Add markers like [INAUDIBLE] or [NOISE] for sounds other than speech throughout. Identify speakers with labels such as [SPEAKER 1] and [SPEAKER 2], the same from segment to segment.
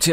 [SPEAKER 1] Til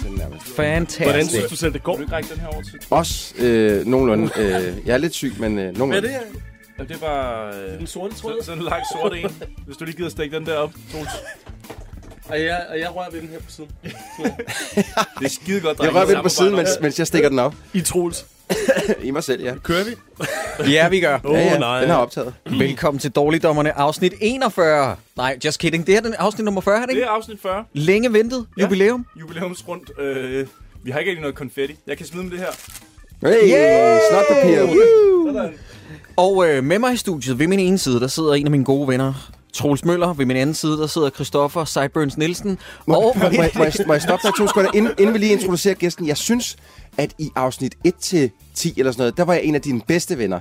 [SPEAKER 1] Fantastisk.
[SPEAKER 2] Hvordan synes du selv, det går? Vil du ikke række den her over til?
[SPEAKER 3] Også øh, nogenlunde. Øh, jeg er lidt syg, men øh,
[SPEAKER 2] Hvad er
[SPEAKER 3] nogenlunde.
[SPEAKER 2] det her? Jamen, det er bare... Øh,
[SPEAKER 4] Den sorte tråd.
[SPEAKER 2] sådan en lang sort en. Hvis du lige gider stikke den der op, Troels.
[SPEAKER 4] Og jeg, og jeg rører ved den her på siden.
[SPEAKER 2] [LAUGHS] Det er skide godt,
[SPEAKER 3] Jeg rører ved den på siden, mens, mens jeg stikker den op.
[SPEAKER 2] I Troels.
[SPEAKER 3] I mig selv, ja.
[SPEAKER 2] Kører vi?
[SPEAKER 1] Ja, vi gør.
[SPEAKER 2] Åh,
[SPEAKER 3] ja, ja,
[SPEAKER 2] nej.
[SPEAKER 3] Den har optaget.
[SPEAKER 1] Velkommen til Dårligdommerne, afsnit 41. Nej, just kidding. Det her er den afsnit nummer 40, er det
[SPEAKER 2] Det
[SPEAKER 1] ikke?
[SPEAKER 2] er afsnit 40.
[SPEAKER 1] Længe ventet
[SPEAKER 2] Ja.
[SPEAKER 1] jubilæum.
[SPEAKER 2] Jubilæumsrundt. Øh, vi har ikke rigtig noget konfetti. Jeg kan smide med det her.
[SPEAKER 3] Hey,
[SPEAKER 1] Yay!
[SPEAKER 3] yeah! snotpapir.
[SPEAKER 2] Sådan.
[SPEAKER 1] Og øh, med mig i studiet, ved min ene side, der sidder en af mine gode venner, Troels Møller. Ved min anden side, der sidder Christoffer Cyburns Nielsen.
[SPEAKER 3] Må,
[SPEAKER 1] Og
[SPEAKER 3] må, må, jeg- må, jeg, må jeg stoppe dig to sekunder, inden, inden vi lige introducerer gæsten? Jeg synes, at i afsnit 1-10 eller sådan noget, der var jeg en af dine bedste venner.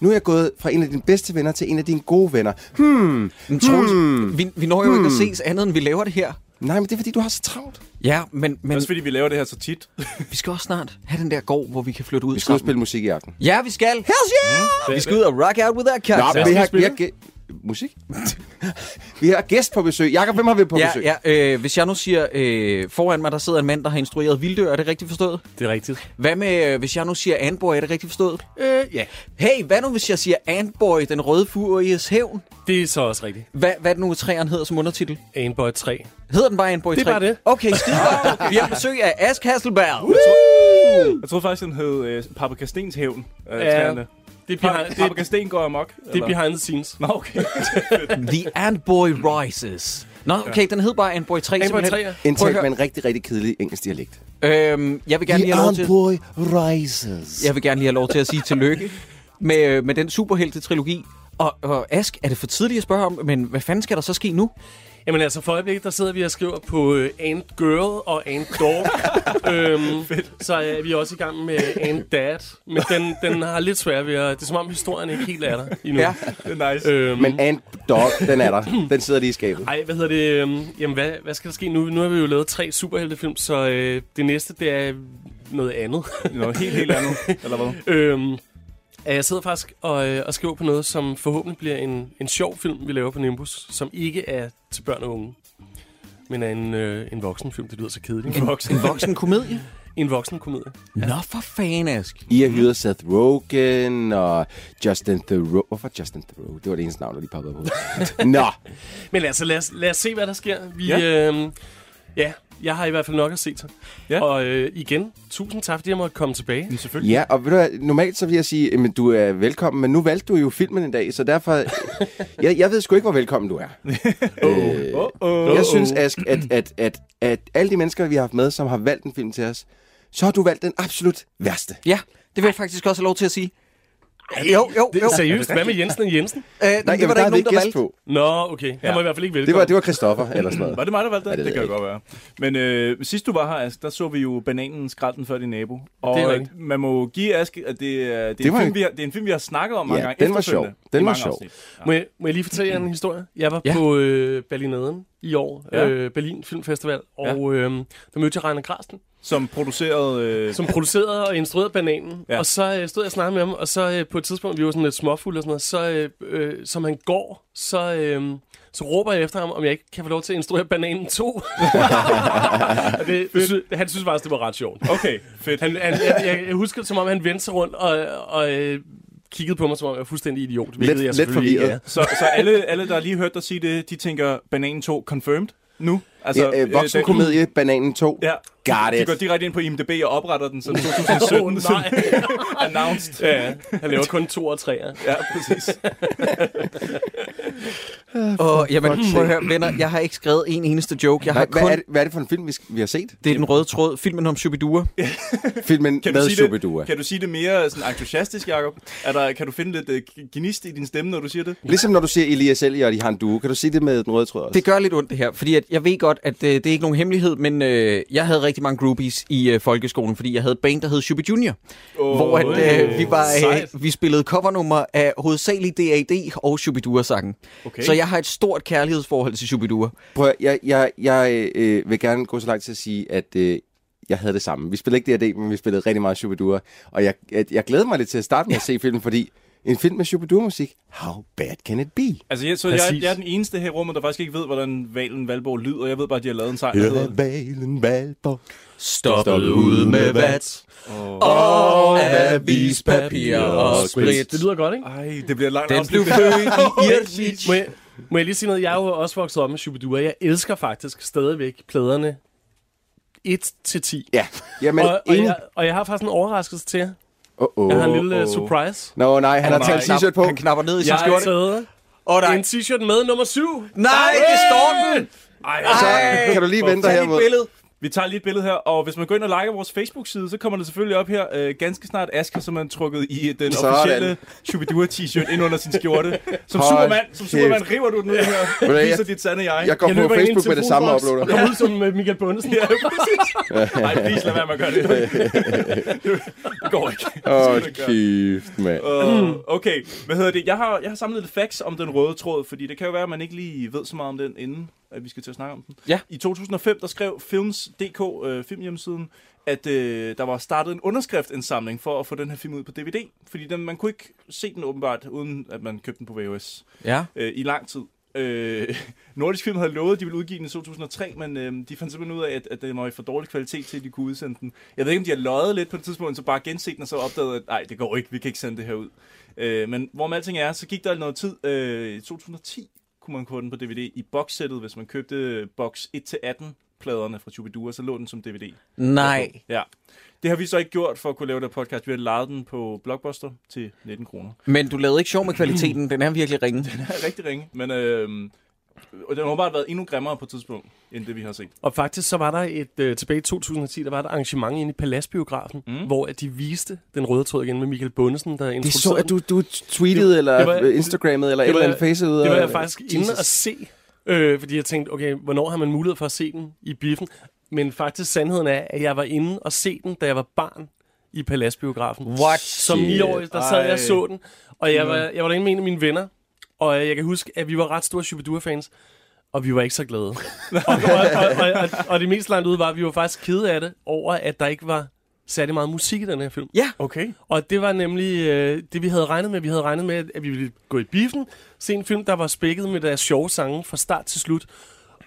[SPEAKER 3] Nu er jeg gået fra en af dine bedste venner til en af dine gode venner. Hmm.
[SPEAKER 1] Men Troels, vi, vi når jo ikke at ses andet, end vi laver det her.
[SPEAKER 3] Nej, men det er, fordi du har så travlt.
[SPEAKER 1] Hmm. Ja, men, men
[SPEAKER 2] Også fordi vi laver det her så tit.
[SPEAKER 1] vi skal også snart have den der gård, hvor vi kan flytte ud
[SPEAKER 3] Vi skal ud og
[SPEAKER 1] sammen.
[SPEAKER 3] spille musik i aften.
[SPEAKER 1] Ja, vi skal. Mm. Hells yeah! Vi skal ud og rock out with that cat.
[SPEAKER 3] Nå,
[SPEAKER 2] hvad
[SPEAKER 3] men vi
[SPEAKER 2] skal
[SPEAKER 3] har,
[SPEAKER 2] vi
[SPEAKER 3] vi har gæ- musik. [LAUGHS] vi har gæst på besøg. Jakob, hvem har vi på
[SPEAKER 1] Ja,
[SPEAKER 3] besøg?
[SPEAKER 1] ja øh, hvis jeg nu siger, øh, foran mig, der sidder en mand, der har instrueret Vildør, er det rigtigt forstået?
[SPEAKER 4] Det er rigtigt.
[SPEAKER 1] Hvad med, øh, hvis jeg nu siger Anboy, er det rigtigt forstået?
[SPEAKER 4] Øh, ja.
[SPEAKER 1] Hey, hvad nu, hvis jeg siger Anboy, den røde furies hævn?
[SPEAKER 4] Det er så også rigtigt.
[SPEAKER 1] Hvad, hvad er det nu, træerne hedder som undertitel?
[SPEAKER 4] Anboy 3.
[SPEAKER 1] Hedder den bare Anboy 3?
[SPEAKER 4] Det er bare det.
[SPEAKER 1] Okay, skide godt. Vi har besøg af Ask Hasselberg.
[SPEAKER 2] Jeg troede faktisk, den hed øh, Paprika Stens Hævn. Øh,
[SPEAKER 4] Ja,
[SPEAKER 2] ja,
[SPEAKER 4] Det er behind, det,
[SPEAKER 2] Paprika Sten går amok.
[SPEAKER 4] det
[SPEAKER 2] eller?
[SPEAKER 4] er behind the scenes.
[SPEAKER 2] Nå, okay.
[SPEAKER 1] The Anboy Rises. Nå, okay, den hed bare Anboy 3.
[SPEAKER 4] Anboy
[SPEAKER 1] simpelthen.
[SPEAKER 4] 3, ja.
[SPEAKER 1] Prøv at
[SPEAKER 3] Indtalt
[SPEAKER 1] høre.
[SPEAKER 3] med en rigtig, rigtig kedelig engelsk dialekt.
[SPEAKER 1] Øhm, jeg vil gerne lige have lov til...
[SPEAKER 3] Boy Rises.
[SPEAKER 1] Jeg vil gerne lige have lov til at sige tillykke med, øh, med den superhelte-trilogi. Og, og Ask, er det for tidligt at spørge om, men hvad fanden skal der så ske nu?
[SPEAKER 4] [LAUGHS] Jamen altså, for øjeblikket, der sidder vi og skriver på uh, Ant Girl og Ant Dog. øhm, så er vi også i gang med Ant Dad. Men den, den har lidt svært ved at... Det er som om historien ikke helt er der endnu.
[SPEAKER 1] Ja.
[SPEAKER 2] Det er nice.
[SPEAKER 4] Øhm,
[SPEAKER 3] Men Ant Dog, den er der. Den sidder lige i skabet.
[SPEAKER 4] Ej, hvad hedder det? øhm, Jamen, hvad, hvad skal der ske nu? Nu har vi jo lavet tre superheltefilm, så øh, det næste, det er noget andet.
[SPEAKER 2] Noget helt, helt andet. Eller hvad?
[SPEAKER 4] øhm, øh, jeg sidder faktisk og, øh, og skriver på noget, som forhåbentlig bliver en, en sjov film, vi laver på Nimbus, som ikke er til børn og unge, men er en, øh, en voksenfilm. Det lyder så kedeligt. En voksen,
[SPEAKER 1] En voksen komedie?
[SPEAKER 4] en voksen komedie.
[SPEAKER 1] [LAUGHS] Nå, for fan, Ask.
[SPEAKER 3] I har hyret Seth Rogen og Justin Theroux. Hvorfor Justin Theroux? Det var det eneste navn, der lige poppede på. Nå,
[SPEAKER 4] Men altså, lad os, lad os se, hvad der sker. Vi,
[SPEAKER 2] Ja.
[SPEAKER 4] ja. Øhm, ja, jeg har i hvert fald nok at se til.
[SPEAKER 2] Ja.
[SPEAKER 4] Ja. Og øh, igen, tusind tak, fordi jeg måtte komme tilbage.
[SPEAKER 2] Men selvfølgelig.
[SPEAKER 3] ja, og ved du hvad, normalt så vil jeg sige, at du er velkommen, men nu valgte du jo filmen en dag, så derfor... Jeg, jeg ved sgu ikke, hvor velkommen
[SPEAKER 1] [LAUGHS]
[SPEAKER 3] du er. øh,
[SPEAKER 2] Åh, åh.
[SPEAKER 3] jeg synes, Ask, at, at, at, at alle de mennesker, vi har haft med, som har valgt en film til os, så har du valgt den absolut værste.
[SPEAKER 1] Ja, det vil jeg faktisk også have lov til at sige. Jo, jo,
[SPEAKER 4] Det
[SPEAKER 1] jo.
[SPEAKER 4] er seriøst. Hvad med Jensen og Jensen?
[SPEAKER 1] Øh, Nej, det var der
[SPEAKER 3] der
[SPEAKER 1] ikke
[SPEAKER 3] havde vi
[SPEAKER 1] nogen, der
[SPEAKER 3] gæst
[SPEAKER 1] valgte.
[SPEAKER 3] På.
[SPEAKER 4] Nå, okay. Han
[SPEAKER 2] Ja.
[SPEAKER 4] var i hvert fald ikke
[SPEAKER 3] Det
[SPEAKER 4] velkommen.
[SPEAKER 3] var, det var Christoffer eller sådan noget.
[SPEAKER 2] Var det mig, der valgte
[SPEAKER 3] Ja,
[SPEAKER 2] det? Det,
[SPEAKER 3] det
[SPEAKER 2] det
[SPEAKER 3] ved
[SPEAKER 2] kan
[SPEAKER 3] jeg
[SPEAKER 2] det godt være. Men øh, sidst du var her, Ask, der så vi jo bananen skralden før din nabo. Og
[SPEAKER 4] Det er
[SPEAKER 2] øh,
[SPEAKER 4] rigtigt.
[SPEAKER 2] man må jo give Ask, at det, er- det, er
[SPEAKER 3] Det
[SPEAKER 2] en
[SPEAKER 3] var
[SPEAKER 2] film,
[SPEAKER 3] en-
[SPEAKER 2] vi har, det er en film, vi har snakket om mange
[SPEAKER 3] Ja,
[SPEAKER 2] gange.
[SPEAKER 3] den var
[SPEAKER 2] efterfølgende
[SPEAKER 3] sjov. Den
[SPEAKER 2] i
[SPEAKER 3] var
[SPEAKER 2] mange
[SPEAKER 3] sjov.
[SPEAKER 2] afsnit.
[SPEAKER 4] Må jeg, må jeg lige fortælle jer en historie? Jeg var
[SPEAKER 1] Ja.
[SPEAKER 4] ja. på øh, Berlineden i år,
[SPEAKER 2] Ja.
[SPEAKER 4] ja. øh, Berlin Filmfestival, og øh, der mødte jeg Rainer Grasten,
[SPEAKER 2] Som producerede... Øh,
[SPEAKER 4] som producerede og instruerede Bananen.
[SPEAKER 2] Ja.
[SPEAKER 4] Ja. Og så øh, stod jeg og snakkede med ham, og så øh, på et tidspunkt, vi var sådan lidt småfulde og sådan noget, så øh, øh, som han går, så, øh, så råber jeg efter ham, om jeg ikke kan få lov til at instruere Bananen 2. og det, det, sy- han synes faktisk, det var ret sjovt.
[SPEAKER 2] okay, fedt.
[SPEAKER 4] Han, han, jeg, jeg, jeg husker det, som om han vendte sig rundt og, og øh, kiggede på mig, som om jeg var fuldstændig idiot. hvilket jeg
[SPEAKER 3] lidt
[SPEAKER 4] selvfølgelig ikke
[SPEAKER 3] forvirret.
[SPEAKER 4] er.
[SPEAKER 2] Så, så alle, alle, der lige hørte dig sige det, de tænker, bananen 2 confirmed nu.
[SPEAKER 3] Altså, ja, øh,
[SPEAKER 2] den-
[SPEAKER 3] voksenkomedie, Bananen 2.
[SPEAKER 2] Ja.
[SPEAKER 3] Got
[SPEAKER 2] De
[SPEAKER 3] it.
[SPEAKER 2] går direkte ind på IMDb og opretter den
[SPEAKER 3] [LAUGHS]
[SPEAKER 2] som 2017.
[SPEAKER 4] Åh,
[SPEAKER 2] som
[SPEAKER 4] nej.
[SPEAKER 2] [LAUGHS] announced.
[SPEAKER 4] Ja, han laver kun to og tre.
[SPEAKER 2] Ja, præcis.
[SPEAKER 1] Og, jamen, prøv at høre, venner, jeg har ikke skrevet en eneste joke. Jeg har kun...
[SPEAKER 3] Hvad, hvad, er det, hvad er det for en film, vi, sk- vi har
[SPEAKER 2] [LAUGHS]
[SPEAKER 3] set?
[SPEAKER 1] Det er den røde tråd. Filmen om Shubidua.
[SPEAKER 3] Filmen
[SPEAKER 2] Kan
[SPEAKER 3] med
[SPEAKER 2] du, sige
[SPEAKER 3] Superdua.
[SPEAKER 2] det, kan du sige det mere sådan entusiastisk, Jacob? Er der, kan du finde lidt uh, gnist i din stemme, når du siger det?
[SPEAKER 3] Ligesom når du siger Elias Elger, og de har en duo. Kan du sige det med den røde tråd også?
[SPEAKER 1] Det gør lidt ondt det her, fordi at jeg ved godt, at øh, det er ikke nogen hemmelighed, men øh, jeg havde rigtig mange groupies i øh, folkeskolen, fordi jeg havde et band, der hed Shubi Junior, oh, hvor at, øh, vi, var,
[SPEAKER 4] sejt.
[SPEAKER 1] øh, vi spillede covernummer af hovedsageligt D.A.D. og Shubidua-sangen.
[SPEAKER 2] Okay.
[SPEAKER 1] Okay. Så jeg har et stort kærlighedsforhold til Shubidua.
[SPEAKER 3] Prøv, at- jeg, jeg, jeg øh, vil gerne gå så langt til at sige, at øh, jeg havde det samme. Vi spillede ikke D&D, men vi spillede rigtig meget Shubidua. Og jeg, jeg, jeg glæder mig lidt til at starte med at se filmen, fordi en film med Shubidua-musik, how bad can it be?
[SPEAKER 2] Altså, jeg, så jeg,
[SPEAKER 5] Præcis.
[SPEAKER 2] jeg er den eneste her i rummet, der faktisk ikke ved, hvordan valen Valborg lyder. Jeg ved bare, at de har lavet en sang, der hedder...
[SPEAKER 3] Valen Valborg.
[SPEAKER 1] Stoppet
[SPEAKER 3] ud med
[SPEAKER 1] vat og avispapir og
[SPEAKER 5] sprit.
[SPEAKER 4] Det lyder godt, ikke?
[SPEAKER 2] Ej, det bliver langt
[SPEAKER 1] Den blev
[SPEAKER 2] afsnit. [LAUGHS]
[SPEAKER 1] født i
[SPEAKER 4] Må
[SPEAKER 1] Irtwich.
[SPEAKER 4] jeg, må jeg lige sige noget? Jeg er jo også vokset op med Shubidua. Jeg elsker faktisk stadigvæk pladerne 1-10.
[SPEAKER 3] Ja, jamen,
[SPEAKER 4] Og, og,
[SPEAKER 3] enig.
[SPEAKER 4] jeg, og jeg har faktisk en overraskelse til jer.
[SPEAKER 3] Oh,
[SPEAKER 4] Jeg har en
[SPEAKER 3] oh.
[SPEAKER 4] lille
[SPEAKER 2] Åh,
[SPEAKER 4] oh,
[SPEAKER 2] åh.
[SPEAKER 4] surprise.
[SPEAKER 3] Nå, nej, han har
[SPEAKER 2] nej.
[SPEAKER 3] taget t-shirt på.
[SPEAKER 1] Han knapper ned i sin
[SPEAKER 4] Jeg har
[SPEAKER 1] skjorte.
[SPEAKER 4] taget
[SPEAKER 1] Åh nej,
[SPEAKER 4] en t-shirt med nummer 7.
[SPEAKER 1] nej, det står den!
[SPEAKER 2] Ej,
[SPEAKER 3] Så
[SPEAKER 1] Ej,
[SPEAKER 3] kan du lige vente dig
[SPEAKER 1] Tag dit
[SPEAKER 3] herimod.
[SPEAKER 1] billede.
[SPEAKER 2] Vi tager lige et billede her, og hvis man går ind og liker vores Facebook-side, så kommer det selvfølgelig op her øh, ganske snart Asger, som er trukket i øh, den
[SPEAKER 3] Sådan.
[SPEAKER 2] officielle Shubidua-t-shirt ind under sin skjorte. Som
[SPEAKER 3] Hold
[SPEAKER 2] Superman, som
[SPEAKER 3] kæft.
[SPEAKER 2] Superman river du den ud
[SPEAKER 3] du hvad,
[SPEAKER 2] her, viser
[SPEAKER 3] jeg-
[SPEAKER 2] dit sande jeg.
[SPEAKER 3] Jeg går
[SPEAKER 4] Jeg
[SPEAKER 3] på
[SPEAKER 4] løber ind i en
[SPEAKER 3] Facebook med det samme og
[SPEAKER 4] telefonboks
[SPEAKER 3] uploader.
[SPEAKER 4] og kommer ud som øh, Michael Bundesen.
[SPEAKER 2] [LAUGHS] Ja, præcis. Ej, please lad være med at gøre det.
[SPEAKER 3] [LAUGHS]
[SPEAKER 2] det går ikke.
[SPEAKER 3] Åh, oh, kæft,
[SPEAKER 4] Øh,
[SPEAKER 3] mand.
[SPEAKER 2] Uh, okay, hvad hedder det? Jeg har, jeg har samlet lidt facts om den røde tråd, fordi det kan jo være, at man ikke lige ved så meget om den, inden at vi skal til at snakke om den.
[SPEAKER 1] Ja.
[SPEAKER 2] I 2005, der skrev Films.dk, øh, filmhjemmesiden, at øh, der var startet en underskriftindsamling for at få den her film ud på DVD. Fordi den, man kunne ikke se den åbenbart, uden at man købte den på VHS
[SPEAKER 1] Ja.
[SPEAKER 2] øh, i lang tid. Øh, Nordisk Film havde lovet, at de ville udgive den i 2003, men øh, de fandt simpelthen ud af, at, at den var i for dårlig kvalitet til, at de kunne udsende den. Jeg ved ikke, om de har løjet lidt på det tidspunkt, så bare genset den og så opdaget, at nej, det går ikke, vi kan ikke sende det her ud. Øh, men hvorom alting er, så gik der noget tid. Øh, I 2010 kunne man købe den på DVD i bokssættet, hvis man købte øh, boks 1-18 pladerne fra Chubidua, så lå den som DVD.
[SPEAKER 1] Nej.
[SPEAKER 2] Ja. Det har vi så ikke gjort for at kunne lave det her podcast. Vi har lejet den på Blockbuster til 19 kroner.
[SPEAKER 1] Men du lavede ikke sjov med kvaliteten. Den er virkelig ringe.
[SPEAKER 2] er [LAUGHS] rigtig ringe, men øh, og den har bare været endnu grimmere på et tidspunkt, end det vi har set.
[SPEAKER 4] Og faktisk så var der et, øh, tilbage i 2010, der var et arrangement inde i Paladsbiografen, mm. hvor at de viste den røde tråd igen med Michael Bundesen, der
[SPEAKER 3] Det
[SPEAKER 4] introducerede
[SPEAKER 3] så, at
[SPEAKER 4] den.
[SPEAKER 3] du, du tweetede, det, eller
[SPEAKER 4] det
[SPEAKER 3] det
[SPEAKER 4] var-
[SPEAKER 3] var, Instagrammede, eller et
[SPEAKER 4] var-
[SPEAKER 3] eller andet face ud.
[SPEAKER 4] Det var
[SPEAKER 3] af-
[SPEAKER 4] jeg faktisk Jesus. inde og se, øh, fordi jeg tænkte, okay, hvornår har man mulighed for at se den i biffen? Men faktisk sandheden er, at jeg var inde og se den, da jeg var barn i Paladsbiografen.
[SPEAKER 1] What?
[SPEAKER 4] Som
[SPEAKER 3] Shit.
[SPEAKER 4] ni år, der sad jeg
[SPEAKER 2] Ej.
[SPEAKER 4] og så den, og jeg var, jeg var derinde med en af mine venner, og jeg kan huske, at vi var ret store Shubidua-fans, og vi var ikke så glade. og, og, og, og, og, og det mest langt ude var, at vi var faktisk kede af det, over at der ikke var særlig meget musik i den her film.
[SPEAKER 1] Ja.
[SPEAKER 4] Okay. Og det var nemlig øh, det, vi havde regnet med. Vi havde regnet med, at vi ville gå i biffen, se en film, der var spækket med deres sjove sange fra start til slut.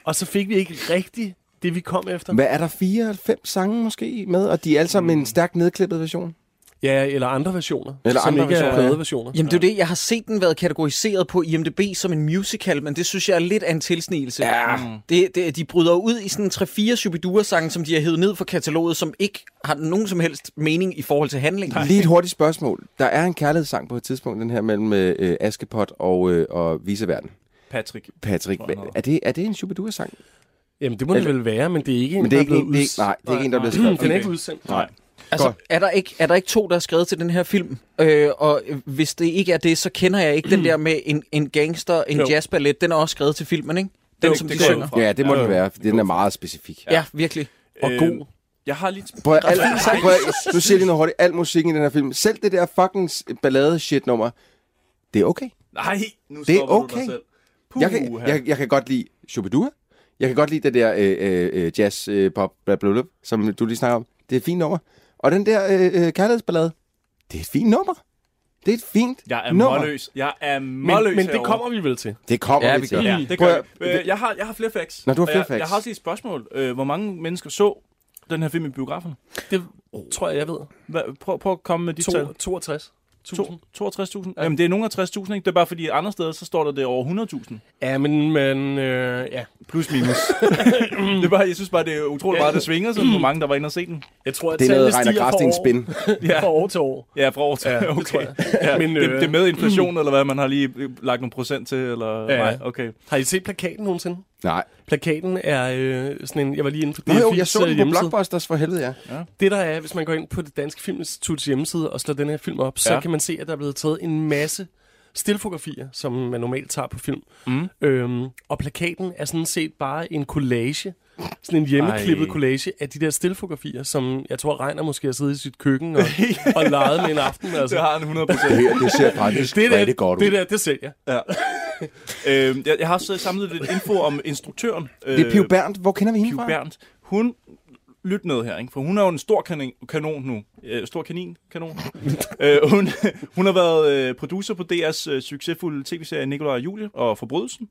[SPEAKER 4] Og så fik vi ikke rigtigt det, vi kom efter.
[SPEAKER 3] Hvad er der? Fire, fem sange måske med? Og de er alle sammen
[SPEAKER 4] Mm.
[SPEAKER 3] en stærkt nedklippet version?
[SPEAKER 4] Ja, eller andre versioner.
[SPEAKER 3] Eller
[SPEAKER 4] som
[SPEAKER 3] andre
[SPEAKER 4] ikke
[SPEAKER 3] versioner,
[SPEAKER 4] er
[SPEAKER 3] ja.
[SPEAKER 4] plade versioner.
[SPEAKER 1] Jamen det er jo det, jeg har set den været kategoriseret på IMDb som en musical, men det synes jeg er lidt af en tilsnigelse. Ja. Det, det, de bryder ud i sådan 3-4 Shubidua-sange, som de har hævet ned fra kataloget, som ikke har nogen som helst mening i forhold til handlingen.
[SPEAKER 3] Lige et hurtigt spørgsmål. Der er en kærlighedssang på et tidspunkt, den her mellem øh, Askepot og, øh, og Viseverden.
[SPEAKER 2] Patrick.
[SPEAKER 3] Patrick,
[SPEAKER 2] Tror jeg, han
[SPEAKER 3] er det, er det en Shubidua-sang?
[SPEAKER 4] Jamen, det må det
[SPEAKER 3] Eller-
[SPEAKER 4] vel være, men det er ikke en,
[SPEAKER 3] Men det er ikke
[SPEAKER 4] der er
[SPEAKER 3] en,
[SPEAKER 4] blevet
[SPEAKER 3] det er ikke, nej, det er ikke en, der er blevet skrevet.
[SPEAKER 4] [CLEARS THROAT] Den er
[SPEAKER 2] Okay.
[SPEAKER 4] ikke udsendt.
[SPEAKER 2] Nej.
[SPEAKER 1] Altså,
[SPEAKER 3] Godt.
[SPEAKER 1] er der, ikke, er der ikke to, der er skrevet til den her film? Øh, og øh, hvis det ikke er det, så kender jeg ikke den der med en, en gangster, en
[SPEAKER 4] Jo.
[SPEAKER 1] jazzballet. Den er ud skrevet til filmen, ikke? Den,
[SPEAKER 2] Jo,
[SPEAKER 1] som
[SPEAKER 2] det
[SPEAKER 1] de
[SPEAKER 2] går jeg
[SPEAKER 1] synger.
[SPEAKER 2] ud fra.
[SPEAKER 3] Ja, det må det være, for den er meget specifik.
[SPEAKER 1] Ja. ja, virkelig.
[SPEAKER 4] Og
[SPEAKER 2] Øhm,
[SPEAKER 4] god.
[SPEAKER 2] Jeg har lige...
[SPEAKER 3] Prøv, at- al, prøv, at- nu siger jeg lige noget hurtigt. Al musikken i den her film, selv det der fucking ballade-shit-nummer, det er okay.
[SPEAKER 2] Nej, nu
[SPEAKER 3] Det er
[SPEAKER 2] stopper du
[SPEAKER 3] okay.
[SPEAKER 2] dig selv. Puh,
[SPEAKER 3] Jeg kan, jeg, jeg kan godt lide Shubidua. Jeg kan godt lide det der øh, øh, øh, jazz, øh, pop, bla, bla, bla, som du lige snakker om. Det er et fint nummer. Og den der øh, øh, kærlighedsballade, det er et fint nummer. Det er et fint
[SPEAKER 2] jeg er
[SPEAKER 3] nummer.
[SPEAKER 2] målløs. Jeg er målløs
[SPEAKER 4] Men, men det
[SPEAKER 2] herovre.
[SPEAKER 4] kommer vi vel til.
[SPEAKER 3] Det kommer
[SPEAKER 1] Ja,
[SPEAKER 3] vi
[SPEAKER 1] vi
[SPEAKER 3] til.
[SPEAKER 1] gør.
[SPEAKER 2] Ja, det gør
[SPEAKER 3] Prøv
[SPEAKER 2] jeg. Øh, jeg, har, jeg har flere facts.
[SPEAKER 3] Nå, du har
[SPEAKER 2] Og
[SPEAKER 3] flere
[SPEAKER 2] jeg,
[SPEAKER 3] facts.
[SPEAKER 2] Jeg har også lige et spørgsmål. Øh, hvor mange mennesker så den her film i biografen?
[SPEAKER 4] Det tror jeg, jeg ved.
[SPEAKER 2] Hva, prøv, prøv at komme med dit tal.
[SPEAKER 4] To, 62. 1000.
[SPEAKER 2] 62.000? Ja. Jamen, det er nogen af 60.000, ikke? Det er bare fordi, andre steder, så står der det er over 100.000.
[SPEAKER 4] Ja, men, men øh, ja.
[SPEAKER 2] Plus
[SPEAKER 3] [LAUGHS]
[SPEAKER 2] minus. det er bare, jeg synes bare, det er utroligt meget, det svinger, så hvor mange, der var inde og se den.
[SPEAKER 4] Jeg tror, at
[SPEAKER 3] Det er noget,
[SPEAKER 4] tallene
[SPEAKER 3] Reiner
[SPEAKER 4] stiger fra
[SPEAKER 3] Grasting
[SPEAKER 4] år-
[SPEAKER 3] spin.
[SPEAKER 4] [LAUGHS]
[SPEAKER 2] Ja.
[SPEAKER 4] Fra år til år.
[SPEAKER 2] Ja, fra år til.
[SPEAKER 4] Ja, det
[SPEAKER 2] okay.
[SPEAKER 4] tror jeg.
[SPEAKER 2] Ja,
[SPEAKER 4] Men,
[SPEAKER 2] Men, mm. det,
[SPEAKER 4] øh,
[SPEAKER 2] det, er med inflation, eller hvad? Man har lige øh, lagt nogle procent til, eller...
[SPEAKER 4] Ja.
[SPEAKER 2] Nej, okay.
[SPEAKER 4] Har I set plakaten nogensinde?
[SPEAKER 3] Nej.
[SPEAKER 4] Plakaten er øh, sådan en... Jeg var lige inde på
[SPEAKER 3] Nå,
[SPEAKER 4] DFI's
[SPEAKER 3] jo, jeg så den på
[SPEAKER 4] hjemmeside.
[SPEAKER 3] Blockbusters for helvede, ja.
[SPEAKER 4] Det der er, hvis man går ind på det Danske Filminstituts hjemmeside og slår den her film op, så
[SPEAKER 2] Ja.
[SPEAKER 4] kan man se, at der er blevet taget en masse stillfotografier, som man normalt tager på film. Mm. Øhm, og plakaten er sådan set bare en collage, sådan en hjemmeklippet
[SPEAKER 2] Ej.
[SPEAKER 4] collage af de der stillfotografier, som jeg tror Regner måske har siddet i
[SPEAKER 3] [LAUGHS]
[SPEAKER 4] sit køkken og, og leget med en aften.
[SPEAKER 2] [LAUGHS]
[SPEAKER 4] Altså.
[SPEAKER 2] Det har han 100
[SPEAKER 3] Det, her, det ser faktisk det
[SPEAKER 4] der,
[SPEAKER 3] rigtig godt ud.
[SPEAKER 4] det der, det sælger.
[SPEAKER 2] øh, jeg, jeg har også samlet lidt info om instruktøren. Øh,
[SPEAKER 3] Det er Piv Berndt. Hvor kender vi hende
[SPEAKER 2] Piv
[SPEAKER 3] fra?
[SPEAKER 2] Berndt. Hun, lyt med her, ikke? for hun er jo en stor kanin, kanon nu. Øh, stor kanin,
[SPEAKER 3] [LAUGHS]
[SPEAKER 2] kanon. øh, hun, hun har været øh, producer på DR's øh, succesfulde tv-serie Nikolaj og Julie og Forbrydelsen.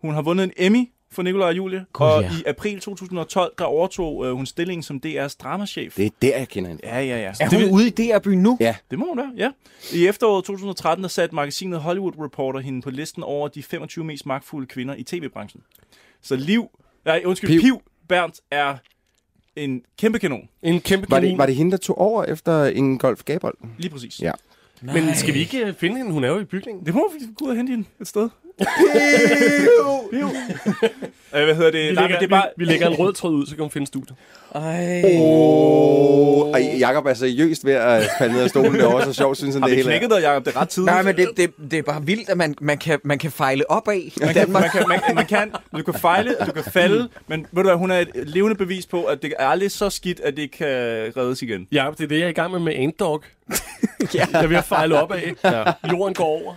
[SPEAKER 2] Hun har vundet en Emmy for Nikolaj og Julie,
[SPEAKER 6] Gud,
[SPEAKER 2] og
[SPEAKER 6] ja.
[SPEAKER 2] i april 2012, der overtog øh, hun stillingen som DR's dramachef.
[SPEAKER 3] Det er der, jeg kender hende.
[SPEAKER 2] Ja, ja, ja.
[SPEAKER 6] Er hun ude i DR-byen nu?
[SPEAKER 3] Ja.
[SPEAKER 2] Det må hun da, ja. I efteråret 2013 der satte magasinet Hollywood Reporter hende på listen over de 25 mest magtfulde kvinder i tv-branchen. Så Liv, nej, undskyld, Piv,
[SPEAKER 3] Piv.
[SPEAKER 2] Piv Berndt er en kæmpe kanon,
[SPEAKER 4] En kæmpe
[SPEAKER 3] Var
[SPEAKER 4] kanin.
[SPEAKER 3] det, var det hende, der tog over efter en golf Gabold?
[SPEAKER 2] lige præcis.
[SPEAKER 3] Ja.
[SPEAKER 4] Men skal vi ikke øh, finde hende? Hun er jo i bygningen.
[SPEAKER 2] Det må vi gå ud og hente hende et sted. Piv! Øh, hvad hedder det?
[SPEAKER 4] Vi,
[SPEAKER 2] nej,
[SPEAKER 4] lægger,
[SPEAKER 2] men det er bare...
[SPEAKER 4] vi, vi lægger en rød tråd ud, så kan hun finde studiet.
[SPEAKER 3] Åh, oh, Jakob er seriøst ved at falde ned af stolen derovre, så sjovt synes han
[SPEAKER 2] Har
[SPEAKER 3] det
[SPEAKER 2] vi
[SPEAKER 3] hele er.
[SPEAKER 2] knækket dig, Jacob? Det er ret tidligt.
[SPEAKER 6] Nej, men det, det, det er bare vildt, at man, man, kan, man kan fejle opad i
[SPEAKER 2] Man kan, man,
[SPEAKER 6] Danmark.
[SPEAKER 2] kan, man, kan- man kan, du kan fejle, du kan falde, men ved du hvad, hun er et levende bevis på, at det er aldrig så skidt, at det ikke kan reddes igen.
[SPEAKER 4] Ja, det er det, jeg er i gang med med
[SPEAKER 2] [LAUGHS]
[SPEAKER 4] Antdog. ja. Jeg vil fejle op af. Ja. Jorden går over.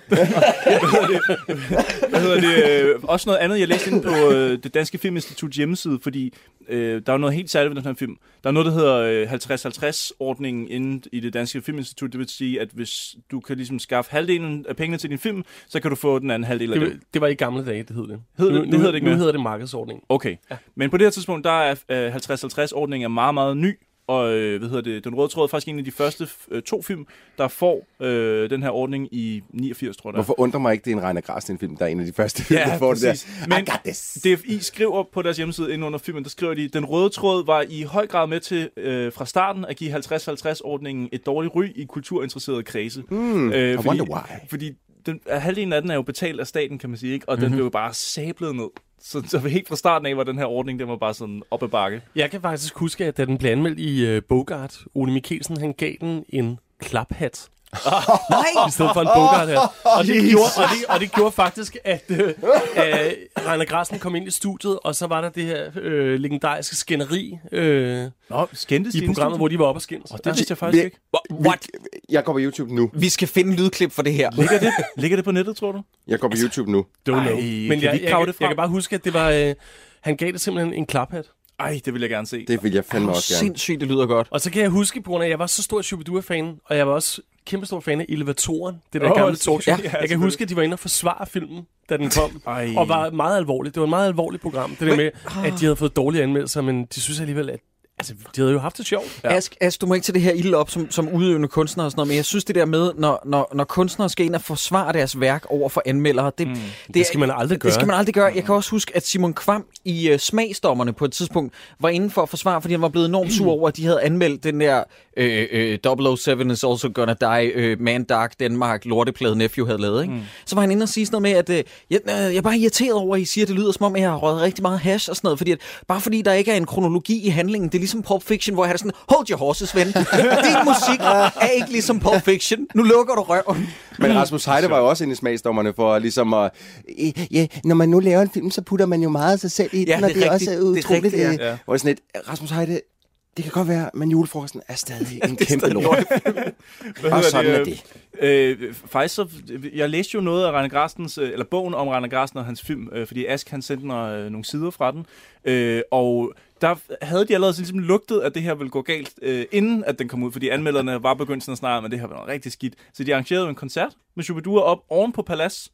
[SPEAKER 2] Hvad hedder det? Øh, også noget andet, jeg læste ind på øh, det Danske Filminstitut hjemmeside, fordi øh, der er jo noget helt særligt ved den her film. Der er noget, der hedder øh, 50-50-ordningen inde i det Danske Filminstitut. Det vil sige, at hvis du kan ligesom skaffe halvdelen af pengene til din film, så kan du få den anden halvdel af
[SPEAKER 4] Det,
[SPEAKER 2] det.
[SPEAKER 4] var- det var i gamle dage, det hed det.
[SPEAKER 2] Hed det-
[SPEAKER 4] nu,
[SPEAKER 2] det
[SPEAKER 4] nu,
[SPEAKER 2] hedder det ikke
[SPEAKER 4] nu
[SPEAKER 2] mere.
[SPEAKER 4] hedder det markedsordning.
[SPEAKER 2] Okay. Men på det her tidspunkt, der er øh, 50-50-ordningen er meget, meget ny. Og øh, hvad hedder det, Den Røde Tråd er faktisk en af de første øh, to film, der får øh, den her ordning i 89, tror jeg. det er.
[SPEAKER 3] Hvorfor undrer mig ikke, det er en Reiner Grasten film, der er en af de første film,
[SPEAKER 2] Ja,
[SPEAKER 3] der får det der.
[SPEAKER 2] præcis. Men-
[SPEAKER 3] I got this.
[SPEAKER 2] DFI skriver på deres hjemmeside ind under filmen, der skriver de, den røde tråd var i høj grad med til øh, fra starten at give 50-50-ordningen et dårligt ry i kulturinteresserede kredse. Mm, øh,
[SPEAKER 3] Hmm, I wonder why.
[SPEAKER 2] Fordi den, øh, halvdelen af den er jo betalt af staten, kan man sige, ikke? og
[SPEAKER 3] Mhm.
[SPEAKER 2] mm-hmm. den blev jo bare sablet ned. Så, så helt fra starten af var den her ordning, den var bare sådan op ad bakke.
[SPEAKER 4] Jeg kan faktisk huske, at da den blev anmeldt i øh, Bogart, Ole Mikkelsen, han gav den en
[SPEAKER 2] [LAUGHS]
[SPEAKER 4] klaphat. Nej! I stedet for en bogart her. Og det, gjorde, og, det, og det gjorde faktisk, at øh, øh, Rainer Grassen kom ind i studiet, og så var der det her øh, legendariske skænderi øh,
[SPEAKER 2] Nå, skændtes
[SPEAKER 4] i programmet, hvor de var oppe og skændes.
[SPEAKER 2] Og det vidste jeg faktisk
[SPEAKER 3] Vi-
[SPEAKER 2] ikke.
[SPEAKER 6] What?
[SPEAKER 3] Jeg går på YouTube nu.
[SPEAKER 6] Vi skal finde lydklip for det her.
[SPEAKER 2] Ligger det, ligger det på nettet, tror du?
[SPEAKER 3] Jeg går på YouTube nu.
[SPEAKER 4] Don't know.
[SPEAKER 2] Ej,
[SPEAKER 4] Men
[SPEAKER 2] kan
[SPEAKER 4] jeg,
[SPEAKER 2] vi ikke
[SPEAKER 4] jeg,
[SPEAKER 2] grave
[SPEAKER 4] jeg,
[SPEAKER 2] det
[SPEAKER 4] det
[SPEAKER 2] frem?
[SPEAKER 4] jeg kan bare huske, at det var... Øh, han gav det simpelthen en klaphat.
[SPEAKER 2] Ej, det vil jeg gerne se.
[SPEAKER 3] Det vil jeg fandme også gerne.
[SPEAKER 6] Sindssygt, det lyder godt.
[SPEAKER 4] Og så kan jeg huske, på grund af, at jeg var så stor Shubidua-fan, og jeg var også kæmpestor fan af Elevatoren, det der
[SPEAKER 2] Åh,
[SPEAKER 4] oh, gamle
[SPEAKER 2] selvfølgelig.
[SPEAKER 4] talkshow.
[SPEAKER 2] Ja,
[SPEAKER 4] Ja, jeg kan
[SPEAKER 2] selvfølgelig.
[SPEAKER 4] huske, at de var inde og forsvare filmen, da den
[SPEAKER 2] [LAUGHS]
[SPEAKER 4] kom,
[SPEAKER 2] Ej.
[SPEAKER 4] og var meget alvorligt. Det var et meget alvorligt program, det der med, at de havde fået dårlige anmeldelser, men de synes alligevel, at altså, de havde jo haft det sjovt.
[SPEAKER 6] Ja. Ask, Ask, du må ikke tage det her ilde op som, som udøvende kunstner og sådan noget, men jeg synes det der med, når, når, når kunstnere skal ind og forsvare deres værk over for anmeldere, det, mm. det,
[SPEAKER 4] Det skal man aldrig gøre.
[SPEAKER 6] Det skal man aldrig gøre. Jeg kan også huske, at Simon Kvam i uh, Smagsdommerne på et tidspunkt var inde for at forsvare, fordi han var blevet enormt sur over, at de havde anmeldt den der øh, øh, 007 is also gonna die, øh, Man Dark Denmark, lorteplade Nephew havde lavet. Ikke? Mm. Så var han inde og sige sådan noget med, at øh, jeg, øh, jeg er bare irriteret over, at I siger, at det lyder som om, at jeg har røget rigtig meget hash og sådan noget, fordi at, bare fordi der ikke er en kronologi i handlingen, det er ligesom Pulp Fiction, hvor jeg har sådan, hold your horses, ven. [LAUGHS] Din musik er ikke ligesom Pulp Fiction. Nu lukker du røven.
[SPEAKER 3] Men Rasmus Heide var jo også inde i smagsdommerne for ligesom at... Øh, Ja, når man nu laver en film, så putter man jo meget af sig selv i den,
[SPEAKER 6] Ja,
[SPEAKER 3] og
[SPEAKER 6] det er
[SPEAKER 3] det er
[SPEAKER 6] rigtigt.
[SPEAKER 3] også øh,
[SPEAKER 6] Det er
[SPEAKER 3] utroligt.
[SPEAKER 6] rigtigt, ja.
[SPEAKER 3] øh,
[SPEAKER 2] Ja.
[SPEAKER 3] Hvor sådan lidt, Rasmus Heide, det kan godt være, men julefrokosten er stadig en kæmpe lort.
[SPEAKER 2] Hvad
[SPEAKER 3] Og
[SPEAKER 2] hedder
[SPEAKER 3] sådan er
[SPEAKER 2] øh,
[SPEAKER 3] det.
[SPEAKER 2] Øh, faktisk så, jeg læste jo noget af Rainer Grastens, øh, eller bogen om Rainer Grasten og hans film, øh, fordi Ask han sendte mig øh, nogle sider fra den, øh, og der havde de allerede sådan ligesom lugtet, at det her ville gå galt, øh, inden at den kom ud, fordi anmelderne var begyndt sådan at snakke om, at det her var noget rigtig skidt. Så de arrangerede jo en koncert med Shubidua op oven på Palads,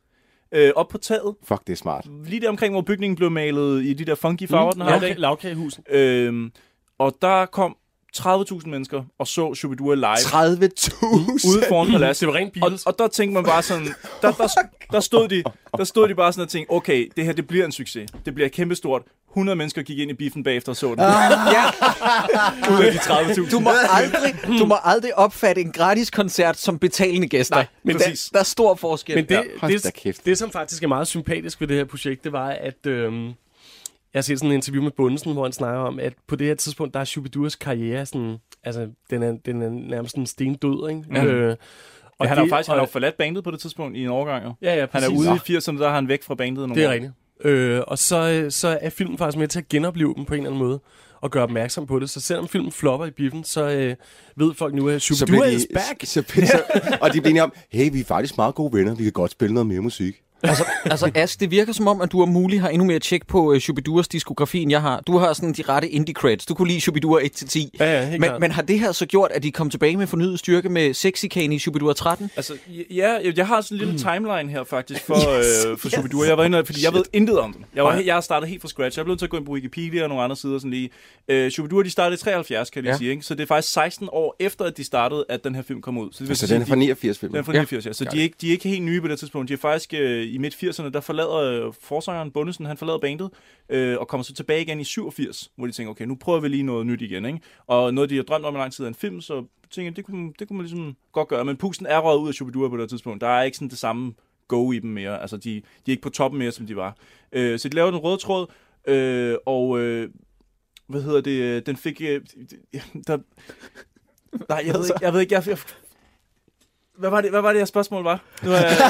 [SPEAKER 2] øh, op på taget,
[SPEAKER 3] Fuck, det er smart.
[SPEAKER 2] lige der omkring, hvor bygningen blev malet i de der funky farver, mm, den har i dag.
[SPEAKER 4] Lavkagehusen.
[SPEAKER 2] Øhm, og der kom 30.000 mennesker og så Shubidua live
[SPEAKER 3] 30.000.
[SPEAKER 2] ude foran paladset.
[SPEAKER 4] Det var rent
[SPEAKER 2] Og,
[SPEAKER 4] Beatles.
[SPEAKER 2] og der tænkte man bare sådan, der, der, der, stod de, der stod de bare sådan og tænkte, okay, det her det bliver en succes. Det bliver kæmpestort. 100 mennesker gik ind i biffen bagefter og så den.
[SPEAKER 4] Ah.
[SPEAKER 1] Ja,
[SPEAKER 2] Ud
[SPEAKER 4] [LAUGHS]
[SPEAKER 2] af de 30.000.
[SPEAKER 1] du
[SPEAKER 3] [LAUGHS]
[SPEAKER 1] må, aldrig, du må aldrig opfatte en gratis koncert som betalende gæster. Nej,
[SPEAKER 2] men
[SPEAKER 1] der,
[SPEAKER 2] præcis.
[SPEAKER 1] der er stor forskel.
[SPEAKER 4] Men det,
[SPEAKER 3] Ja,
[SPEAKER 4] ja,
[SPEAKER 3] hold da
[SPEAKER 4] det,
[SPEAKER 3] kæft.
[SPEAKER 4] det, som faktisk er meget sympatisk ved det her projekt, det var, at øhm, jeg har set sådan en interview med Bundesen, hvor han snakker om, at på det her tidspunkt, der er Shubiduras karriere sådan, altså, den er, den er nærmest en stendød, ikke? Ja. Øh,
[SPEAKER 2] Og han har jo faktisk han har
[SPEAKER 4] og,
[SPEAKER 2] jo forladt bandet på det tidspunkt i en overgang. Jo.
[SPEAKER 4] ja, ja,
[SPEAKER 2] Han
[SPEAKER 4] præcis.
[SPEAKER 2] er ude i 80'erne, der har han væk fra bandet nogle
[SPEAKER 4] Det er
[SPEAKER 2] år.
[SPEAKER 4] rigtigt. Øh, og så, øh, så er filmen faktisk med til at genopleve dem på en eller anden måde og gøre opmærksom på det. Så selvom filmen flopper i biffen, så øh, ved folk nu, at
[SPEAKER 3] Så blev
[SPEAKER 4] Shubidua is
[SPEAKER 3] de-
[SPEAKER 4] back.
[SPEAKER 3] Så, så, så, og de blev enige om, hey, vi er faktisk meget gode venner, vi kan godt spille noget mere musik.
[SPEAKER 6] Altså, altså Ask, det virker som om, at du om muligt har endnu mere tjek på uh, Shubiduras diskografi, end jeg har. Du har sådan de rette indie creds. Du kunne lide Shubidua 1-10.
[SPEAKER 4] Ja, ja, helt
[SPEAKER 6] men,
[SPEAKER 4] klart.
[SPEAKER 6] men har det her så gjort, at de kom tilbage med fornyet styrke med Sexy Cane i Shubidua 13?
[SPEAKER 2] Altså, ja, jeg- jeg har sådan en lille timeline her faktisk for, yes, øh, for Shubidua. Jeg var inde, og- fordi jeg ved intet om dem. Jeg, var, he- jeg har startet helt fra scratch. Jeg blev nødt til at gå ind på Wikipedia og nogle andre sider sådan lige. Øh, Shubidua, de startede i 73, kan jeg lige
[SPEAKER 6] Ja.
[SPEAKER 2] ja. sige. Ikke? Så det er faktisk 16 år efter, at de startede, at den her film kom ud. Så, det vil
[SPEAKER 3] Så
[SPEAKER 2] sige,
[SPEAKER 3] Altså, den er fra
[SPEAKER 2] de-
[SPEAKER 3] 89
[SPEAKER 2] Den er
[SPEAKER 3] filmen.
[SPEAKER 2] fra 89, ja. Så de er, ikke, de er ikke helt nye på det tidspunkt. De er faktisk øh, i midt-80'erne, der forlader øh, forsangeren Bundesen, han forlader bandet, øh, og kommer så tilbage igen i 87, hvor de tænker, okay, nu prøver vi lige noget nyt igen, ikke? Og noget, de har drømt om i lang tid, er en film, så tænker jeg, det kunne, det kunne man ligesom godt gøre. Men pusten er røget ud af Shubidua på det tidspunkt. Der er ikke sådan det samme go i dem mere. Altså, de, de er ikke på toppen mere, som de var. Øh, så de laver den røde tråd, øh, og... Øh, hvad hedder det? øh, Den fik... Øh, der, nej, jeg ved
[SPEAKER 6] Altså.
[SPEAKER 2] ikke, jeg ved ikke, jeg, jeg hvad var, det, hvad var det, jeres spørgsmål var? Nu er jeg,
[SPEAKER 6] [LAUGHS]
[SPEAKER 2] nu er jeg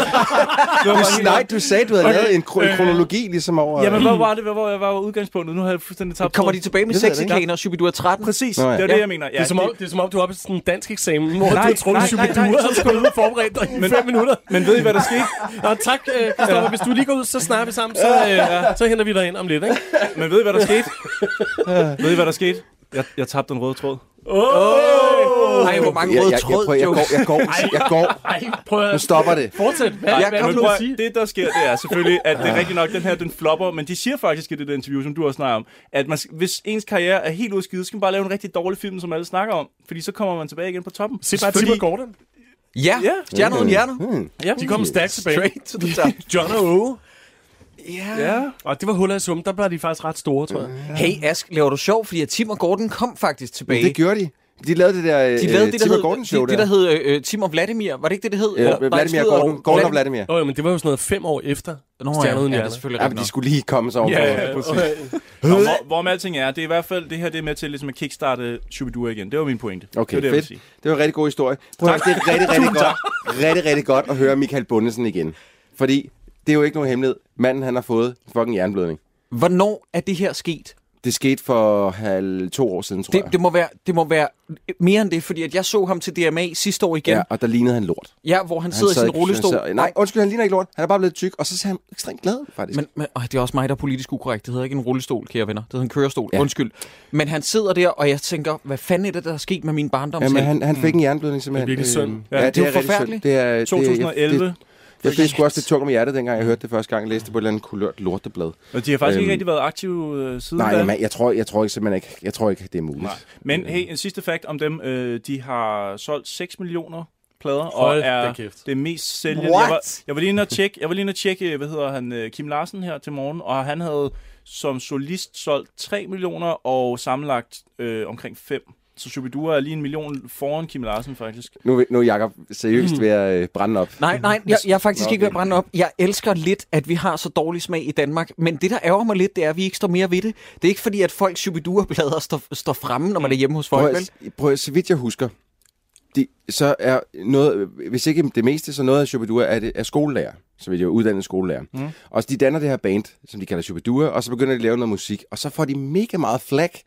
[SPEAKER 2] bare helt-
[SPEAKER 3] Nej, du sagde, du havde lavet en,
[SPEAKER 6] Øh.
[SPEAKER 3] kro- en kronologi ligesom over...
[SPEAKER 2] Jamen, hvad var det? Hvad var, hvad var udgangspunktet? Nu har jeg fuldstændig tabt
[SPEAKER 6] Kommer de
[SPEAKER 2] tråden.
[SPEAKER 6] tilbage med
[SPEAKER 3] Det ved jeg
[SPEAKER 6] Sexy
[SPEAKER 3] da
[SPEAKER 6] Cane og Shubidua 13?
[SPEAKER 2] Præcis,
[SPEAKER 3] Nå,
[SPEAKER 2] Nå,
[SPEAKER 3] ja.
[SPEAKER 2] ja. det er det, jeg mener. Ja,
[SPEAKER 4] Ja, det, er som om, det, det er som om, du er oppe til sådan en dansk eksamen, hvor nej, du har trukket
[SPEAKER 2] nej, nej, nej,
[SPEAKER 4] Shubiduras, og så skulle du ud forberedt dig i
[SPEAKER 2] Men-
[SPEAKER 4] fem minutter.
[SPEAKER 2] Men ved I, hvad der skete?
[SPEAKER 4] Nå, tak, øh, Christoffer. Hvis du lige går ud, så snakker vi sammen, så, øh, så henter vi dig ind om lidt, ikke?
[SPEAKER 2] Men ved I, hvad der skete? ved I, hvad der skete? Jeg, jeg tabte den røde tråd.
[SPEAKER 6] Nej, hvor mange
[SPEAKER 3] jeg,
[SPEAKER 6] røde
[SPEAKER 3] jeg, jeg,
[SPEAKER 6] tråd,
[SPEAKER 3] prøver, jeg, går, jeg går, jeg går,
[SPEAKER 4] Ej, prøv
[SPEAKER 3] nu
[SPEAKER 4] at...
[SPEAKER 3] stopper det.
[SPEAKER 4] Fortsæt. Hvad,
[SPEAKER 2] Ja,
[SPEAKER 4] hvad
[SPEAKER 2] men
[SPEAKER 4] vil du
[SPEAKER 2] prøv at-
[SPEAKER 4] sige?
[SPEAKER 2] Det, der sker, det er selvfølgelig, at
[SPEAKER 6] Ah.
[SPEAKER 2] det er rigtigt nok, den her, den flopper, men de siger faktisk i det der interview, som du også snakker om, at man, skal- hvis ens karriere er helt udskidt, så skal man bare lave en rigtig dårlig film, som alle snakker om, fordi så kommer man tilbage igen på toppen.
[SPEAKER 4] Se bare Tim og Gordon.
[SPEAKER 6] Ja,
[SPEAKER 2] Ja.
[SPEAKER 6] stjerner uden hjerner.
[SPEAKER 3] Mm.
[SPEAKER 2] Ja,
[SPEAKER 4] De kom stærkt tilbage.
[SPEAKER 6] Straight to the top.
[SPEAKER 4] John og Åge.
[SPEAKER 2] ja.
[SPEAKER 4] Og det var huller i summen. Der blev de faktisk ret store, tror jeg.
[SPEAKER 6] Hey Ask, laver du sjov? Fordi at Tim og Gordon kom faktisk tilbage.
[SPEAKER 3] Det gjorde de. De lavede det der
[SPEAKER 6] de lavede
[SPEAKER 3] øh,
[SPEAKER 6] det, der
[SPEAKER 3] Tim og
[SPEAKER 6] hed,
[SPEAKER 3] Gordon show
[SPEAKER 6] det, det, der hed øh, Tim og Vladimir. Var det ikke det, det hed?
[SPEAKER 3] Ja,
[SPEAKER 6] Eller- nej,
[SPEAKER 3] Vladimir
[SPEAKER 6] Skyder og-
[SPEAKER 3] Gordon, Gordon og Vladimir.
[SPEAKER 4] Åh, oh, men det var jo sådan noget fem år efter.
[SPEAKER 6] Nå, ja,
[SPEAKER 4] Stjerner uden
[SPEAKER 6] ja, det er
[SPEAKER 4] hjerner.
[SPEAKER 6] selvfølgelig
[SPEAKER 3] Ja,
[SPEAKER 6] rigtigt
[SPEAKER 3] men
[SPEAKER 6] nok.
[SPEAKER 3] de skulle lige komme sig over.
[SPEAKER 2] Ja, ja, præcis. Nå, hvor, hvor med alting er, det er i hvert fald, det her det er med til ligesom at kickstarte Shubidua igen. Det var min pointe.
[SPEAKER 3] Okay,
[SPEAKER 2] det var det, jeg ville
[SPEAKER 3] fedt.
[SPEAKER 2] sige.
[SPEAKER 3] Det var en rigtig god historie. Prøv at høre, det er rigtig, rigtig godt, rigtig, rigtig godt at høre Michael Bundesen igen. Fordi det er jo ikke nogen hemmelighed. Manden, han har fået en fucking jernblødning.
[SPEAKER 6] Hvornår er det her sket?
[SPEAKER 3] Det skete for halv to år siden, tror
[SPEAKER 6] Det,
[SPEAKER 3] jeg.
[SPEAKER 6] det, må være, det må være mere end det, fordi at jeg så ham til DMA sidste år igen.
[SPEAKER 3] Ja,
[SPEAKER 6] Ja,
[SPEAKER 3] og der lignede han lort.
[SPEAKER 6] ja hvor han sidder
[SPEAKER 3] sad
[SPEAKER 6] i
[SPEAKER 3] ikke-
[SPEAKER 6] sin rullestol.
[SPEAKER 3] han sad- nej, undskyld, han ligner ikke lort. Han er bare blevet tyk, og så ser han ekstremt glad, ud, faktisk.
[SPEAKER 6] Men, men øh, det er også mig, der er politisk ukorrekt. Det hedder ikke en rullestol, kære venner. Det hedder en kørestol. Ja. Undskyld. Men han sidder der, og jeg tænker, hvad fanden er det, der er sket med min barndom?
[SPEAKER 3] Jamen, han, han fik en jernblødning simpelthen.
[SPEAKER 4] Det er virkelig synd.
[SPEAKER 3] Øhm,
[SPEAKER 2] Ja,
[SPEAKER 3] Ja,
[SPEAKER 6] Mm. det er
[SPEAKER 3] rigtig synd.
[SPEAKER 6] forfærdeligt.
[SPEAKER 3] Det er, det er-
[SPEAKER 2] 2011.
[SPEAKER 3] Jeg, det, jeg fik sgu også det tungt om hjertet, dengang jeg hørte det første gang. Jeg læste det på et eller andet kulørt lorteblad.
[SPEAKER 2] Og de har faktisk øhm,
[SPEAKER 3] Øhm,
[SPEAKER 2] ikke rigtig været aktive øh, siden
[SPEAKER 3] Nej,
[SPEAKER 2] da.
[SPEAKER 3] jamen, jeg tror, jeg tror ikke, simpelthen ikke, jeg tror ikke, det er muligt.
[SPEAKER 2] Nej. Men hey, en sidste fakt om dem. Øh, de har solgt 6 millioner plader,
[SPEAKER 4] Hold
[SPEAKER 2] og
[SPEAKER 4] da
[SPEAKER 2] er
[SPEAKER 4] kæft.
[SPEAKER 2] det mest sælgende.
[SPEAKER 6] What?
[SPEAKER 2] Jeg var, jeg var lige inde og tjekke, jeg var lige inde og tjekke, øh, hvad hedder han, øh, Kim Larsen her til morgen, og han havde som solist solgt 3 millioner og sammenlagt øh, omkring 5. Så Shubidua er lige en million foran Kim Larsen, faktisk.
[SPEAKER 3] Nu, vil- nu er Jacob seriøst ved at øh, brænde op.
[SPEAKER 6] Nej, nej, jeg, jeg er faktisk
[SPEAKER 3] Nå,
[SPEAKER 6] ikke ved at
[SPEAKER 3] okay.
[SPEAKER 6] brænde op. Jeg elsker lidt, at vi har så dårlig smag i Danmark, men det, der ærger mig lidt, det er, at vi ikke står mere ved det. Det er ikke fordi, at folk chubidureplader står, står fremme, når man er hjemme hos folk,
[SPEAKER 3] Prøv,
[SPEAKER 6] vel?
[SPEAKER 3] at- prøv, at- så vidt jeg husker, det, så er noget, hvis ikke det meste, så noget af Shubidua er, det, er skolelærer. Så vidt jeg er uddannet skolelærer. Mm. Og så de danner det her band, som de kalder Shubidua, og så begynder de at lave noget musik. Og så får de mega meget flag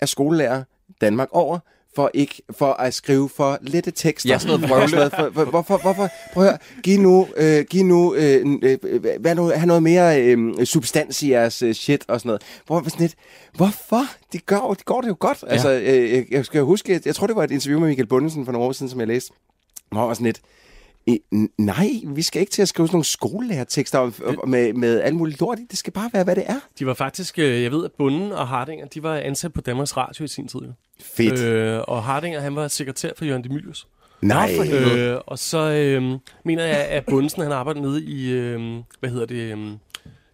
[SPEAKER 3] af skolelærer Danmark over, for ikke for at skrive for lette tekster.
[SPEAKER 6] Ja, sådan noget
[SPEAKER 3] Og for, for, hvorfor, hvorfor? Prøv at høre, giv nu, øh, giv nu øh, øh, hvad nu, have noget mere øh, substans i jeres øh, shit og sådan noget. Hvor, sådan lidt, hvorfor? De går, de går det jo godt. Ja. Altså, øh, jeg- jeg skal jo huske, jeg tror, det var et interview med Michael Bundesen for nogle år siden, som jeg læste. Hvor han var sådan lidt, Øh, n- nej, vi skal ikke til at skrive sådan nogle skolelærertekster om, om, med, med alt muligt lort. i. Det skal bare være, hvad det er.
[SPEAKER 4] De var faktisk, øh, jeg ved, at Bunden og Hardinger, de var ansat på Danmarks Radio i sin tid. jo.
[SPEAKER 3] Fedt. Øh,
[SPEAKER 4] Øh, og Hardinger, han var sekretær for Jørgen Demilius.
[SPEAKER 3] nej.
[SPEAKER 4] Øh, og så øh, mener jeg, at Bunsen, han arbejder nede i, øh, hvad hedder det, øh,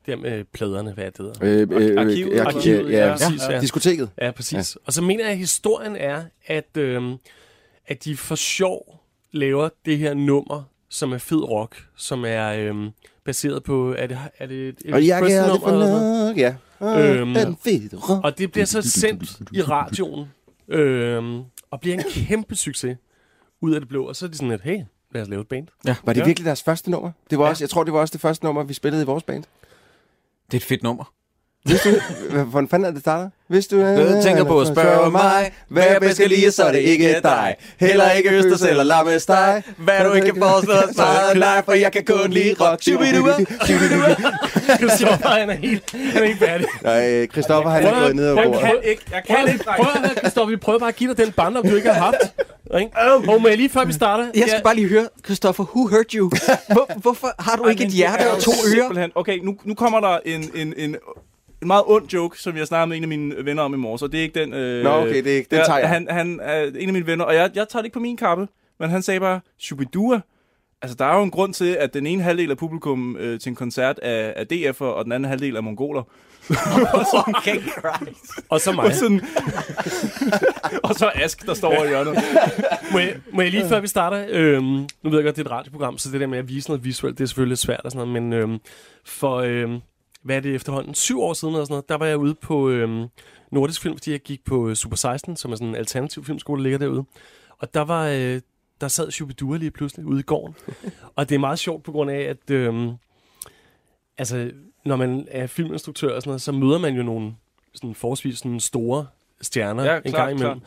[SPEAKER 4] der med pladerne, hvad er det hedder?
[SPEAKER 3] Øh, øh,
[SPEAKER 2] Arkivet,
[SPEAKER 3] ja,
[SPEAKER 4] arkivet,
[SPEAKER 3] ja,
[SPEAKER 4] ja,
[SPEAKER 3] ja,
[SPEAKER 4] præcis,
[SPEAKER 3] ja.
[SPEAKER 4] ja.
[SPEAKER 3] Diskoteket.
[SPEAKER 4] Ja, præcis. Ja. Og så mener jeg, at historien er, at, øhm, at de for sjov laver det her nummer, som er fed rock, som er øhm, baseret på... Er det, er det et
[SPEAKER 3] Og jeg kan aldrig
[SPEAKER 4] Express-nummer
[SPEAKER 3] få
[SPEAKER 4] eller noget?
[SPEAKER 3] nok, ja.
[SPEAKER 4] Øhm,
[SPEAKER 3] Øhm, den fedt.
[SPEAKER 4] Og det bliver så sendt i radioen, øhm, og bliver en kæmpe succes ud af det blå. Og så er de sådan lidt, hey, lad os lave et
[SPEAKER 1] [LAUGHS]
[SPEAKER 4] band.
[SPEAKER 3] Var det
[SPEAKER 4] ja.
[SPEAKER 3] virkelig deres første nummer? Det var også, jeg tror, det var også det første nummer, vi spillede i vores band.
[SPEAKER 6] Det er et fedt nummer.
[SPEAKER 3] Vidste du, [LAUGHS] hvad- hvordan fanden er det starter? Hvis du
[SPEAKER 1] Noget tænker på at spørge mig, hvad jeg bedst kan lide, så er det ikke dig. Heller ikke østers eller lammesteg. Hvad du ikke kan forestille dig, så er det nej, for jeg kan kun lide rock. Shubidua, shubidua.
[SPEAKER 4] Christoffer, han er helt, han er helt færdig.
[SPEAKER 3] Nej, Christoffer, han er
[SPEAKER 4] Prøv at-
[SPEAKER 3] gået ned over
[SPEAKER 4] prøv at
[SPEAKER 3] bordet.
[SPEAKER 4] kalde-
[SPEAKER 2] Jeg ikke, jeg
[SPEAKER 4] Prøv,
[SPEAKER 2] kan ikke,
[SPEAKER 4] prøv at høre, Christoffer, vi prøver bare at give dig den barndom, du ikke har haft. Ikke? Og må jeg lige før vi starter...
[SPEAKER 1] Øhm. Jeg skal bare lige høre, Christoffer, who hurt
[SPEAKER 6] [LAUGHS]
[SPEAKER 1] you? Hvor, hvorfor har du ikke et hjerte og to ører?
[SPEAKER 2] Simpelthen. Okay, nu, nu kommer der en, en, en, en meget ond joke, som jeg snakkede med en af mine venner om i morges, og det er ikke den... Øh,
[SPEAKER 3] Nå, okay, det er ikke- den
[SPEAKER 2] ja,
[SPEAKER 3] tager jeg.
[SPEAKER 2] Han, han er en af mine venner, og jeg, jeg tager det ikke på min kappe, men han sagde bare, Shubidua. Altså, der er jo en grund til, at den ene halvdel af publikum øh, til en koncert er, er DF'er, og den anden halvdel er mongoler.
[SPEAKER 4] Og så mig.
[SPEAKER 2] Og,
[SPEAKER 3] [LAUGHS]
[SPEAKER 2] sådan, og så Ask, der står over i
[SPEAKER 3] Oh
[SPEAKER 2] hjørnet.
[SPEAKER 4] må, jeg, må jeg lige før vi starter, øhm, nu ved jeg godt, det er et radioprogram, så det der med at vise noget visuelt, det er selvfølgelig lidt svært og sådan noget, men øhm, for, øhm, hvad er det efterhånden, syv år siden eller sådan noget, der var jeg ude på øhm, Nordisk Film, fordi jeg gik på øh, Super 16, som er sådan en alternativ filmskole, der ligger derude. Og der var, øh, der sad Shubidua lige pludselig ude i gården. og det er meget sjovt på grund af, at øhm, altså, når man er filminstruktør og sådan noget, så møder man jo nogle sådan forholdsvis sådan store stjerner
[SPEAKER 2] Ja,
[SPEAKER 4] en
[SPEAKER 2] klart,
[SPEAKER 4] gang imellem.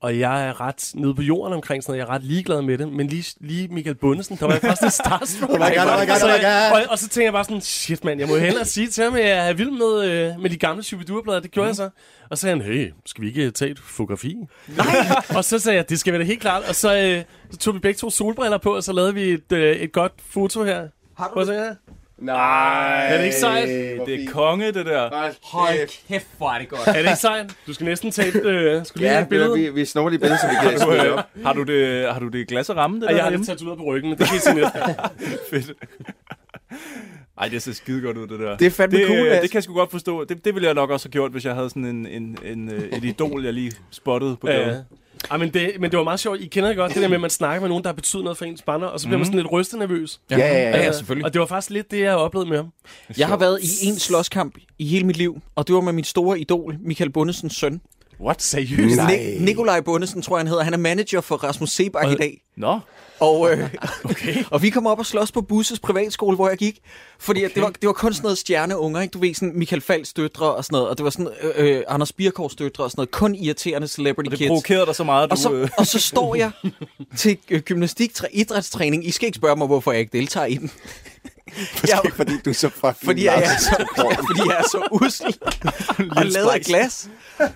[SPEAKER 4] Og jeg er ret nede på jorden omkring sådan noget. Jeg er ret ligeglad med det. Men lige, lige Michael Bundesen, der var jeg først lidt starstruck. oh my
[SPEAKER 3] God, oh my God,
[SPEAKER 4] så
[SPEAKER 3] oh
[SPEAKER 2] Altså,
[SPEAKER 3] my
[SPEAKER 4] jeg,
[SPEAKER 3] God.
[SPEAKER 4] og, og, så tænkte jeg bare sådan, shit mand, jeg må hellere sige til ham, at jeg er vild med, øh, med de gamle Superdure-blader. Det gjorde mm. jeg så. Og så sagde han, hey, skal vi ikke tage et fotografi? [LAUGHS] og så sagde jeg, det skal være det helt klart. Og så, øh, så tog vi begge to solbriller på, og så lavede vi et, øh, et godt foto her. Har du det? Øh, Her.
[SPEAKER 3] Nej.
[SPEAKER 4] Er det ikke sejt?
[SPEAKER 3] hvor
[SPEAKER 2] Det er
[SPEAKER 3] fint.
[SPEAKER 2] konge, det der.
[SPEAKER 3] Hold kæft.
[SPEAKER 4] Er det ikke sejt? Du skal næsten tage et, øh, skulle lige have
[SPEAKER 3] Ja,
[SPEAKER 4] et
[SPEAKER 3] vi,
[SPEAKER 4] billede.
[SPEAKER 3] vi, vi snor lige billeder, så [LAUGHS] vi kan smide det op.
[SPEAKER 2] Har du det, har du det glas og ramme, det
[SPEAKER 4] Og
[SPEAKER 2] der?
[SPEAKER 4] jeg har
[SPEAKER 2] derhjemme?
[SPEAKER 4] lidt tatoveret på ryggen, men det kan I se næste [LAUGHS] gang.
[SPEAKER 2] Fedt. Ej, det ser skide godt ud, det der.
[SPEAKER 1] Det er fandme
[SPEAKER 2] det,
[SPEAKER 1] cool,
[SPEAKER 2] øh,
[SPEAKER 1] altså.
[SPEAKER 2] Det kan jeg sgu godt forstå. Det, det ville jeg nok også have gjort, hvis jeg havde sådan en, en, en, øh, et idol, jeg lige spottede på gaden.
[SPEAKER 4] Ja. Ej, men, det, men det var meget sjovt. I kender det godt, det der med, at man snakker med nogen, der har betydet noget for ens banner, og så bliver mm. man sådan lidt rystenervøs.
[SPEAKER 3] Ja, ja, ja.
[SPEAKER 6] ja
[SPEAKER 4] Øh,
[SPEAKER 6] selvfølgelig.
[SPEAKER 4] Og det var faktisk lidt det, jeg oplevede med ham.
[SPEAKER 6] Jeg har været i en slåskamp i hele mit liv, og det var med min store idol, Michael Bundesens søn.
[SPEAKER 4] What? Seriøst?
[SPEAKER 3] Nej.
[SPEAKER 1] Ni- Nikolaj Bundesen, tror jeg, han hedder. Han er manager for Rasmus Sebak i dag.
[SPEAKER 2] Nå,
[SPEAKER 1] Og, øh, okay. [LAUGHS] og vi kom op og slås på Busses privatskole, hvor jeg gik. Fordi okay. det, var, det var kun sådan noget stjerneunger, ikke? Du ved, sådan Michael Falks døtre og sådan noget. Og det var sådan øh, øh, Anders Birkovs døtre og sådan noget. Kun irriterende celebrity
[SPEAKER 2] det
[SPEAKER 1] kids.
[SPEAKER 2] provokerede dig så meget, at du...
[SPEAKER 1] Og så,
[SPEAKER 2] øh,
[SPEAKER 1] og så står jeg til øh, gymnastik idrætstræning. I skal ikke spørge mig, hvorfor jeg ikke deltager i den. Jeg,
[SPEAKER 3] Det er fordi, du er så fucking
[SPEAKER 1] fordi jeg, er
[SPEAKER 3] larsen.
[SPEAKER 1] så,
[SPEAKER 3] [LAUGHS]
[SPEAKER 1] fordi jeg er så
[SPEAKER 6] [LAUGHS]
[SPEAKER 1] usel og lavet af
[SPEAKER 2] spejs.
[SPEAKER 1] glas.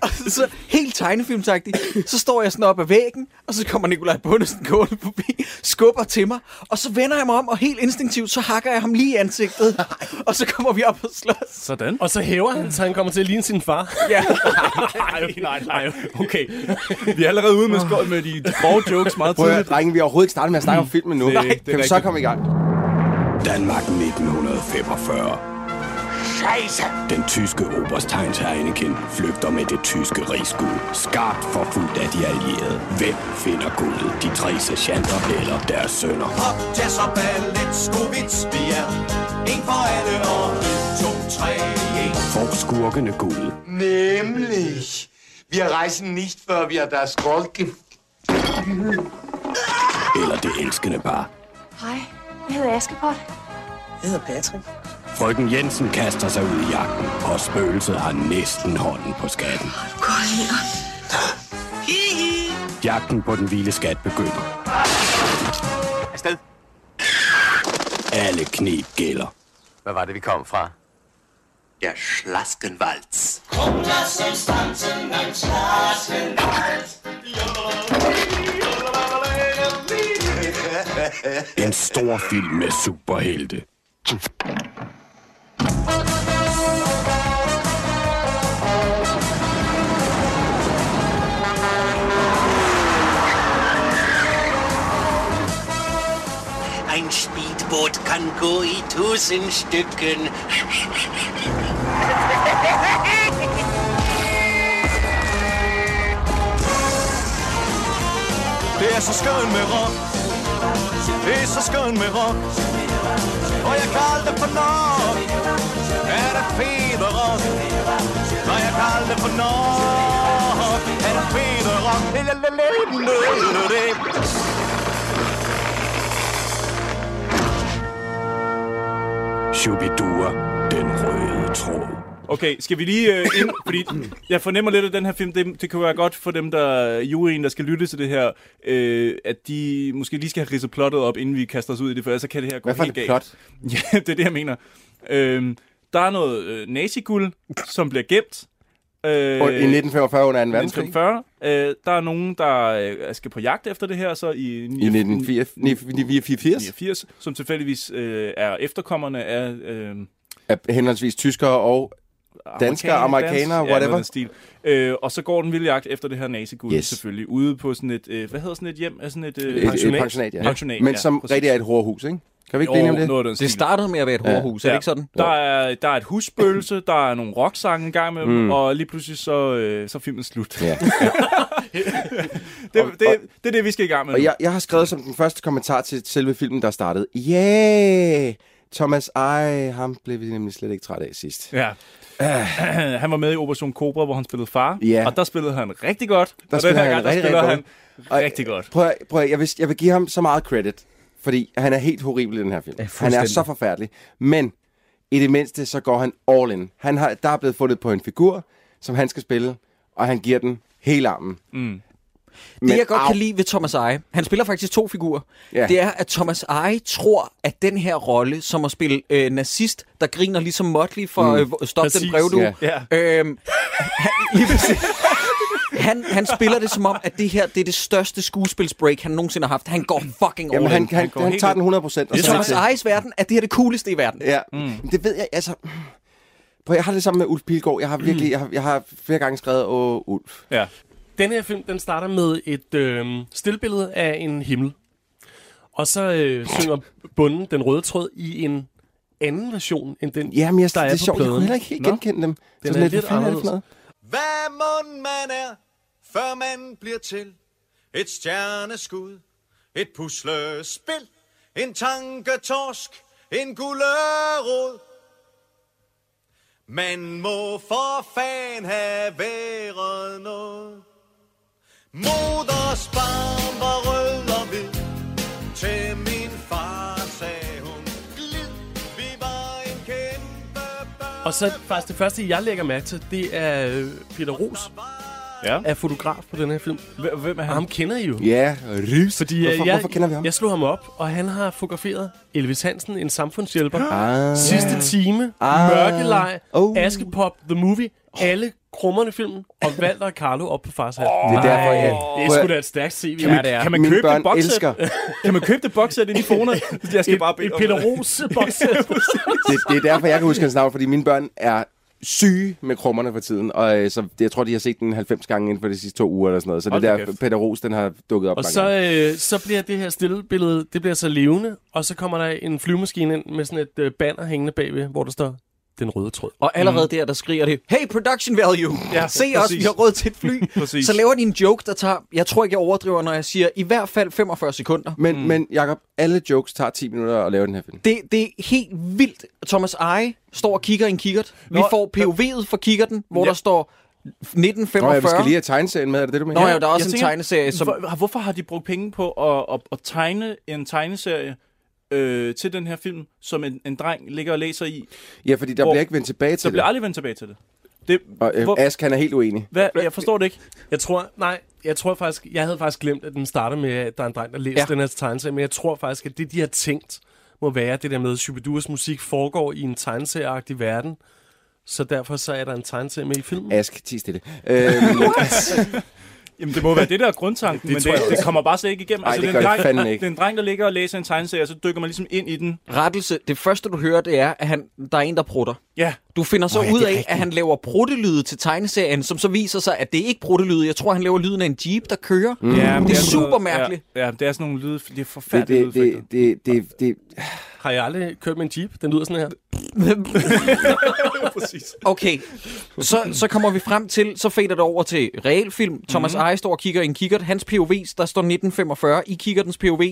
[SPEAKER 1] Og så helt tegnefilmsagtigt, så står jeg sådan op ad væggen, og så kommer Nikolaj Bundesen gående forbi, skubber til mig, og så vender jeg mig om, og helt instinktivt, så hakker jeg ham lige i
[SPEAKER 6] [LAUGHS]
[SPEAKER 1] ansigtet, og så kommer vi op og slås.
[SPEAKER 2] Sådan.
[SPEAKER 4] Og så hæver han, så han kommer til at ligne sin far.
[SPEAKER 1] Ja.
[SPEAKER 4] nej, nej, [LAUGHS] nej. Okay.
[SPEAKER 2] Vi er allerede ude med, sko- med de, de grove jokes meget
[SPEAKER 3] Prøv at høre,
[SPEAKER 2] tidligt.
[SPEAKER 3] drenge, vi har overhovedet ikke startet med at snakke om filmen nu.
[SPEAKER 2] Nej, det er
[SPEAKER 3] kan vi så
[SPEAKER 2] rigtigt.
[SPEAKER 3] komme i gang?
[SPEAKER 7] Danmark 1945. Scheiße! Den tyske oberst Heinz Heineken flygter med det tyske rigsguld. Skarpt forfulgt af de allierede. Hvem finder guldet? De tre sergeanter eller deres sønner?
[SPEAKER 8] Hop, jazz og ballet, skovits, bier. En for alle og et, to, tre, en.
[SPEAKER 7] Får skurkene guldet?
[SPEAKER 9] Nämlich, wir reisen nicht, weil wir das Gold ge
[SPEAKER 7] Eller det elskende par?
[SPEAKER 10] Hej, jeg hedder Askepot.
[SPEAKER 7] Frøken Jensen kaster sig ud i jagten, og spøgelset har næsten hånden på skatten. Jagten på den vilde skat begynder.
[SPEAKER 9] Afsted.
[SPEAKER 7] Alle knep gælder.
[SPEAKER 9] Hvad var det, vi kom fra? Der Schlaskenwalds.
[SPEAKER 7] En stor film med superhelte.
[SPEAKER 11] Ein Speedboot kann gå i tusind stykken.
[SPEAKER 8] Det er så skønt med rock. Det er så skønt med rock. Og jeg kan aldrig få nok. Er det fedt og rock? Og jeg kan aldrig få nok. Er det fedt og rock?
[SPEAKER 7] Shubidua, den røde tråd.
[SPEAKER 2] Okay, skal vi lige øh,
[SPEAKER 3] [CLEARS THROAT]
[SPEAKER 2] ind, fordi jeg fornemmer lidt, at den her film, det, det kan være godt for dem, der juryen, der skal lytte til det her, øh, at de måske lige skal have ridset plottet op, inden vi kaster os ud i det, for ellers så kan det her gå
[SPEAKER 3] Hvad for
[SPEAKER 2] helt
[SPEAKER 3] et
[SPEAKER 2] galt. [LAUGHS] Ja, det er det, jeg mener. Øh, der er noget øh, naziguld, som bliver gemt. Øh,
[SPEAKER 3] I 1945 under 2. verdenskrig.
[SPEAKER 2] 1945. Øh, der er nogen, der øh, skal på jagt efter det her, så i,
[SPEAKER 3] I 1984
[SPEAKER 2] 1984, som tilfældigvis øh, er efterkommerne af... Øh,
[SPEAKER 3] af henholdsvis tyskere og danskere, amerikanere,
[SPEAKER 2] dansk- ja, noget
[SPEAKER 3] whatever.
[SPEAKER 2] af den stil. Øh, og så går den vilde jagt efter det her naziguld,
[SPEAKER 3] Yes.
[SPEAKER 2] yes. selvfølgelig, ude på sådan et, øh, hvad hedder sådan et hjem? Er sådan et, øh,
[SPEAKER 3] Et- et pensionat, ja. Men som
[SPEAKER 2] præcis.
[SPEAKER 3] rigtig er et hårhus, ikke? Kan vi ikke
[SPEAKER 2] Jo,
[SPEAKER 3] blive enige om det?
[SPEAKER 2] noget af den
[SPEAKER 6] Det
[SPEAKER 2] stil.
[SPEAKER 6] startede med at være et hårhus, ja. er det ikke sådan?
[SPEAKER 2] Der er, der er et husspøgelse, der er nogle rocksange en gang med mm.
[SPEAKER 3] Mm.
[SPEAKER 2] og lige pludselig så, øh, så er filmen slut.
[SPEAKER 3] Ja.
[SPEAKER 2] [LAUGHS] det, det, det er det, vi skal i gang med.
[SPEAKER 3] [LAUGHS] Og
[SPEAKER 2] nu.
[SPEAKER 3] jeg, jeg har skrevet som den første kommentar til selve filmen, der startede. Yeah! Thomas, ej, ham blev vi nemlig slet ikke træt af sidst.
[SPEAKER 2] Ja. [CLEARS THROAT] han var med i Operation Cobra, hvor han spillede far,
[SPEAKER 3] Ja.
[SPEAKER 2] og der spillede han rigtig godt.
[SPEAKER 3] Der
[SPEAKER 2] og den
[SPEAKER 3] spiller
[SPEAKER 2] her
[SPEAKER 3] han
[SPEAKER 2] gang, der
[SPEAKER 3] rigtig,
[SPEAKER 2] spiller han
[SPEAKER 3] rigtig
[SPEAKER 2] rigtig godt.
[SPEAKER 3] Prøv, at- prøv at- jeg, vil, jeg vil give ham så meget credit, fordi han er helt horribel i den her film.
[SPEAKER 6] Ja,
[SPEAKER 3] han er
[SPEAKER 6] fuldstændig.
[SPEAKER 3] så forfærdelig. Men i det mindste, så går han all in. Han har, der er blevet fundet på en figur, som han skal spille, og han giver den hele armen.
[SPEAKER 2] Mm.
[SPEAKER 6] Det, jeg godt kan lide ved Thomas Eje, han spiller faktisk to figurer.
[SPEAKER 3] Ja.
[SPEAKER 6] Det er, at Thomas Eje tror, at den her rolle, som at spille øh, nazist, der griner ligesom Motley for mm. øh, Stop
[SPEAKER 2] Præcis.
[SPEAKER 6] den brev, du.
[SPEAKER 3] Ja.
[SPEAKER 2] Ja.
[SPEAKER 6] Øhm, han, lige præcis. han, han spiller det som om, at det her det er det største skuespilsbreak, han nogensinde har haft. Han går fucking
[SPEAKER 3] Jamen,
[SPEAKER 6] over
[SPEAKER 3] han,
[SPEAKER 6] han,
[SPEAKER 3] han,
[SPEAKER 2] går
[SPEAKER 3] han, han
[SPEAKER 2] helt
[SPEAKER 3] tager
[SPEAKER 2] ind.
[SPEAKER 3] den 100 procent.
[SPEAKER 6] I Thomas Ejes verden er det her det cooleste i verden.
[SPEAKER 3] Ja, mm. det ved jeg, altså... Prøv, jeg har det sammen med Ulf Pilgaard. Jeg har virkelig, jeg har, jeg har flere gange skrevet, åh, Ulf.
[SPEAKER 2] Ja.
[SPEAKER 4] Den her film, den starter med et øh, stillbillede af en himmel. Og så øh, synger bunden den røde tråd i en anden version end den,
[SPEAKER 3] Jamen, jeg,
[SPEAKER 4] der
[SPEAKER 3] det
[SPEAKER 4] er,
[SPEAKER 3] er
[SPEAKER 4] på
[SPEAKER 3] sjovt. Jeg
[SPEAKER 4] pladen.
[SPEAKER 3] kunne heller ikke helt
[SPEAKER 4] Nå.
[SPEAKER 3] genkende dem.
[SPEAKER 4] Den
[SPEAKER 3] Den
[SPEAKER 4] er
[SPEAKER 3] så
[SPEAKER 4] lidt
[SPEAKER 3] lidt anderledes.
[SPEAKER 4] anderledes.
[SPEAKER 8] Hvad mund man er, før man bliver til Et stjerneskud, et puslespil En tanketorsk, en gullerod Man må for fan have været noget Moders barn var rød og hvid Til min far sagde hun Glid, vi var en kæmpe børn
[SPEAKER 4] Og så faktisk det første, jeg lægger mærke til, det er øh, Peter Ros,
[SPEAKER 2] Ja.
[SPEAKER 4] er fotograf på den her film.
[SPEAKER 2] H- Hvem er
[SPEAKER 4] Og
[SPEAKER 2] han?
[SPEAKER 4] ham kender I jo.
[SPEAKER 3] Ja, Rys.
[SPEAKER 4] Fordi,
[SPEAKER 3] hvorfor,
[SPEAKER 4] øh, jeg,
[SPEAKER 3] hvorfor kender vi ham?
[SPEAKER 4] Jeg slog ham op, og han har fotograferet Elvis Hansen, en samfundshjælper.
[SPEAKER 3] Ah.
[SPEAKER 4] Sidste time, ah.
[SPEAKER 3] Ah.
[SPEAKER 4] Mørkelej, oh.
[SPEAKER 3] Oh.
[SPEAKER 4] Askepop, The Movie, alle krummerne filmen, og Walter og Carlo op på fars hat. Oh.
[SPEAKER 3] Det er derfor, jeg...
[SPEAKER 4] Det er
[SPEAKER 3] Prøv
[SPEAKER 4] sgu
[SPEAKER 3] at-
[SPEAKER 4] da et stærkt CV.
[SPEAKER 2] Kan man, ja, kan man
[SPEAKER 3] Mine
[SPEAKER 2] købe
[SPEAKER 3] børn
[SPEAKER 2] det box
[SPEAKER 3] elsker.
[SPEAKER 2] [LAUGHS] Kan man købe det boxsæt ind i
[SPEAKER 3] [LAUGHS]
[SPEAKER 2] Fona? Jeg skal
[SPEAKER 4] et,
[SPEAKER 2] bare bede
[SPEAKER 4] et
[SPEAKER 2] om
[SPEAKER 4] Peter
[SPEAKER 2] det.
[SPEAKER 4] Ros boxsæt.
[SPEAKER 3] Det, det er derfor, jeg kan huske hans navn, fordi mine børn er syge med krummerne for tiden. Og øh, så det, jeg tror, de har set den 90 gange inden for de sidste to uger eller sådan noget. Så
[SPEAKER 2] Hold
[SPEAKER 3] det
[SPEAKER 2] da
[SPEAKER 3] der
[SPEAKER 2] kæft.
[SPEAKER 3] Peter Ros, den har dukket op
[SPEAKER 4] Og
[SPEAKER 3] mange
[SPEAKER 4] så,
[SPEAKER 3] gange.
[SPEAKER 4] øh, så bliver det her stille billede, det bliver så levende, og så kommer der en flyvemaskine ind med sådan et øh, banner hængende bagved, hvor der står den røde tråd.
[SPEAKER 6] Og allerede mm. der, der skriger det, hey production value,
[SPEAKER 2] Ja,
[SPEAKER 6] ja, se os,
[SPEAKER 2] præcis.
[SPEAKER 6] vi har råd til et fly.
[SPEAKER 2] Præcis.
[SPEAKER 6] Så laver de en joke, der tager, jeg tror ikke, jeg overdriver, når jeg siger, i hvert fald 45 sekunder.
[SPEAKER 2] øh,
[SPEAKER 3] Men,
[SPEAKER 2] mm.
[SPEAKER 3] men Jacob, alle jokes tager 10 minutter at lave den her film.
[SPEAKER 6] Det, det er helt vildt. Thomas Eje står og kigger i en kikkert. Vi
[SPEAKER 2] Nå,
[SPEAKER 6] får POV'et for kikkerten, hvor
[SPEAKER 2] Ja.
[SPEAKER 6] der står
[SPEAKER 3] Nå, ja, vi
[SPEAKER 6] 1945.
[SPEAKER 3] skal lige have tegneserien med. Er det det, du mener?
[SPEAKER 6] Nå ja, der er også
[SPEAKER 2] Jeg
[SPEAKER 6] en
[SPEAKER 2] tænker,
[SPEAKER 3] Øh,
[SPEAKER 6] tegneserie, som...
[SPEAKER 2] Hvor, hvorfor har de brugt penge på at, at, at tegne en tegneserie øh, til den her film, som en, en dreng ligger og læser i?
[SPEAKER 3] Ja, fordi der
[SPEAKER 2] Hvor-
[SPEAKER 3] bliver ikke vendt tilbage
[SPEAKER 2] Så
[SPEAKER 3] til
[SPEAKER 2] bliver
[SPEAKER 3] det.
[SPEAKER 2] aldrig vendt tilbage til det. det
[SPEAKER 3] Og øh,
[SPEAKER 2] hvor,
[SPEAKER 3] Ask, han er helt uenig.
[SPEAKER 2] hvad, jeg forstår det ikke.
[SPEAKER 4] Jeg tror, nej, jeg tror faktisk, jeg havde faktisk glemt, at den starter med, at der er en dreng, der læser ja.
[SPEAKER 6] Ja.
[SPEAKER 4] den her tegneserie, men jeg tror faktisk, at det, de har tænkt, må være det der med, at Shubiduras musik foregår i en tegneserieagtig verden, så derfor så er der en tegneserie med i filmen.
[SPEAKER 3] Ask, ti stille. Øhm,
[SPEAKER 2] Jamen, det må være det, der er grundtanken,
[SPEAKER 3] Det
[SPEAKER 2] men
[SPEAKER 3] tror jeg
[SPEAKER 2] det, det
[SPEAKER 3] også.
[SPEAKER 2] kommer bare slet ikke igennem.
[SPEAKER 3] Ej, det
[SPEAKER 2] er
[SPEAKER 3] gør
[SPEAKER 2] en
[SPEAKER 3] det
[SPEAKER 2] dreng,
[SPEAKER 3] fandme ikke.
[SPEAKER 2] Det er en dreng, der ligger og læser en tegneserie, og så dykker man ligesom ind i den.
[SPEAKER 1] Rettelse. Det første, du hører, det er, at han, der er en, der prutter.
[SPEAKER 2] Ja.
[SPEAKER 1] Du finder så
[SPEAKER 2] Nå
[SPEAKER 1] oh,
[SPEAKER 2] ja,
[SPEAKER 1] ja, ud
[SPEAKER 2] det er
[SPEAKER 1] af,
[SPEAKER 2] rigtigt.
[SPEAKER 1] at han laver pruttelyde til tegneserien, som så viser sig, at det er ikke pruttelyde. Jeg tror, han laver lyden af en jeep, der kører. Mm.
[SPEAKER 2] men
[SPEAKER 1] det er
[SPEAKER 2] sådan noget-
[SPEAKER 1] super mærkeligt.
[SPEAKER 2] Ja, ja, det er sådan nogle lyde, det er
[SPEAKER 3] Det,
[SPEAKER 2] forfærdelige
[SPEAKER 3] det,
[SPEAKER 2] lydeffekter.
[SPEAKER 3] det, det, det, det,
[SPEAKER 4] Har jeg aldrig kørt med en Jeep? Den lyder sådan her.
[SPEAKER 2] Præcis.
[SPEAKER 1] Okay, så, så kommer vi frem til, så fader det over til realfilm. Thomas mm. Eje står og kigger i en kikkert. Hans POV, der står 1945 i kikkertens POV.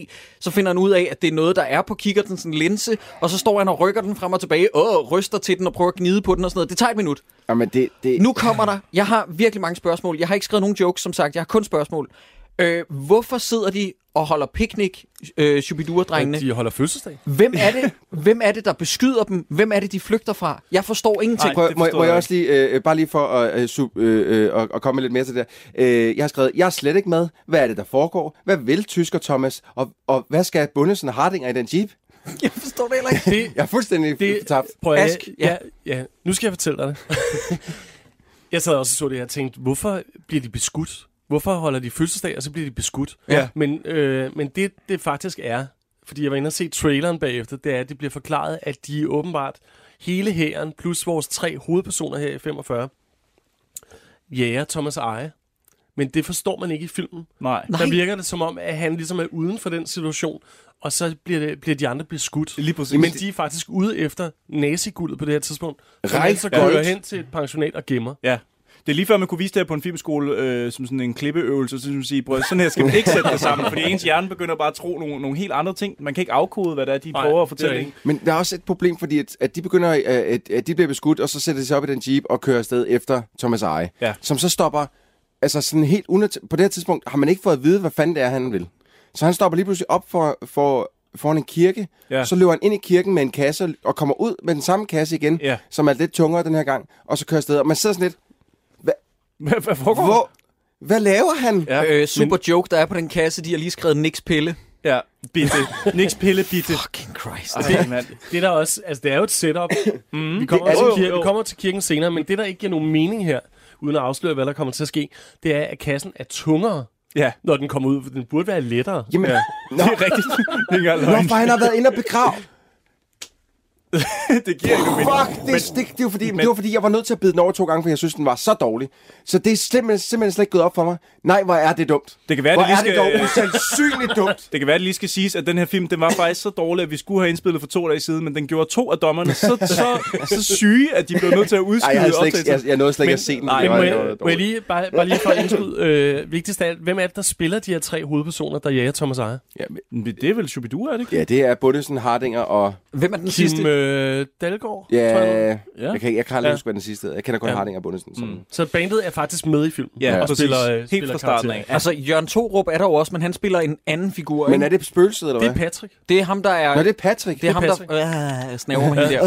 [SPEAKER 1] Så finder han ud af, at det er noget, der er på kikkertens linse. Og så står han og rykker den frem og tilbage. Og ryster til den og prøver at gnide på den og sådan noget. Det tager et minut.
[SPEAKER 3] jamen, det, det,
[SPEAKER 1] Nu kommer der. Jeg har virkelig mange spørgsmål. Jeg har ikke skrevet nogen jokes, som sagt. Jeg har kun spørgsmål. Øh, hvorfor sidder de og holder picnic, øh, Shubidua-drengene?
[SPEAKER 4] De holder [LAUGHS] fødselsdag.
[SPEAKER 1] Hvem er, det, hvem er det, der beskyder dem? Hvem er det, de flygter fra? Jeg forstår ingenting.
[SPEAKER 2] Nej,
[SPEAKER 3] Prøv,
[SPEAKER 2] det
[SPEAKER 3] må,
[SPEAKER 2] forstår
[SPEAKER 3] må jeg
[SPEAKER 2] jeg
[SPEAKER 3] også lige, øh, bare lige for at, øh, sub, øh, øh, at- at komme lidt mere til det der. Øh, jeg har skrevet, jeg er slet ikke med. Hvad er det, der foregår? Hvad vil tysker Thomas? Og, og hvad skal Bundesen og Hardinger i den jeep?
[SPEAKER 1] Jeg forstår det heller ikke.
[SPEAKER 4] Det,
[SPEAKER 3] Jeg er fuldstændig det,
[SPEAKER 4] det,
[SPEAKER 3] tabt.
[SPEAKER 4] prøv at,
[SPEAKER 1] Ask,
[SPEAKER 4] ja.
[SPEAKER 1] ja.
[SPEAKER 4] ja, nu skal jeg fortælle dig det. [LAUGHS] jeg sad også og så det her og tænkte, hvorfor bliver de beskudt? Hvorfor holder de fødselsdag, og så bliver de beskudt?
[SPEAKER 1] Ja.
[SPEAKER 4] Men, øh, men det, det faktisk er, fordi jeg var inde og se traileren bagefter, det er, at det bliver forklaret, at de åbenbart hele hæren, plus vores tre hovedpersoner her i 45, jager Thomas Eje. Men det forstår man ikke i filmen.
[SPEAKER 2] Nej.
[SPEAKER 4] Der virker det som om, at han ligesom er uden for den situation, og så bliver, det, bliver de andre beskudt.
[SPEAKER 2] Lige præcis.
[SPEAKER 4] Men de er faktisk ude efter naziguldet på det her tidspunkt. Som
[SPEAKER 3] Rejs
[SPEAKER 4] han så
[SPEAKER 3] Gold.
[SPEAKER 4] går hen til et pensionat og gemmer.
[SPEAKER 2] Ja. Det er lige før, man kunne vise det her på en filmskole øh, som sådan en klippeøvelse, så skulle man sige, prøv, sådan her skal man ikke sætte det sammen, fordi ens hjerne begynder bare at tro nogle, nogle helt andre ting. Man kan ikke afkode, hvad det er, de
[SPEAKER 4] Nej,
[SPEAKER 2] prøver at
[SPEAKER 4] det er
[SPEAKER 2] fortælle. en.
[SPEAKER 3] Men der er også et problem, fordi at, at de begynder, øh, at, at de bliver beskudt, og så sætter de sig op i den jeep og kører afsted efter Thomas Eje.
[SPEAKER 2] Ja.
[SPEAKER 3] Som så stopper, altså sådan helt unat- på det her tidspunkt har man ikke fået at vide, hvad fanden det er, han vil. Så han stopper lige pludselig op for, for, foran en kirke,
[SPEAKER 2] Ja.
[SPEAKER 3] så løber han ind i kirken med en kasse, og kommer ud med den samme kasse igen,
[SPEAKER 2] Ja.
[SPEAKER 3] som er lidt tungere den her gang, og så kører afsted. Og man sidder sådan lidt,
[SPEAKER 2] [LAUGHS] Hvad, hvad foregår? der?
[SPEAKER 3] hvor, hvad laver han?
[SPEAKER 2] Ja,
[SPEAKER 1] Øh, super men... joke, der er på den kasse. De har lige skrevet Nix Pille.
[SPEAKER 2] Men, ja,
[SPEAKER 3] [LAUGHS]
[SPEAKER 2] bitte. Niks pille, bitte.
[SPEAKER 1] Fucking Christ.
[SPEAKER 2] Ej, mand.
[SPEAKER 4] Det er der også, altså det er jo et [LAUGHS] setup. Mm, vi, kommer
[SPEAKER 3] det er
[SPEAKER 4] til
[SPEAKER 3] jo-
[SPEAKER 4] kirken, vi kommer til kirken senere, men det der ikke giver nogen mening her, uden at afsløre, hvad der kommer til at ske, det er, at kassen er tungere,
[SPEAKER 2] Ja,
[SPEAKER 4] når den kommer ud, for den burde være lettere.
[SPEAKER 3] Jamen, ja. Nå,
[SPEAKER 2] det er rigtigt. Det er ikke engang løgn.
[SPEAKER 3] hvorfor han har været inde og begrave?
[SPEAKER 2] Det giver ikke nogen mening.
[SPEAKER 3] Fuck, det, men, det, det, var fordi, men, det var fordi, jeg var nødt til at bide den over to gange, for jeg synes, den var så dårlig. Så det er simpelthen, simpelthen slet ikke gået op for mig. Nej, hvor er det dumt.
[SPEAKER 2] Det kan være,
[SPEAKER 3] hvor
[SPEAKER 2] det lige
[SPEAKER 3] er det
[SPEAKER 2] skal-
[SPEAKER 3] dog usandsynligt dumt.
[SPEAKER 2] Det kan være, at det lige skal siges, at den her film, den var faktisk så dårlig, at vi skulle have indspillet for to dage siden, men den gjorde to af dommerne så,
[SPEAKER 3] [LAUGHS]
[SPEAKER 2] så, så syge, at de blev nødt til at udskyde
[SPEAKER 3] Nej, jeg, havde slet ikke,
[SPEAKER 2] optagelsen.
[SPEAKER 3] jeg, jeg nåede slet ikke
[SPEAKER 2] Men-
[SPEAKER 3] at se den.
[SPEAKER 2] nej,
[SPEAKER 3] det var,
[SPEAKER 4] må,
[SPEAKER 3] det var
[SPEAKER 4] jeg, må jeg
[SPEAKER 3] dårligt.
[SPEAKER 4] lige, bare, bare lige for at [LAUGHS] indskyde, øh, vigtigst af alt, hvem er det, der spiller de her tre hovedpersoner, der jager Thomas Eje?
[SPEAKER 2] Men Det er vel Shubidua, er det ikke?
[SPEAKER 3] Ja, det er Bundesen, Hardinger og...
[SPEAKER 1] Hvem er den sidste?
[SPEAKER 4] Kim øh, Dalgaard,
[SPEAKER 3] Ja,
[SPEAKER 4] tror jeg.
[SPEAKER 3] ja. Jeg, kan, ikke- jeg kan aldrig
[SPEAKER 4] Ja.
[SPEAKER 3] ja. huske, hvad den sidste hedder. Jeg kender kun
[SPEAKER 4] Ja.
[SPEAKER 3] ja. Hardinger og Bundesen. Så. Mm.
[SPEAKER 4] Så bandet er faktisk med i filmen.
[SPEAKER 2] Ja,
[SPEAKER 4] og
[SPEAKER 2] præcis.
[SPEAKER 4] spiller, øh,
[SPEAKER 2] Helt
[SPEAKER 4] spiller
[SPEAKER 2] fra starten
[SPEAKER 4] karakteren.
[SPEAKER 2] af.
[SPEAKER 1] Altså, Jørgen Torup er der jo også, men han spiller en anden figur.
[SPEAKER 3] Men
[SPEAKER 1] Men
[SPEAKER 3] er det spøgelset, eller
[SPEAKER 4] Det
[SPEAKER 3] hvad?
[SPEAKER 4] er Patrick.
[SPEAKER 1] Det er ham, der er...
[SPEAKER 3] Nå, det er Patrick.
[SPEAKER 1] det er ham,
[SPEAKER 4] det
[SPEAKER 1] der øh, snæver mig helt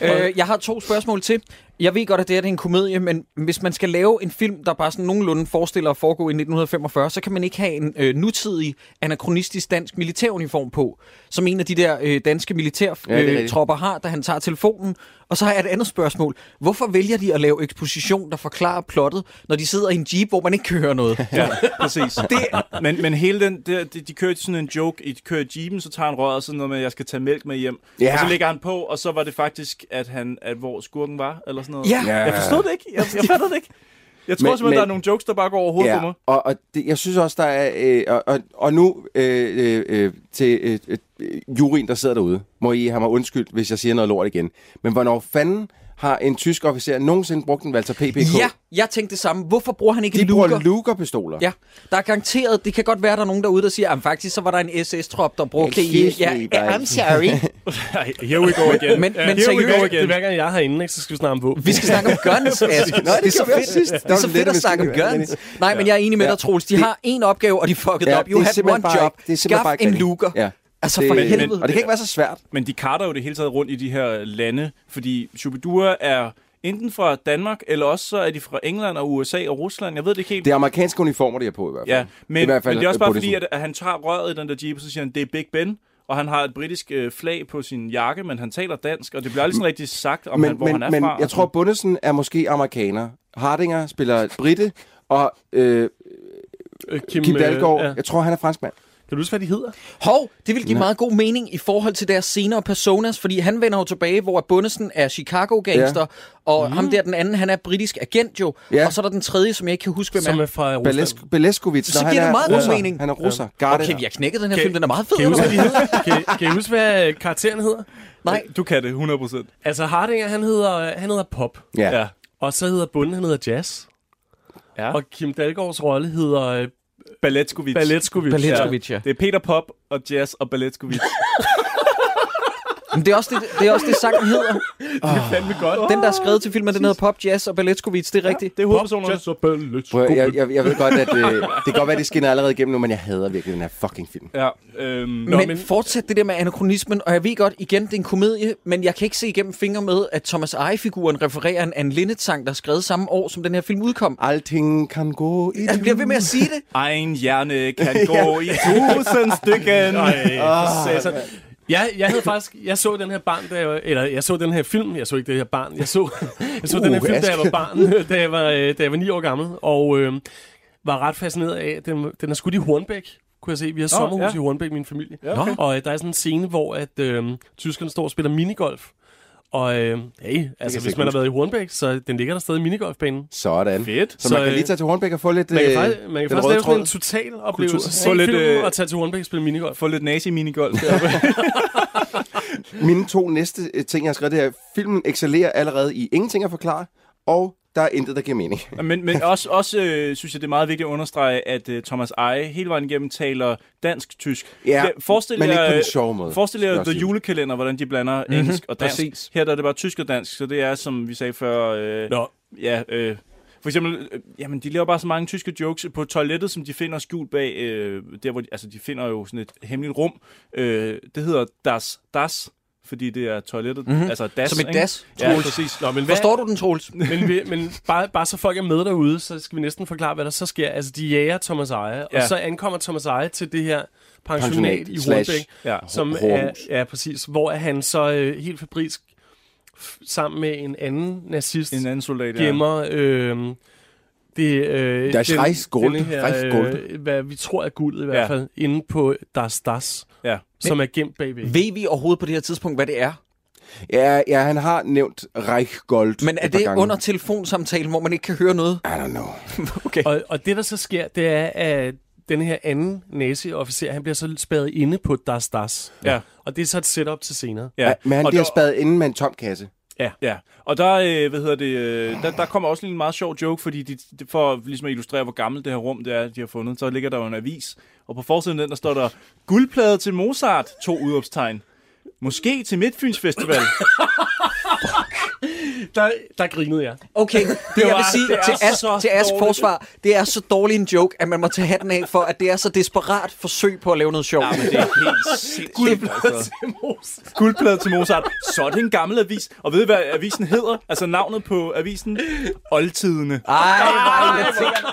[SPEAKER 1] der. øh, jeg har to spørgsmål til. Jeg ved godt, at det her det er en komedie, men hvis man skal lave en film, der bare sådan nogenlunde forestiller at foregå i 1945, så kan man ikke have en øh, nutidig, anachronistisk dansk militæruniform på, som en af de der øh, danske
[SPEAKER 3] Ja, det er
[SPEAKER 1] militærtropper øh,
[SPEAKER 3] rigtigt.
[SPEAKER 1] tropper har, da han tager telefonen. Og så har jeg et andet spørgsmål. Hvorfor vælger de at lave eksposition, der forklarer plottet, når de sidder i en jeep, hvor man ikke kan høre
[SPEAKER 3] [LAUGHS]
[SPEAKER 1] noget?
[SPEAKER 2] Ja, præcis. [LAUGHS] Det, men, men hele den, det, de, de kører sådan en joke, i de kører i jeepen, så tager han røret og sådan noget med, at jeg skal tage mælk med hjem.
[SPEAKER 3] Ja.
[SPEAKER 2] Ja. Og så lægger han på, og så var det faktisk, at, han, at hvor skurken var, eller sådan noget.
[SPEAKER 1] Ja.
[SPEAKER 3] Ja.
[SPEAKER 2] Jeg forstod det ikke. Jeg, jeg fatter det ikke. Jeg tror
[SPEAKER 3] Men-
[SPEAKER 2] men, simpelthen,
[SPEAKER 3] men-
[SPEAKER 2] men, der er nogle jokes, der bare går over hovedet ja. på mig.
[SPEAKER 3] Og, og det, jeg synes også, der er... Øh, og, og, og nu øh, øh, øh, til øh, øh, juryen, der sidder derude, må I have mig undskyldt, hvis jeg siger noget lort igen. Men hvornår fanden har en tysk officer nogensinde brugt en Walter PPK?
[SPEAKER 1] Ja, jeg tænkte det samme. Hvorfor bruger han ikke
[SPEAKER 3] De
[SPEAKER 1] en
[SPEAKER 3] bruger
[SPEAKER 1] luger?
[SPEAKER 3] lugerpistoler.
[SPEAKER 1] Ja, der er garanteret, det kan godt være, der er nogen derude, der siger, at faktisk så var der en SS-trop, der brugte det i...
[SPEAKER 3] Excuse
[SPEAKER 1] Ja,
[SPEAKER 3] me,
[SPEAKER 1] ja, I'm
[SPEAKER 3] buddy.
[SPEAKER 1] sorry.
[SPEAKER 4] Nej, here we [LAUGHS] go again.
[SPEAKER 1] Men-
[SPEAKER 4] Ja,
[SPEAKER 1] men
[SPEAKER 4] here we
[SPEAKER 1] seriøst-
[SPEAKER 4] go again. Det er hver gang, jeg er herinde, ikke, så skal vi snakke om våben.
[SPEAKER 1] Vi skal snakke om
[SPEAKER 3] [LAUGHS]
[SPEAKER 1] guns, Ask.
[SPEAKER 3] Nå, det,
[SPEAKER 1] det er så
[SPEAKER 3] gjorde vi også
[SPEAKER 1] fedt,
[SPEAKER 3] sidst. Der
[SPEAKER 1] det
[SPEAKER 3] var
[SPEAKER 1] er så
[SPEAKER 3] det
[SPEAKER 1] fedt
[SPEAKER 3] lettere,
[SPEAKER 1] at
[SPEAKER 3] hvis
[SPEAKER 1] snakke om
[SPEAKER 3] det var
[SPEAKER 1] guns. Nej, men jeg er enig med
[SPEAKER 3] Ja.
[SPEAKER 1] dig, Troels. De har en opgave, og de fuckede
[SPEAKER 3] Ja,
[SPEAKER 1] op. You
[SPEAKER 3] det er
[SPEAKER 1] had
[SPEAKER 3] simpelthen
[SPEAKER 1] one
[SPEAKER 3] bare
[SPEAKER 1] job.
[SPEAKER 3] ikke- det er simpelthen
[SPEAKER 1] Skaf
[SPEAKER 3] bare ikke
[SPEAKER 1] en
[SPEAKER 3] rigtigt.
[SPEAKER 1] luger.
[SPEAKER 3] Ja.
[SPEAKER 1] Altså for
[SPEAKER 3] Det-
[SPEAKER 1] helvede.
[SPEAKER 3] Og det kan ikke være så svært.
[SPEAKER 2] Men de karter jo det hele taget rundt i de her lande, fordi Shubidua er enten fra Danmark, eller også så er de fra England og USA og Rusland. Jeg ved det ikke helt.
[SPEAKER 3] Det er amerikanske uniformer, de har på i hvert fald.
[SPEAKER 2] Ja, men,
[SPEAKER 3] I hvert fald,
[SPEAKER 2] men det er også bare
[SPEAKER 3] øh,
[SPEAKER 2] fordi,
[SPEAKER 3] Buddhism.
[SPEAKER 2] at, at han tager røret i den der jeep, og så siger han, det er Big Ben, og han har et britisk øh, flag på sin jakke, men han taler dansk, og det bliver aldrig sådan rigtig sagt, om men, han, hvor
[SPEAKER 3] men,
[SPEAKER 2] han er
[SPEAKER 3] men
[SPEAKER 2] fra.
[SPEAKER 3] jeg tror, Bundesen er måske amerikaner. Hardinger spiller britte, og øh,
[SPEAKER 4] Øh,
[SPEAKER 3] Kim, Kim Dalgaard. Ja. Jeg tror, han er franskmand.
[SPEAKER 4] Kan du huske, hvad de hedder?
[SPEAKER 1] Hov, det vil give
[SPEAKER 3] Nå.
[SPEAKER 1] meget god mening i forhold til deres senere personas, fordi han vender jo tilbage, hvor Bundesen er Chicago-gangster,
[SPEAKER 3] Ja. Mm.
[SPEAKER 1] og ham der, den anden, han er britisk agent jo,
[SPEAKER 3] Ja.
[SPEAKER 1] og så er der den tredje, som jeg ikke kan huske, hvem
[SPEAKER 4] Som
[SPEAKER 1] er.
[SPEAKER 4] er fra Rusland.
[SPEAKER 3] Belesk- Beleskovic.
[SPEAKER 1] Så
[SPEAKER 3] Nå,
[SPEAKER 1] giver
[SPEAKER 3] han
[SPEAKER 1] det
[SPEAKER 3] er
[SPEAKER 1] meget god
[SPEAKER 3] russer.
[SPEAKER 1] megarmening.
[SPEAKER 3] Han er russer. Garde.
[SPEAKER 1] Okay, vi har knækket den her
[SPEAKER 4] Kan-
[SPEAKER 1] film, den er meget fed.
[SPEAKER 4] Kan I huske,
[SPEAKER 1] eller
[SPEAKER 4] hvad de
[SPEAKER 1] hvad?
[SPEAKER 4] hedder? [LAUGHS] Kan, I- kan I huske, hvad øh, karakteren hedder?
[SPEAKER 1] Nej,
[SPEAKER 2] Du kan det, 100 procent.
[SPEAKER 4] Altså, Hardinger, han hedder, øh, han hedder Pop.
[SPEAKER 3] Ja.
[SPEAKER 2] Ja.
[SPEAKER 4] Og så hedder Bunden, han hedder Jazz.
[SPEAKER 2] Ja.
[SPEAKER 4] Og Kim Dalgaards rolle hedder øh,
[SPEAKER 2] Balletskovic.
[SPEAKER 4] Balletskovic.
[SPEAKER 1] Balletskovic, ja.
[SPEAKER 2] Det er Peter Pop og Jazz og
[SPEAKER 4] [LAUGHS]
[SPEAKER 2] Balletskovic.
[SPEAKER 1] Men det er også det, det, er også det sangen hedder.
[SPEAKER 2] det er fandme godt.
[SPEAKER 1] Den, der er skrevet til filmen, den hedder Pop Jazz og Balletskovic, det er rigtigt.
[SPEAKER 2] Det er hovedpersonerne.
[SPEAKER 4] Jazz og Balletskovic.
[SPEAKER 3] Prøv, at- jeg, jeg, jeg ved godt, at
[SPEAKER 4] [LAUGHS]
[SPEAKER 3] øh, det kan godt være, det skinner allerede igennem nu, men jeg hader virkelig den her fucking film.
[SPEAKER 2] Ja, øhm,
[SPEAKER 1] Nå, men,
[SPEAKER 4] men-
[SPEAKER 1] men fortsæt det der med anachronismen, og jeg ved godt, igen, det er en komedie, men jeg kan ikke se igennem fingre med, at Thomas Eje-figuren refererer en Anne Linnet-sang, der er skrevet samme år, som den her film udkom.
[SPEAKER 3] Alting kan gå i
[SPEAKER 1] Han bliver ved med at sige det.
[SPEAKER 2] en hjerne
[SPEAKER 4] [LAUGHS]
[SPEAKER 2] kan gå i tusind stykken. [LAUGHS]
[SPEAKER 4] Satan. Jeg, jeg havde faktisk, jeg så den her barn, da jeg, var- eller jeg så den her film, jeg så ikke det her barn, jeg så, [LAUGHS] jeg så uh, den her
[SPEAKER 3] Uh,
[SPEAKER 4] film, da jeg
[SPEAKER 3] Aske.
[SPEAKER 4] var barn, [LAUGHS] da jeg var, øh, da jeg var 9 år gammel, og øh, var ret fascineret af, at den, den er skudt i Hornbæk, kunne jeg se. Vi har
[SPEAKER 2] Nå,
[SPEAKER 4] sommerhus
[SPEAKER 2] ja.
[SPEAKER 4] i Hornbæk, min familie.
[SPEAKER 2] Ja, okay.
[SPEAKER 4] Og øh, der er sådan en scene, hvor at, øh, tyskerne står og spiller minigolf. Og øh, hey, altså,
[SPEAKER 3] slet
[SPEAKER 4] hvis
[SPEAKER 3] ikke
[SPEAKER 4] man har
[SPEAKER 3] huske.
[SPEAKER 4] været i Hornbæk, så den ligger der stadig i minigolfbanen.
[SPEAKER 3] Sådan.
[SPEAKER 2] Fedt.
[SPEAKER 3] Så,
[SPEAKER 4] Så,
[SPEAKER 3] man kan
[SPEAKER 4] øh,
[SPEAKER 3] lige tage til Hornbæk og få lidt
[SPEAKER 4] Man kan
[SPEAKER 3] øh,
[SPEAKER 4] faktisk, man kan
[SPEAKER 3] den
[SPEAKER 4] faktisk
[SPEAKER 3] røde
[SPEAKER 4] lave sådan en
[SPEAKER 3] tråd.
[SPEAKER 4] total
[SPEAKER 2] Kultur.
[SPEAKER 4] oplevelse.
[SPEAKER 2] Få
[SPEAKER 4] Se
[SPEAKER 2] lidt,
[SPEAKER 4] filmen
[SPEAKER 2] øh,
[SPEAKER 4] og tage til Hornbæk og spille minigolf.
[SPEAKER 2] Få lidt nazi minigolf.
[SPEAKER 4] [LAUGHS]
[SPEAKER 3] Mine to næste øh, ting, jeg har skrevet det her. Filmen excellerer allerede i ingenting at forklare, og der er intet, der giver mening.
[SPEAKER 2] men, men også, også øh, synes jeg, det er meget vigtigt at understrege, at øh, Thomas Eje hele vejen igennem taler dansk-tysk.
[SPEAKER 3] Ja,
[SPEAKER 2] forestil
[SPEAKER 3] men
[SPEAKER 2] jer,
[SPEAKER 3] ikke på den
[SPEAKER 2] øh,
[SPEAKER 3] sjove måde,
[SPEAKER 2] Forestil
[SPEAKER 3] skal jeg
[SPEAKER 2] jer
[SPEAKER 3] også
[SPEAKER 2] The
[SPEAKER 3] sige. Mhm,
[SPEAKER 2] Julekalender, hvordan de blander mm-hmm, engelsk og dansk.
[SPEAKER 1] præcis.
[SPEAKER 2] Her der er det bare tysk og dansk, så det er, som vi sagde før... Øh,
[SPEAKER 4] Nå,
[SPEAKER 2] Ja, øh, for eksempel, øh, jamen, de laver bare så mange tyske jokes på toilettet, som de finder skjult bag, øh, der hvor de, altså, de finder jo sådan et hemmeligt rum. Øh, det hedder Das, Das, fordi det er toilettet,
[SPEAKER 3] Mhm.
[SPEAKER 2] mm-hmm. altså Das.
[SPEAKER 1] Som et
[SPEAKER 2] ikke?
[SPEAKER 1] das,
[SPEAKER 2] Ja,
[SPEAKER 1] Troels.
[SPEAKER 2] præcis.
[SPEAKER 4] Nå, men hvad,
[SPEAKER 1] Forstår du den, Troels?
[SPEAKER 4] men, vi, men bare, bare så folk er med derude, så skal vi næsten forklare, hvad der så sker. Altså, de jager Thomas Eje, ja.
[SPEAKER 2] Ja.
[SPEAKER 4] og så ankommer Thomas Eje til det her pensionat,
[SPEAKER 3] Pensionat
[SPEAKER 4] i
[SPEAKER 3] slash
[SPEAKER 4] Hornbæk,
[SPEAKER 2] Ja.
[SPEAKER 4] som er,
[SPEAKER 3] Horhus.
[SPEAKER 4] ja, præcis, hvor er han så øh, helt fabrisk f- sammen med en anden nazist
[SPEAKER 2] En anden soldat,
[SPEAKER 4] gemmer øh, det, øh,
[SPEAKER 3] Das
[SPEAKER 4] den-
[SPEAKER 3] Reichsguld.
[SPEAKER 4] denne her,
[SPEAKER 3] Reichsguld.
[SPEAKER 4] øh, hvad vi tror er guld i hvert
[SPEAKER 2] Ja.
[SPEAKER 4] fald, inde på Das Das,
[SPEAKER 2] ja. ja.
[SPEAKER 4] som er gemt bagved.
[SPEAKER 1] Ved vi overhovedet på det her tidspunkt, hvad det er?
[SPEAKER 3] Ja, ja, han har nævnt Reichgold.
[SPEAKER 1] Men er
[SPEAKER 3] et par
[SPEAKER 1] det
[SPEAKER 3] gange.
[SPEAKER 1] under telefonsamtalen, hvor man ikke kan høre noget?
[SPEAKER 3] I don't know.
[SPEAKER 4] [LAUGHS] Og, og det, der så sker, det er, at den her anden nazi-officer, han bliver så spærret inde på Das Das.
[SPEAKER 2] Ja.
[SPEAKER 4] Og det er så et setup til senere.
[SPEAKER 3] Ja. Men han
[SPEAKER 2] og
[SPEAKER 3] bliver
[SPEAKER 2] der-
[SPEAKER 3] spadet inden med en tom kasse.
[SPEAKER 2] Ja, og der, øh, hvad hedder det, øh, der, der kommer også lige en meget sjov joke, fordi de, de, for ligesom at illustrere, hvor gammelt det her rum det er, de har fundet, så ligger der jo en avis, og på forsiden af den, der står der, guldplade til Mozart, to udopstegn. Måske til Midtfyns Festival.
[SPEAKER 4] Der, der grinede jeg.
[SPEAKER 1] Okay, det, jeg vil
[SPEAKER 4] var-
[SPEAKER 1] sige
[SPEAKER 4] det er
[SPEAKER 1] til Ask,
[SPEAKER 4] så
[SPEAKER 1] til Ask
[SPEAKER 4] dårligt.
[SPEAKER 1] forsvar, det er så dårlig en joke, at man må tage hatten af for, at det er så desperat forsøg på at lave noget sjov.
[SPEAKER 2] Ja, men det er helt [LAUGHS] sindssygt. Altså. Guldplade til Mozart. Så er det en gammel avis. Og ved I, hvad avisen hedder? Altså navnet på avisen? Oldtidene.
[SPEAKER 1] Ej, hvor er det irriterende.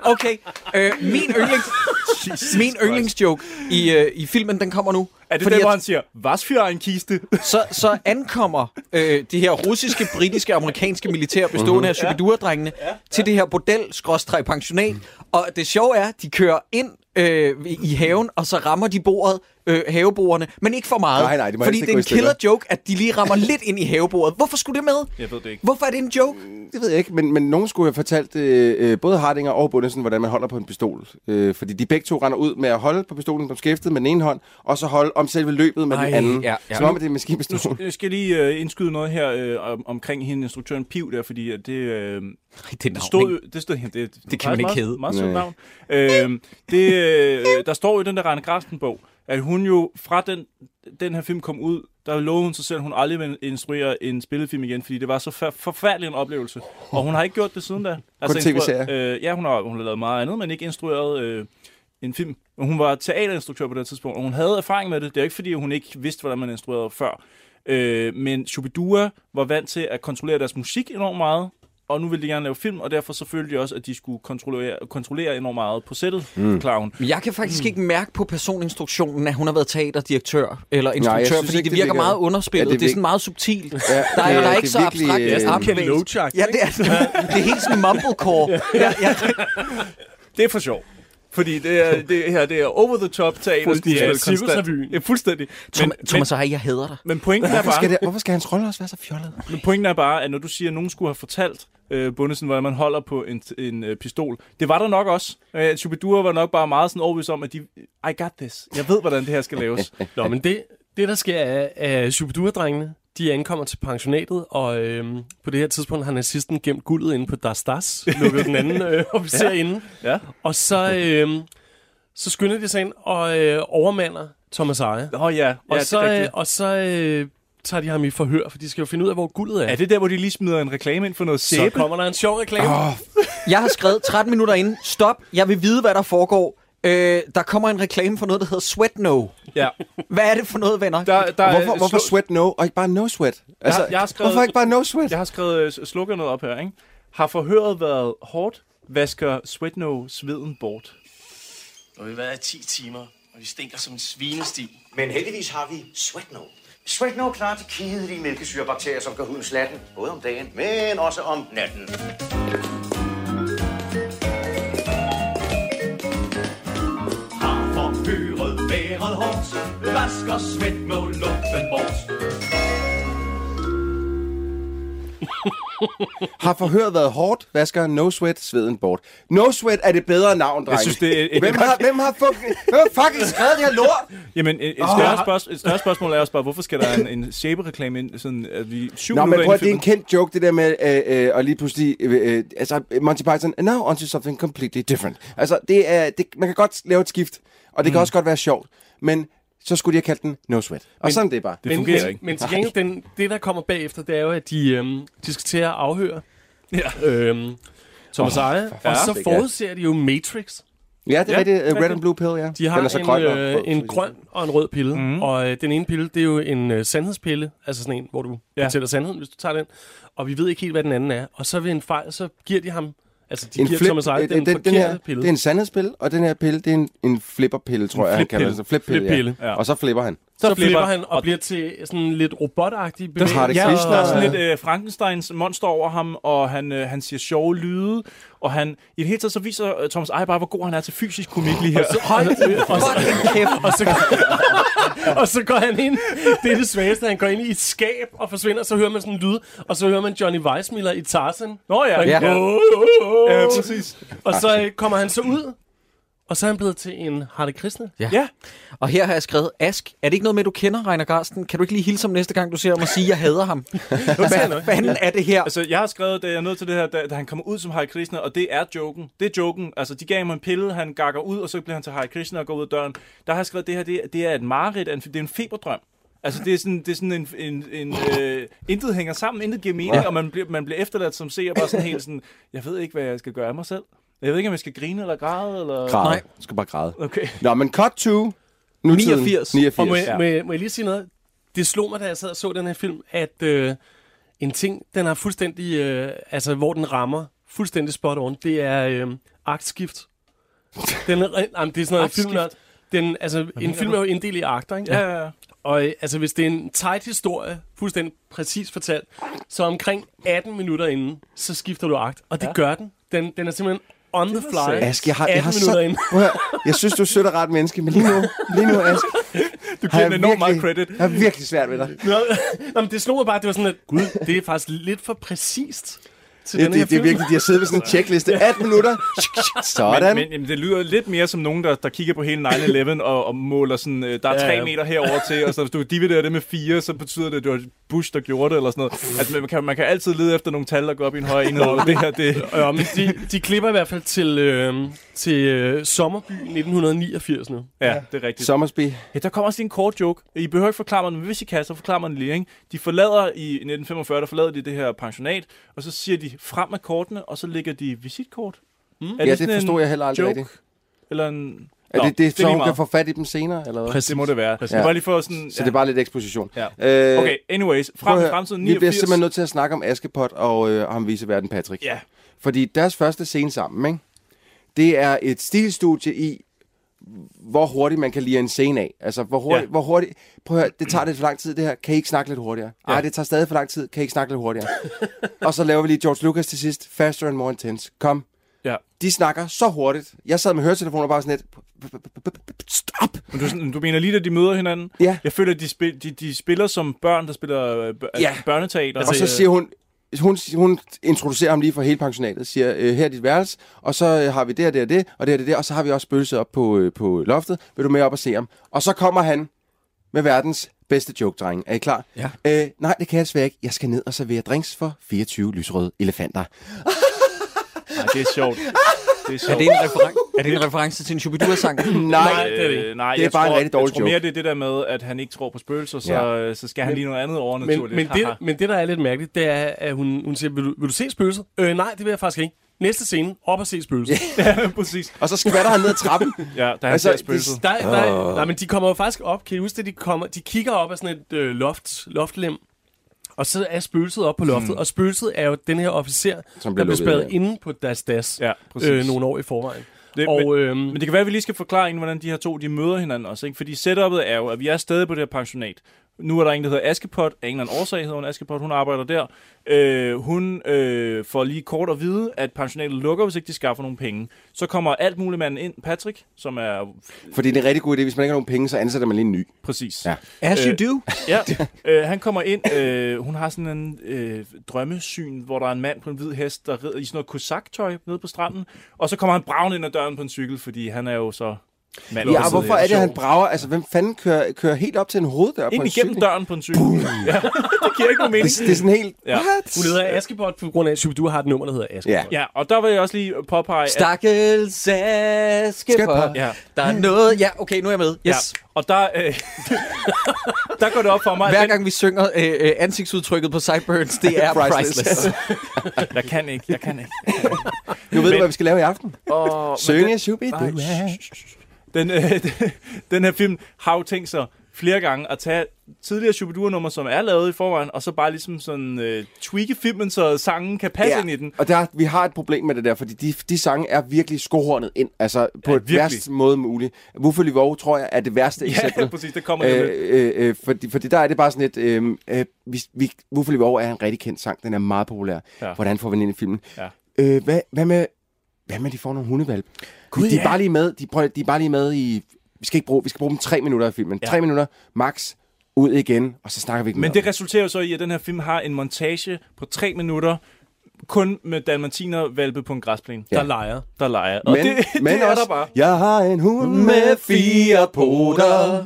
[SPEAKER 1] Okay, øh, min, yndlings, min yndlingsjoke i, øh, i filmen, den kommer nu.
[SPEAKER 2] Er det
[SPEAKER 1] Fordi
[SPEAKER 2] Fordi det, hvor
[SPEAKER 1] at-
[SPEAKER 2] han siger, hvad for en kiste?
[SPEAKER 1] så, så ankommer øh, de her russiske, britiske og amerikanske militær bestående af Shubidua-drengene til det her bordel-pensionat. Og det sjove er, de kører ind øh, i- i haven, og så rammer de bordet, øh, havebordene, men ikke for meget.
[SPEAKER 3] Nej, nej, det må
[SPEAKER 1] fordi
[SPEAKER 3] helst
[SPEAKER 1] det er
[SPEAKER 3] ikke gå
[SPEAKER 1] en
[SPEAKER 3] i stykker.
[SPEAKER 1] killer joke, at de lige rammer lidt ind i havebordet. Hvorfor skulle det med?
[SPEAKER 2] Jeg ved det ikke.
[SPEAKER 1] Hvorfor er det en joke?
[SPEAKER 3] Det ved jeg ikke, men, men nogen skulle have fortalt øh, øh, både Hardinger og Bundesen, hvordan man holder på en pistol. Øh, fordi de begge to render ud med at holde på pistolen på skæftet med den ene hånd, og så holde om selve løbet med den
[SPEAKER 1] Ej,
[SPEAKER 3] anden.
[SPEAKER 1] ja, ja.
[SPEAKER 3] Som om, at det er en maskinpistol.
[SPEAKER 2] Jeg skal lige øh, indskyde noget her øh, om, omkring hende, instruktøren Piv der, fordi at det, øh,
[SPEAKER 1] Det er
[SPEAKER 2] det stod jo- det, stod, det, det,
[SPEAKER 1] Det kan man ikke hedde.
[SPEAKER 2] Meget, meget sødt
[SPEAKER 3] Nej.
[SPEAKER 2] navn. Øh, det, øh, der står jo i den der Rane Graften bog, at hun jo fra den, den her film kom ud, der lovede hun sig selv, at hun aldrig ville instruere en spillefilm igen, fordi det var så fa- forfærdelig en oplevelse. Og hun har ikke gjort det siden da.
[SPEAKER 3] TV-serier.
[SPEAKER 2] instruer- øh, ja, hun har, hun har lavet meget andet, men ikke instrueret øh, en film. Men Hun var teaterinstruktør på det her tidspunkt, og hun havde erfaring med det. Det er jo ikke, fordi hun ikke vidste, hvordan man instruerede før. Øh, men Shubidua var vant til at kontrollere deres musik enormt meget, og nu ville de gerne lave film, og derfor så følte de også, at de skulle kontrollere, kontrollere enormt meget på sættet, mm. klarer hun.
[SPEAKER 1] Men jeg kan faktisk ikke mærke på personinstruktionen, at hun har været teaterdirektør eller instruktør, Nej,
[SPEAKER 3] synes
[SPEAKER 1] fordi det
[SPEAKER 3] ikke, det
[SPEAKER 1] virker
[SPEAKER 3] virker-
[SPEAKER 1] meget
[SPEAKER 3] Ja,
[SPEAKER 1] underspillet.
[SPEAKER 3] det
[SPEAKER 1] det, det er
[SPEAKER 3] virker-
[SPEAKER 1] sådan meget subtilt.
[SPEAKER 3] Ja,
[SPEAKER 1] Der er,
[SPEAKER 3] det-
[SPEAKER 1] der er
[SPEAKER 3] det
[SPEAKER 1] ikke så
[SPEAKER 3] virkelig,
[SPEAKER 1] abstrakt.
[SPEAKER 3] øh,
[SPEAKER 1] abstrakt
[SPEAKER 4] Kenny
[SPEAKER 1] bevægelse.
[SPEAKER 4] Lojack,
[SPEAKER 1] Ja, det er, det er helt sådan mumblecore. Ja, ja.
[SPEAKER 2] Det er for sjov. Fordi det, er, det her det er over the top tag, der
[SPEAKER 4] Fuldstændig.
[SPEAKER 2] bliver
[SPEAKER 4] Ja,
[SPEAKER 2] spillet konstant.
[SPEAKER 4] cirkusrevyen.
[SPEAKER 2] Ja, fuldstændig.
[SPEAKER 1] Tom, Thomas Eje, jeg hader dig.
[SPEAKER 2] men pointen er
[SPEAKER 3] Hvorfor
[SPEAKER 2] bare...
[SPEAKER 3] skal, det, hvorfor skal hans rolle også være så fjollet?
[SPEAKER 2] Men pointen er bare, at når du siger, at nogen skulle have fortalt øh, Bundesen, hvordan man holder på en, en øh, pistol, det var der nok også. Øh, Shubidua var nok bare meget sådan overbevist om, at de, I got this. Jeg ved, hvordan det her skal laves.
[SPEAKER 4] Nå, men det, det der sker er, at Shubidua-drengene, de ankommer til pensionatet, og øhm, på det her tidspunkt har nazisten gemt guldet inde på Das Das, lukket den
[SPEAKER 2] [LAUGHS]
[SPEAKER 4] anden øh, officer ja. inde.
[SPEAKER 2] Ja.
[SPEAKER 4] Og så, øhm, så skynder de sig ind og øh, overmander Thomas Eje.
[SPEAKER 2] Åh oh, ja,
[SPEAKER 4] Og
[SPEAKER 2] ja
[SPEAKER 4] så,
[SPEAKER 2] det er
[SPEAKER 4] øh,
[SPEAKER 2] rigtigt.
[SPEAKER 4] og så øh, tager de ham i forhør, for de skal jo finde ud af, hvor guldet er.
[SPEAKER 2] Er det der, hvor de lige smider en reklame ind for noget
[SPEAKER 4] så
[SPEAKER 2] sæbe?
[SPEAKER 4] kommer der en sjov reklame. Oh,
[SPEAKER 1] Jeg har skrevet 13 minutter inden. Stop, jeg vil vide, hvad der foregår. Øh, der kommer en reklame for noget, der hedder Sweat No.
[SPEAKER 2] Ja.
[SPEAKER 1] Hvad er det for noget, venner?
[SPEAKER 2] Der, der, er-
[SPEAKER 3] Hvorfor, hvorfor
[SPEAKER 2] slu-
[SPEAKER 3] sweat no, og ikke bare no sweat? Altså,
[SPEAKER 2] jeg har skrevet-
[SPEAKER 3] hvorfor ikke bare no sweat?
[SPEAKER 2] Jeg har skrevet øh, slukker noget op her, ikke? Har forhøret været hårdt? Vasker Sweatno sveden bort?
[SPEAKER 11] Nu har vi været i 10 timer, og de stinker som en svinesti.
[SPEAKER 12] Men heldigvis har vi Sweatno. Sweatno klarer de kedelige mælkesyrebakterier, som gør huden slatten. Både om dagen, men også om natten.
[SPEAKER 8] Har forhøret været hårdt? Vasker Sweatno lugten bort?
[SPEAKER 3] Har forhør været hårdt, vasker no sweat, sveden bort. No sweat er det bedre navn, dreng.
[SPEAKER 2] synes, det er et- et-
[SPEAKER 3] hvem, har, hvem, har fucking, hvem har fucking skrevet det her
[SPEAKER 2] [LAUGHS]
[SPEAKER 3] lort?
[SPEAKER 2] Jamen, et, et, større, spørgsmål, et større spørgsmål er også bare, hvorfor skal der en, en sæbereklame ind, sådan at vi syv
[SPEAKER 3] Nå, men
[SPEAKER 2] minutter
[SPEAKER 3] prøv at,
[SPEAKER 2] ind i
[SPEAKER 3] det er en
[SPEAKER 2] filmen?
[SPEAKER 3] kendt joke, det der med, øh, øh, og lige pludselig, øh, øh, altså Monty Python, and now onto something completely different. Altså, det er, det, man kan godt lave et skift, og det mm. kan også godt være sjovt, men så skulle de have kaldt den no sweat. Og men, sådan det er bare.
[SPEAKER 2] Det
[SPEAKER 4] men,
[SPEAKER 2] fungerer
[SPEAKER 4] men,
[SPEAKER 2] ikke.
[SPEAKER 4] Men til gengæld, den, det der kommer bagefter, det er jo, at de, øhm, de skal til at afhøre ja. øhm, Thomas oh, Eje. Og så
[SPEAKER 3] ikke, ja.
[SPEAKER 4] forudser de jo Matrix.
[SPEAKER 3] Ja, det er
[SPEAKER 2] Ja,
[SPEAKER 3] ja, rigtigt.
[SPEAKER 2] det er
[SPEAKER 3] Uh, red
[SPEAKER 2] det.
[SPEAKER 3] and blue pill, ja.
[SPEAKER 4] De har
[SPEAKER 3] den er så grøn,
[SPEAKER 4] en,
[SPEAKER 3] og rød,
[SPEAKER 4] øh, en grøn og en rød pille.
[SPEAKER 3] Mhm.
[SPEAKER 4] Mm. Og øh, den ene pille, det er jo en øh, sandhedspille. Altså sådan en, hvor du
[SPEAKER 2] Ja.
[SPEAKER 4] ja. fortæller sandheden, hvis du tager den. Og vi ved ikke helt, hvad den anden er. Og så ved en fejl, så giver de ham... Altså, de
[SPEAKER 3] en
[SPEAKER 4] giver
[SPEAKER 3] flip,
[SPEAKER 4] Thomas Eje
[SPEAKER 3] øh,
[SPEAKER 4] den, den forkerte
[SPEAKER 3] den her,
[SPEAKER 4] pille.
[SPEAKER 3] Det er en sandhedspille, og den her pille, det er en, en flipperpille, tror jeg, han kalder det. Så Flippille,
[SPEAKER 4] Flippille,
[SPEAKER 3] ja.
[SPEAKER 2] ja.
[SPEAKER 3] Og så flipper han.
[SPEAKER 4] så, så
[SPEAKER 2] flipper,
[SPEAKER 4] flipper han og, bliver til sådan lidt robotagtig bevægelse.
[SPEAKER 3] har det
[SPEAKER 2] Ja,
[SPEAKER 3] Krishna,
[SPEAKER 2] og der er sådan
[SPEAKER 3] øh,
[SPEAKER 2] lidt øh, Frankensteins monster over ham, og han, øh, han siger sjove lyde, og han, i det hele taget så viser øh, Thomas Eje bare, hvor god han er til fysisk komik lige her.
[SPEAKER 3] [LAUGHS]
[SPEAKER 4] og, så, og, så, og så [LAUGHS] går han ind, det er det svageste, han går ind i et skab og forsvinder, så hører man sådan en lyd, og så hører man Johnny Weissmiller i Tarzan.
[SPEAKER 2] Nå ja,
[SPEAKER 4] Ja.
[SPEAKER 2] ja.
[SPEAKER 4] Oh, oh,
[SPEAKER 2] [LAUGHS]
[SPEAKER 4] oh.
[SPEAKER 2] ja præcis.
[SPEAKER 4] Og så øh, kommer han så ud, og så er han blevet til en Hare Krishna.
[SPEAKER 2] Ja,
[SPEAKER 1] Og her har jeg skrevet, Ask, er det ikke noget med, du kender Reiner Garsten? Kan du ikke lige hilse ham næste gang, du ser ham og sige, jeg hader
[SPEAKER 3] [LAUGHS]
[SPEAKER 1] ham? Hvad fanden er det her?
[SPEAKER 2] altså jeg har skrevet, da jeg er nødt til det her, da, da han kommer ud som Hare Krishna, og det er joken. Det er joken. Altså de gav ham en pille, han gakker ud, og så bliver han til Hare Krishna og går ud af døren. Der har jeg skrevet, det her det, det er et mareridt, af en- det er en feberdrøm. Altså, det er sådan, det er sådan en... en, en øh, intet hænger sammen, intet giver mening, og man bliver, man bliver efterladt som ser bare sådan helt sådan... Jeg ved ikke, hvad jeg skal gøre af mig selv. Jeg ved ikke, om jeg skal grine eller græde, eller...
[SPEAKER 3] Græde.
[SPEAKER 1] Nej.
[SPEAKER 3] Nej. skal bare græde.
[SPEAKER 2] Okay.
[SPEAKER 3] Nå, men cut to... Nutiden.
[SPEAKER 1] 89.
[SPEAKER 3] 89.
[SPEAKER 4] Og må,
[SPEAKER 3] ja.
[SPEAKER 4] jeg- må, jeg- må jeg lige sige noget? Det slog mig, da jeg sad og så den her film, at øh, en ting, den har fuldstændig, øh, altså hvor den rammer fuldstændig spot on, det er øh, aktskift. Den, er, re- jamen, det er sådan noget film, der, den, altså, en film er jo en del i akter, ikke?
[SPEAKER 2] Ja, ja, ja.
[SPEAKER 4] Og øh, altså, hvis det er en tight historie, fuldstændig præcis fortalt, så omkring 18 minutter inden, så skifter du akt. Og det ja. gør den. den. Den er simpelthen on the fly.
[SPEAKER 3] Ask, jeg har, jeg har
[SPEAKER 4] 18 minutter
[SPEAKER 3] så...
[SPEAKER 4] inden.
[SPEAKER 3] Prøv at høre, jeg synes, du er sødt og rart menneske, men lige nu, lige nu Ask,
[SPEAKER 2] Du
[SPEAKER 3] har
[SPEAKER 2] giver
[SPEAKER 3] jeg,
[SPEAKER 2] den enormt meget credit.
[SPEAKER 3] jeg har virkelig svært ved dig.
[SPEAKER 4] Nå, [LAUGHS] Nå, men det slog mig bare, at det var sådan, at gud, det er faktisk lidt for præcist til
[SPEAKER 3] Det,
[SPEAKER 4] den her
[SPEAKER 3] det, det er
[SPEAKER 4] film.
[SPEAKER 3] virkelig, de har siddet ved
[SPEAKER 2] [LAUGHS]
[SPEAKER 3] sådan en checkliste. 18 minutter. Sådan.
[SPEAKER 2] Men, men jamen, det lyder lidt mere som nogen, der, der kigger på hele 9-11 og, og måler sådan, øh, der er
[SPEAKER 4] Ja,
[SPEAKER 2] tre
[SPEAKER 4] ja.
[SPEAKER 2] meter herover til, og så hvis du dividerer det med fire, så betyder det, at det var Bush, der gjorde det, eller sådan noget. Altså, man, kan, man kan altid lede efter nogle tal, der går op i en højere enhed, og det her, det...
[SPEAKER 4] Ja, men de, de klipper i hvert fald til, øh, til øh, Sommerby 1989 nu.
[SPEAKER 2] [LAUGHS] Ja, det er rigtigt.
[SPEAKER 3] Sommersby.
[SPEAKER 2] Ja, der kommer også lige en kort joke. I behøver ikke forklare mig den, men hvis I kan, så forklarer mig den lige. Ikke? De forlader i 1945, der forlader de det her pensionat, og så siger de frem med kortene, og så lægger de visitkort. Mm. Er
[SPEAKER 3] Ja,
[SPEAKER 2] sådan
[SPEAKER 3] det forstod
[SPEAKER 2] en
[SPEAKER 3] jeg heller aldrig
[SPEAKER 2] joke?
[SPEAKER 3] rigtigt.
[SPEAKER 2] Eller en...
[SPEAKER 3] Er det, det, det,
[SPEAKER 2] lige
[SPEAKER 3] så hun
[SPEAKER 2] meget.
[SPEAKER 3] kan få fat i dem senere, eller hvad?
[SPEAKER 2] Det må det være.
[SPEAKER 4] Præcis.
[SPEAKER 2] Ja. Bare lige for sådan...
[SPEAKER 3] Så det er bare lidt eksposition.
[SPEAKER 2] Ja.
[SPEAKER 3] Øh,
[SPEAKER 2] Okay, anyways.
[SPEAKER 3] prøv
[SPEAKER 2] Frem
[SPEAKER 3] at
[SPEAKER 2] i
[SPEAKER 3] høre,
[SPEAKER 2] fremtiden,
[SPEAKER 3] Vi bliver
[SPEAKER 2] 89.
[SPEAKER 3] simpelthen nødt til at snakke om Askepot og, øh, og ham vise verden Patrick.
[SPEAKER 2] Ja.
[SPEAKER 3] Fordi deres første scene sammen, ikke? det er et stilstudie i, hvor hurtigt man kan lide en scene af. Altså, hvor hurtigt...
[SPEAKER 2] Ja.
[SPEAKER 3] Hvor hurtigt prøv at høre, det tager lidt for lang tid, det her. Kan I ikke snakke lidt hurtigere? Ja. Ej, det tager stadig for lang tid. Kan I ikke snakke lidt hurtigere? og så laver vi lige George Lucas til sidst. Faster and more intense. Kom.
[SPEAKER 2] Ja.
[SPEAKER 3] De snakker så hurtigt. Jeg sad med høretelefoner og bare sådan lidt... Stop!
[SPEAKER 2] Men du, sådan- du mener lige, da de møder hinanden?
[SPEAKER 3] Ja.
[SPEAKER 2] Jeg føler, at de, spil, de, de spiller som børn, der spiller øh, bør-
[SPEAKER 3] Ja. Altså,
[SPEAKER 2] børneteater.
[SPEAKER 3] Og så siger hun, hun, hun introducerer ham lige for hele pensionatet, siger, øh, her er dit værelse, og så øh, har vi det og det og det, og det og det, og så har vi også spøgelset op på, øh, på loftet, vil du med op og se ham? Og så kommer han med verdens bedste joke, drenge. Er I klar?
[SPEAKER 6] Ja.
[SPEAKER 3] Øh, nej, det kan jeg desværre ikke. Jeg skal ned og servere drinks for 24 lysrøde elefanter.
[SPEAKER 2] Nej, det er
[SPEAKER 3] [LAUGHS]
[SPEAKER 2] sjovt. Det er, sjovt.
[SPEAKER 1] Er det en, referen- er det en reference til en Shubidua-sang?
[SPEAKER 3] Nej,
[SPEAKER 2] Øh,
[SPEAKER 3] det er det ikke.
[SPEAKER 2] nej,
[SPEAKER 3] Det er
[SPEAKER 2] jeg
[SPEAKER 3] bare en
[SPEAKER 2] tror,
[SPEAKER 3] rigtig dårlig
[SPEAKER 2] jeg tror
[SPEAKER 3] joke.
[SPEAKER 2] mere, det er det der med, at han ikke tror på spøgelser, så,
[SPEAKER 3] Ja.
[SPEAKER 2] så skal han
[SPEAKER 4] Men-
[SPEAKER 2] lige noget andet
[SPEAKER 4] Men,
[SPEAKER 2] overnaturligt.
[SPEAKER 4] men, det,
[SPEAKER 2] Haha.
[SPEAKER 4] men det, der er lidt mærkeligt, det er, at hun, hun siger, vil du, vil du se spøgelset? Øh, nej, det vil jeg faktisk ikke. Næste scene, op og
[SPEAKER 3] [LAUGHS]
[SPEAKER 4] se spøgelset.
[SPEAKER 2] Ja, præcis.
[SPEAKER 3] Og så skvatter han ned ad trappen. [LAUGHS]
[SPEAKER 2] Ja, der er
[SPEAKER 3] Altså,
[SPEAKER 2] altså,
[SPEAKER 3] det-
[SPEAKER 2] spøgelset.
[SPEAKER 4] Der, der,
[SPEAKER 3] Åh.
[SPEAKER 4] nej, men de kommer jo faktisk op. Kan I huske det? De, kommer, de kigger op af sådan et øh, loft, loftlem. Og så er spøgelset op på loftet.
[SPEAKER 3] Hmm.
[SPEAKER 4] Og spøgelset er jo den her officer,
[SPEAKER 3] Som
[SPEAKER 4] som
[SPEAKER 3] bliver
[SPEAKER 4] bliver der blev
[SPEAKER 3] lukket,
[SPEAKER 4] spadet
[SPEAKER 3] ja.
[SPEAKER 4] ja. inde på deres das
[SPEAKER 2] Ja,
[SPEAKER 4] øh,
[SPEAKER 2] præcis.
[SPEAKER 4] nogle år i forvejen.
[SPEAKER 2] Det,
[SPEAKER 4] og,
[SPEAKER 2] men,
[SPEAKER 4] øhm,
[SPEAKER 2] men det kan være, at vi lige skal forklare ind, hvordan de her to de møder hinanden også. Ikke? Fordi setupet er jo, at vi er stadig på det her pensionat. Nu er der en, der hedder Askepot. Af en eller anden årsag hedder hun Askepot. Hun arbejder der. Øh, hun øh, får lige kort at vide, at pensionatet lukker, hvis ikke de skaffer nogle penge. Så kommer alt muligt manden ind. Patrick, som er...
[SPEAKER 3] Fordi det er en rigtig god idé. Hvis man ikke har nogen penge, så ansætter man lige en ny.
[SPEAKER 2] Præcis.
[SPEAKER 3] Ja.
[SPEAKER 1] As you
[SPEAKER 2] Øh,
[SPEAKER 1] do.
[SPEAKER 2] Ja, øh, han kommer ind. Øh, hun har sådan en øh, drømmesyn, hvor der er en mand på en hvid hest, der rider i sådan noget kosaktøj nede på stranden. Og så kommer han bravende ind ad døren på en cykel, fordi han er jo så... mand
[SPEAKER 3] Ja,
[SPEAKER 2] på
[SPEAKER 3] og hvorfor
[SPEAKER 2] siden af
[SPEAKER 3] er det, at han
[SPEAKER 2] sjov.
[SPEAKER 3] brager? Altså, hvem fanden kører, kører helt op til en hoveddør på
[SPEAKER 2] Ind
[SPEAKER 3] en
[SPEAKER 2] igennem
[SPEAKER 3] cykel?
[SPEAKER 2] døren på en cykel. Ja, [LAUGHS] det giver ikke nogen mening.
[SPEAKER 3] Det, det er sådan helt...
[SPEAKER 2] Ja.
[SPEAKER 3] What?
[SPEAKER 4] Hun hedder Askepot på grund af, at du har et nummer, der hedder Askepot.
[SPEAKER 3] Ja.
[SPEAKER 2] Ja, og der vil jeg også lige påpege, at
[SPEAKER 1] Stakkels Askepot.
[SPEAKER 2] Ja.
[SPEAKER 1] Der er noget... Ja, okay, nu er jeg med.
[SPEAKER 2] Ja,
[SPEAKER 1] Yes.
[SPEAKER 2] og der, øh, [LAUGHS] der går det op for mig,
[SPEAKER 1] Hver
[SPEAKER 2] at den,
[SPEAKER 1] gang vi synger øh, øh, ansigtsudtrykket på Sideburns, det er
[SPEAKER 3] Priceless.
[SPEAKER 1] [LAUGHS] priceless.
[SPEAKER 2] jeg kan ikke, jeg
[SPEAKER 3] [LAUGHS]
[SPEAKER 2] kan ikke.
[SPEAKER 3] Nu ved du, hvad vi skal lave i aften.
[SPEAKER 2] Og,
[SPEAKER 3] Synge, shubi,
[SPEAKER 2] Nej, shh, shh, shh. den, øh, [LAUGHS] den her film har jo tænkt sig flere gange at tage tidligere Shubidua-nummer, som er lavet i forvejen, og så bare ligesom sådan øh, tweake filmen, så sangen kan passe ind i den.
[SPEAKER 3] Og der, vi har et problem med det der, fordi de, de sange er virkelig skohornet ind, altså
[SPEAKER 2] Ja,
[SPEAKER 3] på ja, et
[SPEAKER 2] virkelig.
[SPEAKER 3] værst måde muligt. Buffalo Livov, tror jeg, er det
[SPEAKER 2] [LAUGHS]
[SPEAKER 3] værste
[SPEAKER 2] Ja,
[SPEAKER 3] eksempel.
[SPEAKER 2] præcis, det kommer det med.
[SPEAKER 3] Øh, øh, øh, fordi, fordi der er det bare sådan et, øh, øh, vi, vi, Buffalo Livov er en rigtig kendt sang, den er meget populær.
[SPEAKER 2] Ja.
[SPEAKER 3] Ja. Hvordan får vi den ind i filmen?
[SPEAKER 2] Ja.
[SPEAKER 3] Øh, hvad, hvad med, hvad med, de får nogle hundevalg? Gud, de, de, er bare lige med, de, prøver, de er bare lige med i, vi skal ikke bruge, vi skal bruge dem tre minutter af filmen.
[SPEAKER 2] Ja.
[SPEAKER 3] Ja. Tre minutter, max, ud igen, og så snakker vi ikke
[SPEAKER 2] Men
[SPEAKER 3] mere om
[SPEAKER 2] det resulterer jo så i, at den her film har en montage på tre minutter, kun med dalmatiner valpe på en græsplæne,
[SPEAKER 4] Der leger.
[SPEAKER 2] der leger. Og det, det er der bare.
[SPEAKER 3] Jeg har en hund med fire poter,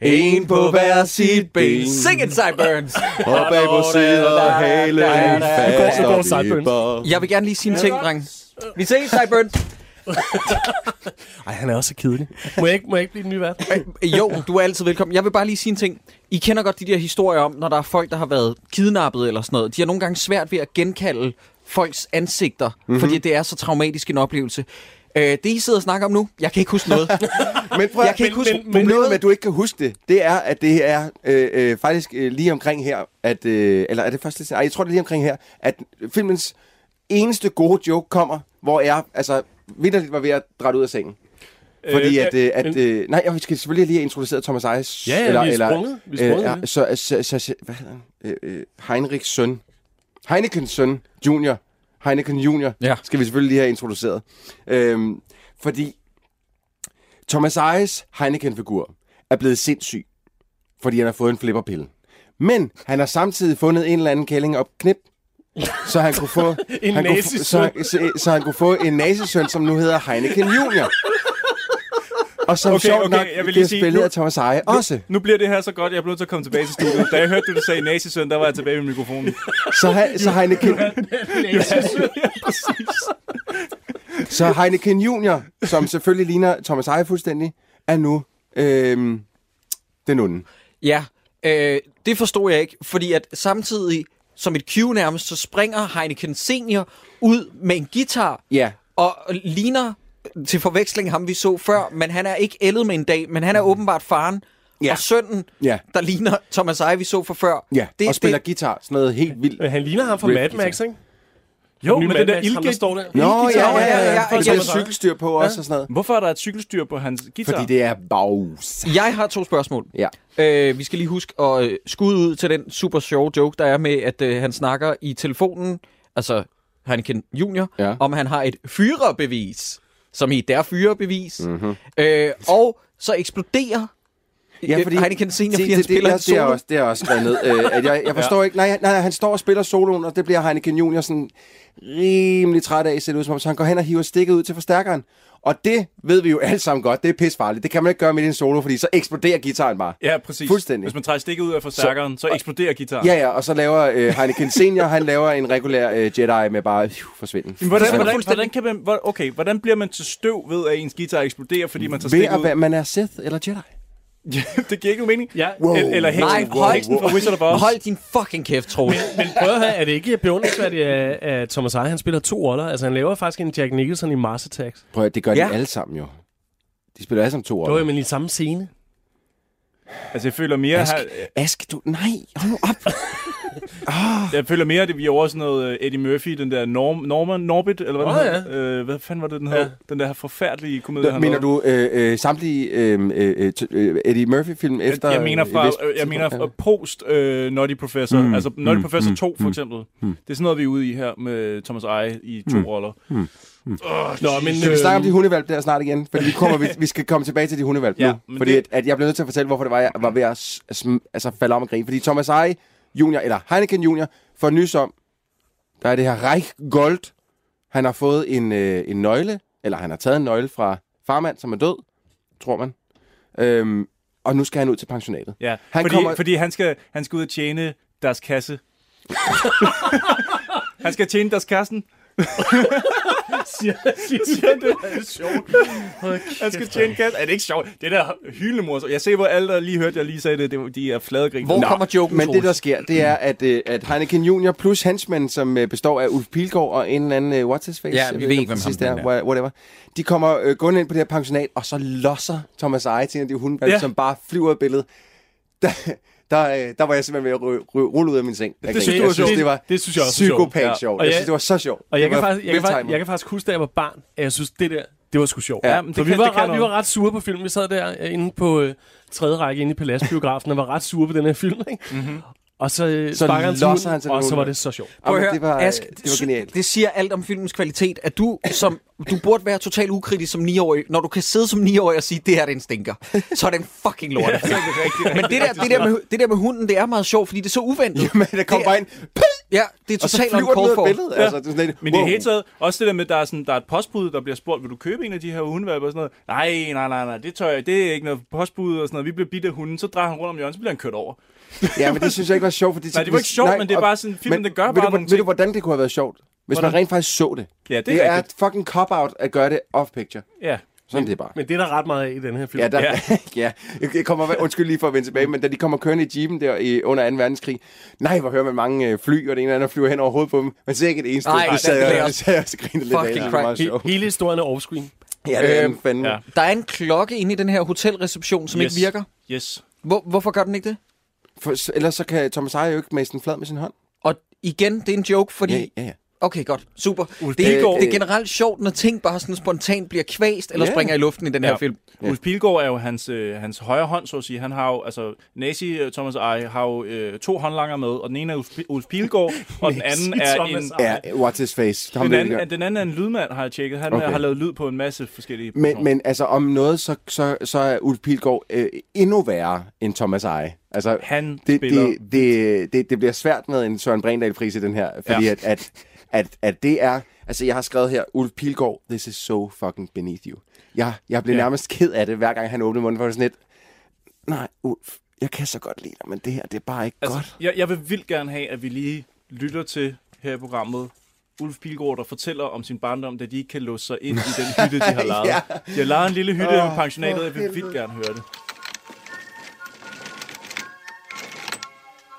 [SPEAKER 1] En på hver sit ben. Sing it, [LAUGHS] Sideburns!
[SPEAKER 3] og bag på sidder halen fast
[SPEAKER 4] går
[SPEAKER 3] og
[SPEAKER 4] sideburns.
[SPEAKER 3] vipper.
[SPEAKER 1] Jeg vil gerne lige sige en ting, dreng. Vi ses, Sideburns.
[SPEAKER 4] Ej, han er også så kedelig. Må jeg ikke, må jeg ikke blive den nye vært?
[SPEAKER 1] Øh, Jo, du er altid velkommen. Jeg vil bare lige sige en ting. I kender godt de der historier om, når der er folk, der har været kidnappet eller sådan noget. De har nogle gange svært ved at genkalde folks ansigter, mm-hmm. fordi det er så traumatisk en oplevelse. Øh, det, I sidder og snakker om nu, jeg kan ikke huske noget.
[SPEAKER 3] Men prøv,
[SPEAKER 1] Jeg kan ikke huske
[SPEAKER 3] men, problemet
[SPEAKER 1] noget.
[SPEAKER 3] med, at du ikke kan huske det, det er, at det er øh, øh, faktisk øh, lige omkring her, at, øh, eller er det først lidt senere? Ej, jeg tror, det er lige omkring her, at filmens eneste gode joke kommer, hvor jeg, altså, vidderligt var ved at drætte ud af sengen. [LAUGHS] Fordi
[SPEAKER 2] Øh,
[SPEAKER 3] at, øh, at
[SPEAKER 4] men-
[SPEAKER 3] øh, nej, jeg skal selvfølgelig lige have introduceret Thomas Ejes.
[SPEAKER 4] Ja, ja, vi er sprunget. Vi
[SPEAKER 3] øh,
[SPEAKER 4] er sprunget i det.
[SPEAKER 3] så, så, så, så, hvad hedder han? Øh, øh, Heinrichs søn. Heinekens søn, junior. Heineken junior.
[SPEAKER 6] Ja.
[SPEAKER 3] Skal vi selvfølgelig lige have introduceret. Øhm, fordi Thomas Ejes Heineken-figur er blevet sindssyg, fordi han har fået en flipperpille. Men han har samtidig fundet en eller anden kælling op knip, så han kunne
[SPEAKER 2] [LAUGHS]
[SPEAKER 3] få
[SPEAKER 4] En
[SPEAKER 3] han kunne,
[SPEAKER 4] nazisøn.
[SPEAKER 3] få- så, han- så, så han kunne få en nazisøn, som nu hedder Heineken Junior. Og som
[SPEAKER 2] Okay,
[SPEAKER 3] okay, sjovt
[SPEAKER 2] okay,
[SPEAKER 3] okay, nok
[SPEAKER 2] jeg vil lige
[SPEAKER 3] bliver
[SPEAKER 2] sige,
[SPEAKER 3] spillet
[SPEAKER 2] nu-
[SPEAKER 3] af Thomas Eje også.
[SPEAKER 2] Nu bliver det her så godt, jeg bliver nødt til at komme tilbage til studiet. Da jeg hørte det, du sagde nazisøn, der var jeg tilbage med mikrofonen.
[SPEAKER 3] Så, he, så,
[SPEAKER 1] [LAUGHS]
[SPEAKER 3] Heineken, så Heineken Junior, som selvfølgelig ligner Thomas Eje fuldstændig, er nu øhm, den onde.
[SPEAKER 1] Ja, øh, det forstod jeg ikke, fordi at samtidig, som et cue nærmest, så springer Heineken Senior ud med en guitar
[SPEAKER 3] Ja,
[SPEAKER 1] og ligner til forveksling ham, vi så før, men han er ikke ældet med en dag, men han er åbenbart faren.
[SPEAKER 3] Ja.
[SPEAKER 1] Og sønnen,
[SPEAKER 3] Ja.
[SPEAKER 1] der ligner Thomas Eje, vi så for før.
[SPEAKER 3] ja.
[SPEAKER 1] det,
[SPEAKER 3] Det, og spiller
[SPEAKER 1] det,
[SPEAKER 3] guitar, sådan noget helt vildt.
[SPEAKER 4] Øh, Han ligner ham fra
[SPEAKER 3] Rip
[SPEAKER 4] Mad Max, ikke? Jo,
[SPEAKER 2] men den der ildgæt-
[SPEAKER 4] står der.
[SPEAKER 3] Nå, ja, ja,
[SPEAKER 1] ja,
[SPEAKER 3] ja,
[SPEAKER 1] ja,
[SPEAKER 3] ja. Og
[SPEAKER 1] ja.
[SPEAKER 3] der bliver cykelstyr på også og sådan noget.
[SPEAKER 2] Hvorfor er der et cykelstyr på hans guitar?
[SPEAKER 3] Fordi det er baus.
[SPEAKER 1] jeg har to spørgsmål.
[SPEAKER 3] Ja.
[SPEAKER 1] Øh, vi skal lige huske at øh, skud ud til den super sjove joke, der er med, at øh, han snakker i telefonen, altså Heineken Junior, ja. om han har et fyrebevis, som i der fyrebevis.
[SPEAKER 3] Mhm.
[SPEAKER 1] Mm-hmm. Øh, og så eksploderer ja,
[SPEAKER 2] Øh,
[SPEAKER 1] fordi, Heineken Senior,
[SPEAKER 3] Se,
[SPEAKER 1] fordi han
[SPEAKER 3] det,
[SPEAKER 1] spiller
[SPEAKER 3] det,
[SPEAKER 1] en
[SPEAKER 3] det, det, er
[SPEAKER 1] solo.
[SPEAKER 3] også, det er også skrevet ned. Øh, at jeg,
[SPEAKER 2] [LAUGHS]
[SPEAKER 3] jeg forstår ja. ikke. Nej, nej, han står og spiller soloen, og det bliver Heineken Junior sådan rimelig træt af, ser det ud som om. Så han går hen og hiver stikket ud til forstærkeren. Og det ved vi jo alle sammen godt. Det er pisfarligt. Det kan man ikke gøre med en solo, fordi så eksploderer gitaren bare.
[SPEAKER 2] Ja, præcis.
[SPEAKER 3] Fuldstændig.
[SPEAKER 2] Hvis man trækker stikket ud af forstærkeren, så, så eksploderer gitaren.
[SPEAKER 3] Ja, ja, og så laver øh, Heineken Senior, han laver en regulær øh, Jedi med bare phew, forsvinden.
[SPEAKER 2] Men hvordan,
[SPEAKER 3] Forsvinden.
[SPEAKER 2] hvordan, hvordan, kan man, hvor- okay, hvordan bliver man til støv ved, at ens guitar eksploderer, fordi man tager
[SPEAKER 3] Ved
[SPEAKER 2] stikket
[SPEAKER 3] at
[SPEAKER 2] ud?
[SPEAKER 3] være, man er Sith eller Jedi.
[SPEAKER 2] [LAUGHS] det giver ikke nogen mening.
[SPEAKER 4] Ja.
[SPEAKER 3] Wow.
[SPEAKER 2] Eller, eller heksen,
[SPEAKER 3] Nej,
[SPEAKER 2] wow, heksen fra Wizard of Oz.
[SPEAKER 1] Hold din fucking kæft, Troels.
[SPEAKER 4] Men prøv at høre, er det ikke beundringsværdigt, at, at Thomas Eje, han spiller to roller? Altså, han laver faktisk en Jack Nicholson i Mars Attacks.
[SPEAKER 3] Prøv at, det gør ja.
[SPEAKER 4] Ja.
[SPEAKER 3] de alle sammen jo. De spiller alle sammen to år.
[SPEAKER 4] Det var jo men i samme scene.
[SPEAKER 2] Altså, jeg føler mere...
[SPEAKER 3] Ask,
[SPEAKER 2] her-
[SPEAKER 3] Ask, du... Nej, hold nu op.
[SPEAKER 2] Jeg føler mere, at det vi er over sådan noget øh, Eddie Murphy, den der Norm, Norman Norbit, eller hvad
[SPEAKER 4] Åh,
[SPEAKER 2] den hed? Øh, hvad fanden var det, den hed? Den der forfærdelige komedie,
[SPEAKER 3] Nå,
[SPEAKER 2] han
[SPEAKER 3] Mener
[SPEAKER 2] lavede.
[SPEAKER 3] du øh, øh, samtlige øh, øh, t- øh, Eddie Murphy-film efter...
[SPEAKER 2] jeg mener fra,
[SPEAKER 3] et vist
[SPEAKER 2] øh, jeg mener fra
[SPEAKER 3] tidspunkt?
[SPEAKER 2] post øh, Naughty Professor,
[SPEAKER 3] Mm,
[SPEAKER 2] mm, altså Naughty
[SPEAKER 3] mm,
[SPEAKER 2] mm, Professor
[SPEAKER 3] mm,
[SPEAKER 2] 2
[SPEAKER 3] mm,
[SPEAKER 2] for eksempel.
[SPEAKER 3] mm.
[SPEAKER 2] Mm. Det er sådan noget, vi er ude i her med Thomas Eje i to
[SPEAKER 3] Mm,
[SPEAKER 2] roller.
[SPEAKER 3] mm, mm.
[SPEAKER 2] Oh, Nå, men,
[SPEAKER 3] Skal vi snakke om de hundevalg der snart igen? Fordi vi, kommer, vi, vi skal komme tilbage til de hundevalg
[SPEAKER 2] Ja,
[SPEAKER 3] ja, nu.
[SPEAKER 2] men
[SPEAKER 3] Fordi
[SPEAKER 2] det-
[SPEAKER 3] at, at jeg blev nødt til at fortælle, hvorfor det var, jeg var ved at s- sm- altså, falde om og grine. Fordi Thomas Eje junior, eller Heineken junior, får nys om, der er det her Reich Gold. Han har fået en, øh, en nøgle, eller han har taget en nøgle fra farmand, som er død, tror man. Øhm, og nu skal han ud til pensionatet.
[SPEAKER 2] Ja,
[SPEAKER 3] Han
[SPEAKER 2] han fordi,
[SPEAKER 3] kommer-
[SPEAKER 2] kommer... fordi han, skal, han skal ud og tjene deres [LAUGHS] kasse. han skal tjene deres kassen.
[SPEAKER 4] siger, siger,
[SPEAKER 2] [LAUGHS] siger han det?
[SPEAKER 4] Det er sjovt.
[SPEAKER 2] Han skal tjene kassen. Er det ikke sjovt? Det der hyldemor. Jeg ser, hvor alle, der lige hørte, jeg lige sagde det, det var- de er fladegrin.
[SPEAKER 3] Nå, Men det, der sker, det er, at, øh, at Heineken Junior plus hans som øh, består af Ulf Pilgaard og en eller anden uh, what's-his-face.
[SPEAKER 1] Ja, vi
[SPEAKER 3] jeg ved
[SPEAKER 1] ved
[SPEAKER 3] ikke,
[SPEAKER 1] ikke, hvem
[SPEAKER 3] præcis
[SPEAKER 1] ham
[SPEAKER 3] det
[SPEAKER 1] den
[SPEAKER 3] er, wha- whatever. De kommer øh, gående ind på det her pensionat, og så losser Thomas Eje til en af de hunde,
[SPEAKER 2] Ja.
[SPEAKER 3] som bare flyver af billedet. Der, der, øh, der var jeg simpelthen ved at ry- ry- rulle ud af min seng. Jeg
[SPEAKER 4] synes
[SPEAKER 3] grinte.
[SPEAKER 4] du
[SPEAKER 3] jeg
[SPEAKER 4] var
[SPEAKER 3] synes,
[SPEAKER 4] sjovt.
[SPEAKER 3] det var
[SPEAKER 4] Det- det synes jeg også var sjovt.
[SPEAKER 3] psykopat
[SPEAKER 4] Ja.
[SPEAKER 3] sjovt. Sjov.
[SPEAKER 4] Og
[SPEAKER 3] Jeg
[SPEAKER 4] jeg-
[SPEAKER 3] synes, det var så sjovt.
[SPEAKER 4] Og jeg
[SPEAKER 3] Det
[SPEAKER 4] kan,
[SPEAKER 3] var
[SPEAKER 4] faktisk, jeg, kan faktisk,
[SPEAKER 3] veltimet.
[SPEAKER 4] jeg kan faktisk huske, da jeg var barn, at jeg synes, det der, det var sgu sjovt.
[SPEAKER 3] Ja, men
[SPEAKER 4] For
[SPEAKER 3] det
[SPEAKER 4] vi,
[SPEAKER 3] kan-
[SPEAKER 4] var
[SPEAKER 3] det kan
[SPEAKER 4] ret, vi var
[SPEAKER 3] noget.
[SPEAKER 4] ret sure på filmen. Vi sad der øh, inde på øh, tredje række inde i Paladsbiografen og var ret sure på den her film. Ikke? Mm-hmm. Og så, øh,
[SPEAKER 3] Mhm. Så
[SPEAKER 4] sparker han til
[SPEAKER 3] losser han
[SPEAKER 4] hunden,
[SPEAKER 3] til
[SPEAKER 4] og
[SPEAKER 3] den
[SPEAKER 4] så var
[SPEAKER 3] hund.
[SPEAKER 4] det så sjovt.
[SPEAKER 1] Prøv at høre,
[SPEAKER 3] Jamen, det var, øh,
[SPEAKER 1] Ask,
[SPEAKER 3] det var genialt.
[SPEAKER 1] det siger alt om filmens kvalitet, at du, som, du burde være totalt ukritisk som 9-årig, når du kan sidde som 9-årig og sige, det her det er en stinker. Så er det en fucking lort. Men det der, det, der med, det der med hunden, det er meget sjovt, fordi det er så uventet.
[SPEAKER 3] Jamen, der kom
[SPEAKER 1] Det er-
[SPEAKER 3] bare en...
[SPEAKER 1] Ja, det er
[SPEAKER 3] Og så
[SPEAKER 1] totalt
[SPEAKER 3] flyver den ud af
[SPEAKER 1] uncalled for.
[SPEAKER 3] billedet. Altså, det er sådan lidt,
[SPEAKER 2] Men wow. det
[SPEAKER 3] wow.
[SPEAKER 2] hele taget, også det der med, at der er, sådan, der er et postbud, der bliver spurgt, vil du købe en af de her hundevalper og sådan noget? Nej, nej, nej, nej, det tør jeg, det er ikke noget postbud og sådan noget. Vi bliver bidt af hunden, så drejer han rundt om hjørnet, så bliver han kørt over.
[SPEAKER 3] Ja, men det synes jeg ikke var sjovt. Fordi
[SPEAKER 2] Nej, det var ikke sjovt, men det er bare sådan, filmen, den gør
[SPEAKER 3] ved
[SPEAKER 2] bare
[SPEAKER 3] du, hvor-
[SPEAKER 2] nogle
[SPEAKER 3] Ved du,
[SPEAKER 2] ting.
[SPEAKER 3] hvordan det kunne have været sjovt? Hvis
[SPEAKER 2] Hvordan?
[SPEAKER 3] man rent faktisk så det.
[SPEAKER 2] Ja, det er
[SPEAKER 3] det er et
[SPEAKER 2] rigtigt.
[SPEAKER 3] fucking cop-out at gøre det off-picture.
[SPEAKER 2] Ja.
[SPEAKER 3] Sådan det er bare.
[SPEAKER 4] Men det er der ret meget af i den her film.
[SPEAKER 3] Ja, der, ja.
[SPEAKER 2] Ja.
[SPEAKER 3] [LAUGHS] ja. Jeg- Jeg kommer, undskyld lige for at vende tilbage, men da de kommer kørende i jeepen der i, under 2. verdenskrig, nej, hvor hører man mange øh, fly, og det ene eller andet flyver hen over hovedet på dem. Man ser ikke et eneste.
[SPEAKER 1] Nej,
[SPEAKER 3] det
[SPEAKER 1] det
[SPEAKER 3] sad
[SPEAKER 1] er
[SPEAKER 3] jeg,
[SPEAKER 1] også-
[SPEAKER 3] det sad jeg også og grinede lidt af.
[SPEAKER 1] Fucking
[SPEAKER 3] Det var
[SPEAKER 1] crack.
[SPEAKER 3] meget sjovt. Øhm,
[SPEAKER 4] He- hele historien er offscreen.
[SPEAKER 3] Ja, det er den fandme.
[SPEAKER 2] ja.
[SPEAKER 1] Der er en klokke inde i den her hotelreception, som
[SPEAKER 2] Yes.
[SPEAKER 1] ikke virker.
[SPEAKER 2] Yes.
[SPEAKER 1] Hvor, hvorfor gør den ikke det?
[SPEAKER 3] For, s- ellers så kan Thomas Eje jo ikke mase den flad med sin hånd.
[SPEAKER 1] Og igen, det er en joke, fordi...
[SPEAKER 3] Ja, ja, ja.
[SPEAKER 1] Okay, godt. Super.
[SPEAKER 2] Ulf
[SPEAKER 1] Det er,
[SPEAKER 2] Pilgaard-
[SPEAKER 1] det er generelt sjovt, når ting bare sådan spontant bliver kvæst eller
[SPEAKER 3] Ja.
[SPEAKER 1] springer i luften i den her
[SPEAKER 2] Ja.
[SPEAKER 1] film.
[SPEAKER 3] Ja.
[SPEAKER 2] Ulf Pilgaard er jo hans, øh, hans højre hånd, så at sige. Han har jo, altså, Nazi øh, Thomas Eje har jo øh, to håndlanger med, og den ene er Ulf, Pi- Ulf
[SPEAKER 3] [LAUGHS]
[SPEAKER 2] Pilgaard, og den anden
[SPEAKER 4] Nazi
[SPEAKER 2] er
[SPEAKER 4] Thomas
[SPEAKER 2] en...
[SPEAKER 4] Eje.
[SPEAKER 3] Ja, what's his face? Ham
[SPEAKER 2] Den
[SPEAKER 3] vil vi
[SPEAKER 2] anden,
[SPEAKER 3] gøre.
[SPEAKER 2] den anden er en lydmand, har jeg tjekket. Han
[SPEAKER 3] Okay.
[SPEAKER 2] okay. har lavet lyd på en masse forskellige
[SPEAKER 3] Men, men altså, om noget, så, så, så er Ulf Pilgaard øh, endnu værre end Thomas Eje. Altså,
[SPEAKER 2] Han
[SPEAKER 3] det,
[SPEAKER 2] spiller
[SPEAKER 3] det, det, det, det bliver svært med en Søren Brindahl-pris i den her, fordi ja.
[SPEAKER 2] Ja.
[SPEAKER 3] at, at, at, at det er... Altså, jeg har skrevet her, Ulf Pilgaard, this is so fucking beneath you. Jeg, jeg blev ja.
[SPEAKER 2] Ja.
[SPEAKER 3] nærmest ked af det, hver gang han åbnede munden, for det var sådan lidt, nej, Ulf, jeg kan så godt lide dig, men det her, det er bare ikke altså, godt.
[SPEAKER 2] Jeg, jeg vil vildt gerne have, at vi lige lytter til her i programmet, Ulf Pilgaard, der fortæller om sin barndom, da de ikke kan låse sig ind i
[SPEAKER 3] [LAUGHS]
[SPEAKER 2] den hytte, de har lavet.
[SPEAKER 3] Ja.
[SPEAKER 2] ja. De har lavet en lille hytte
[SPEAKER 3] Åh,
[SPEAKER 2] oh, pensionatet, og jeg
[SPEAKER 3] for
[SPEAKER 2] vil vildt gerne høre det.